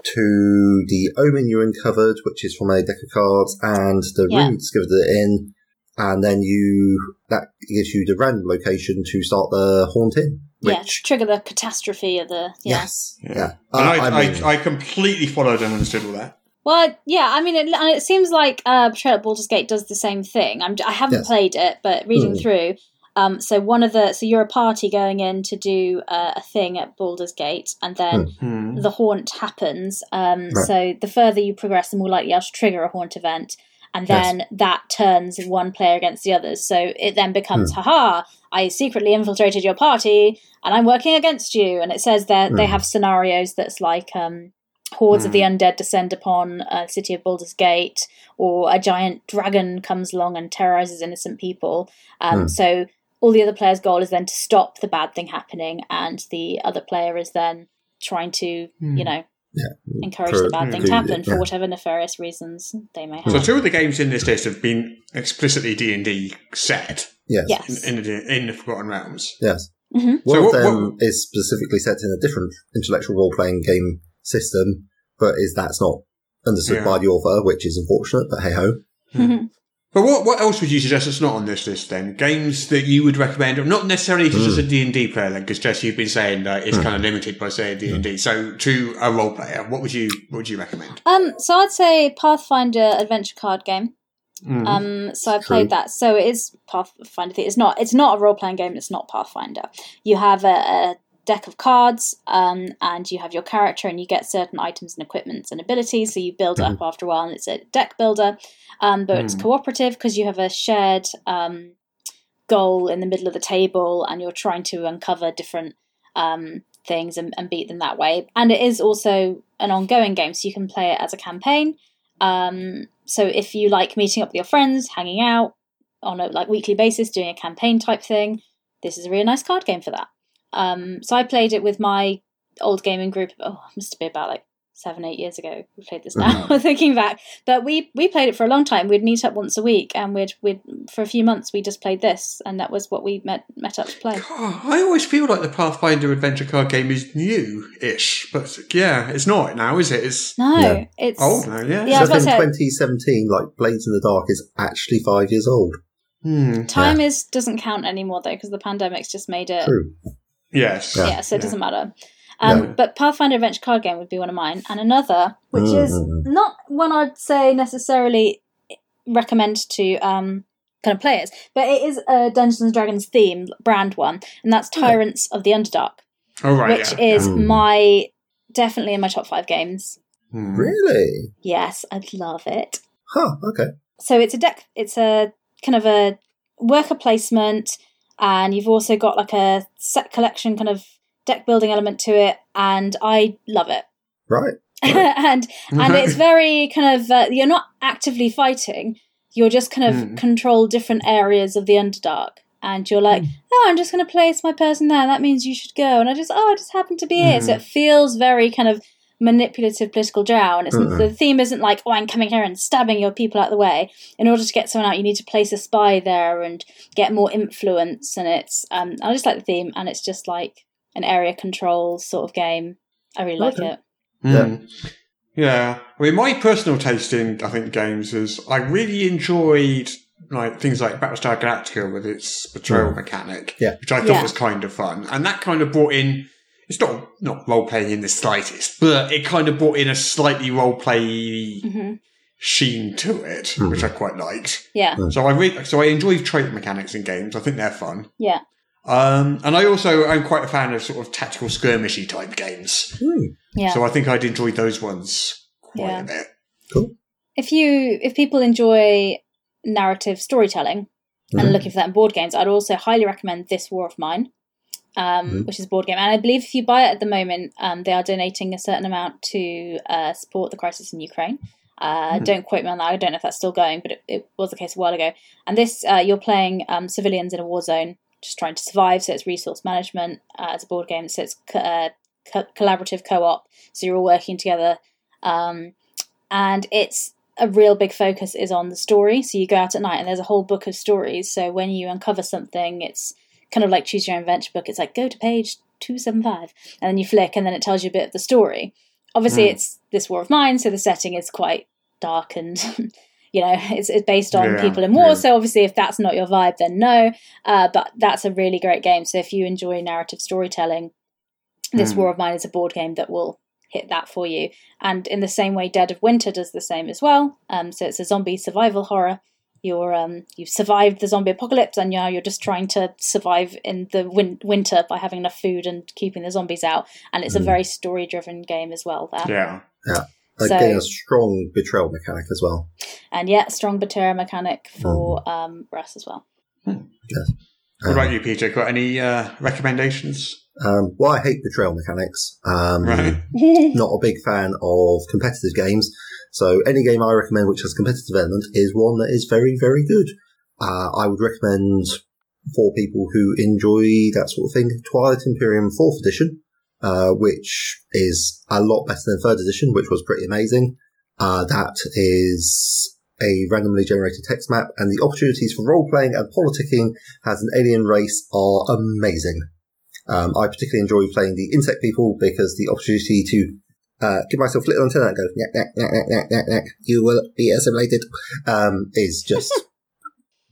S6: to the omen you uncovered, which is from a deck of cards, and the
S7: Yeah.
S6: room you discovered it in. And then you, that gives you the random location to start the haunt in.
S7: yeah.
S6: Which,
S7: Trigger the catastrophe of the. Yeah.
S6: Yes. Yeah. Uh,
S5: And I,
S6: I mean-
S5: I, I completely followed and understood all that.
S7: Well, yeah, I mean, it, and it seems like uh, Betrayal at Baldur's Gate does the same thing. I'm, I haven't
S6: Yes.
S7: played it, but reading
S6: Mm.
S7: through, um, so one of the so you're a party going in to do uh, a thing at Baldur's Gate, and then
S6: Hmm.
S5: Mm.
S7: the haunt happens. Um,
S6: Right.
S7: So the further you progress, the more likely you are to trigger a haunt event, and then that turns one player against the others. So it then becomes, haha, I secretly infiltrated your party, and I'm working against you. And it says that they have scenarios that's like. Um, hordes of the undead descend upon uh, the city of Baldur's Gate, or a giant dragon comes along and terrorizes innocent people. Um,
S6: Hmm.
S7: So all the other player's goal is then to stop the bad thing happening, and the other player is then trying to,
S5: Hmm.
S7: you know, encourage
S6: For-
S7: the bad thing
S6: do-
S7: to happen for
S6: yeah. Hmm.
S7: whatever nefarious reasons they may
S5: So
S7: have.
S5: two of the games in this list have been explicitly D and D set
S6: Yes.
S7: Yes.
S5: in the, in the Forgotten Realms.
S6: Yes.
S7: Mhm.
S5: So
S6: One of
S5: what-
S6: them
S5: what-
S6: is specifically set in a different intellectual role playing game system, but is that's not understood
S5: Yeah.
S6: by the author, which is unfortunate, but hey ho.
S5: hmm. But what, what else would you suggest that's not on this list then? Games that you would recommend, not necessarily to just a
S6: Hmm.
S5: D&D player then, because Jess, you've been saying that it's kind of limited by say D&D.
S6: Hmm.
S5: So to a role player, what would you, what would you recommend?
S7: Um, so I'd say Pathfinder adventure card game.
S6: Hmm.
S7: Um, so I played that. So it is Pathfinder. It's not. It's not a role playing game. It's not Pathfinder. You have a, a deck of cards, um, and you have your character, and you get certain items and equipments and abilities. So you build up after a while, and it's a deck builder. Um, but it's cooperative because you have a shared um, goal in the middle of the table, and you're trying to uncover different um, things and, and beat them that way. And it is also an ongoing game, so you can play it as a campaign. Um, so if you like meeting up with your friends, hanging out on a like weekly basis, doing a campaign type thing, this is a really nice card game for that. Um, so I played it with my old gaming group. Oh, it must have been about like seven, eight years ago. We played this now. thinking back, but we we played it for a long time. We'd meet up once a week, and we'd we'd for a few months we just played this, and that was what we met met up to play.
S5: Oh, I always feel like the Pathfinder adventure card game is new-ish, but yeah, it's not now, is it? It's
S7: No,
S6: Yeah.
S7: it's
S5: old now, yeah.
S7: Yeah, I was
S6: so
S7: about
S6: in
S7: to say-
S6: 2017, like Blades in the Dark is actually five years old.
S5: Hmm.
S7: time is doesn't count anymore though because the pandemic's just made it.
S6: True.
S5: Yes.
S7: Yeah, so it doesn't matter. Um,
S5: No.
S7: But Pathfinder Adventure card game would be one of mine, and another which is
S6: Mm.
S7: not one I'd say necessarily recommend to um, kind of players, but it is a Dungeons and Dragons theme brand one, and that's Tyrants of the Underdark.
S5: All Oh, right.
S7: which
S5: yeah.
S7: is my definitely in my top five games.
S5: Hmm.
S6: Really?
S7: Yes, I love it.
S6: Huh, okay.
S7: So it's a deck. It's a kind of a worker placement, and you've also got like a set collection kind of deck building element to it, and I love it.
S6: Right.
S7: and and it's
S5: Mm.
S7: very kind of uh, you're not actively fighting. You're just kind of control different areas of the Underdark, and you're like, oh, I'm just going to place my person there. That means you should go, and I just oh, I just happen to be here. So it feels very kind of manipulative political drow, and it's, the theme isn't like, oh, I'm coming here and stabbing your people out of the way. In order to get someone out, you need to place a spy there and get more influence. And it's um, I just like the theme, and it's just like an area control sort of game. I really like it.
S5: Hmm. Yeah. I mean, my personal taste in, I think, games is I really enjoyed like things like Battlestar Galactica with its betrayal mechanic,
S6: Yeah.
S5: which I thought
S7: Yeah.
S5: was kind of fun. And that kind of brought in, it's not, not role playing in the slightest, but it kind of brought in a slightly role play
S7: hmm
S5: sheen to it, which I quite liked.
S7: Yeah,
S5: So I re- so I enjoy trait mechanics in games. I think they're fun.
S7: yeah.
S5: Um, and I also am quite a fan of sort of tactical skirmishy type games.
S6: Hmm.
S7: Yeah.
S5: So I think I'd enjoyed those ones quite
S7: Yeah.
S5: a bit.
S7: if you if people enjoy narrative storytelling and looking for that in board games, I'd also highly recommend this War of Mine, um, which is a board game. And I believe if you buy it at the moment, um, they are donating a certain amount to uh, support the crisis in Ukraine. Uh, Don't quote me on that. I don't know if that's still going, but it, it was the case a while ago. And this, uh, you're playing um, civilians in a war zone, just trying to survive. So it's resource management. Uh, it's a board game, so it's co- uh, co- collaborative co-op. So you're all working together. Um, and it's a real big focus is on the story. So you go out at night and there's a whole book of stories. So when you uncover something, it's kind of like choose your own adventure book. It's like go to page 275 and then you flick and then it tells you a bit of the story. Obviously, it's this war of mine, so the setting is quite dark and. You know, it's, it's based on
S5: Yeah,
S7: people in war,
S5: yeah.
S7: so obviously, if that's not your vibe, then no. Uh, but that's a really great game. So if you enjoy narrative storytelling, this
S5: Hmm.
S7: War of Mine is a board game that will hit that for you. And in the same way, Dead of Winter does the same as well. Um, so it's a zombie survival horror. You're um, you've survived the zombie apocalypse, and now you're just trying to survive in the win- winter by having enough food and keeping the zombies out. And it's a very story-driven game as well. There
S5: Hmm. Yeah.
S6: Again,
S7: So-
S6: a strong betrayal mechanic as well.
S7: and yeah, strong Batera mechanic
S5: Hmm.
S7: for um, Russ as well.
S5: What about you, Peter? Got any uh, recommendations?
S6: Um, well, I hate betrayal mechanics. Um,
S5: Right.
S6: Not a big fan of competitive games. So any game I recommend which has competitive element is one that is very, very good. Uh, I would recommend for people who enjoy that sort of thing, Twilight Imperium 4th edition, uh, which is a lot better than 3rd edition, which was pretty amazing. Uh, that is a randomly generated text map and the opportunities for role playing and politicking as an alien race are amazing. Um, I particularly enjoy playing the insect people because the opportunity to uh, give myself a little antenna and go, knack, knack, knack, knack, knack, knack, knack, you will be assimilated, um, is just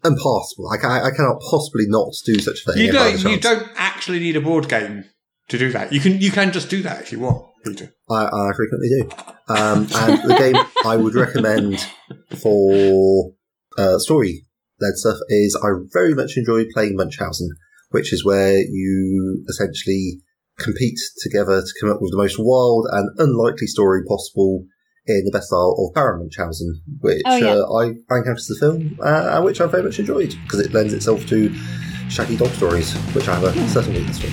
S6: impossible. I, ca- I cannot possibly not do such a thing.
S5: You
S6: if I had
S5: don't.
S6: the
S5: You
S6: chance.
S5: don't actually need a board game to do that. You can. You can just do that if you want, Peter.
S6: I, I frequently do. Um, and the game I would recommend for uh, story led stuff is I very much enjoy playing Munchausen, which is where you essentially compete together to come up with the most wild and unlikely story possible in the best style of Baron Munchausen, which
S7: Oh, yeah.
S6: uh, I, I encountered the film, uh, and which I very much enjoyed because it lends itself to shaggy dog stories, which I have a certain weakness for.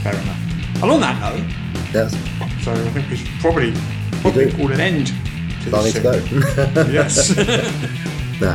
S5: Fair enough. And on that note,
S6: Yes,
S5: so I think we should probably probably
S6: do.
S5: call an end to
S6: I need
S5: this.
S6: to go.
S5: Yes.
S6: No.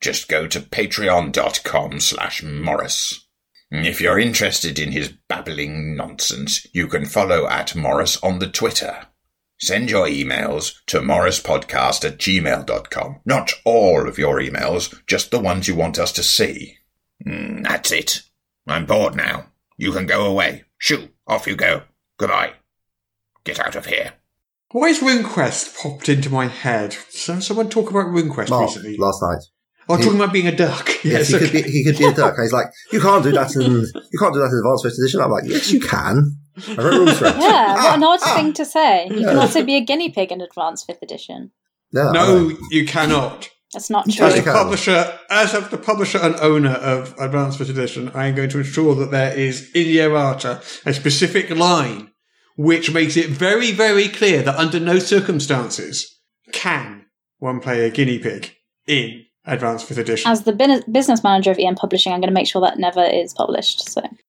S3: Just go to patreon.com slash morris. If you're interested in his babbling nonsense, you can follow at Morris on the Twitter. Send your emails to morrispodcast at gmail.com. Not all of your emails, just the ones you want us to see. Mm, that's it. I'm bored now. You can go away. Shoo, off you go. Goodbye. Get out of here.
S5: Why is RuneQuest popped into my head? So someone talk about RuneQuest
S6: Mark,
S5: recently.
S6: last night.
S5: Oh, talking about being a duck.
S6: Yes,
S5: Yes, okay.
S6: he could be. He could be a duck. And he's like, you can't do that in you can't do that in Advanced First Edition. I'm like, yes, you can. I wrote rules for it. Ah,
S7: Yeah, what an odd thing to say. You can also be a guinea pig in Advanced Fifth Edition.
S6: No,
S5: no, you cannot.
S7: That's not
S5: As
S7: true.
S5: the
S6: can.
S5: publisher, as of the publisher and owner of Advanced Fifth Edition, I am going to ensure that there is in Yerata a specific line which makes it very, very clear that under no circumstances can one play a guinea pig in Advanced Fifth Edition.
S7: E As the bin- business manager of EM Publishing, I'm going to make sure that never is published. So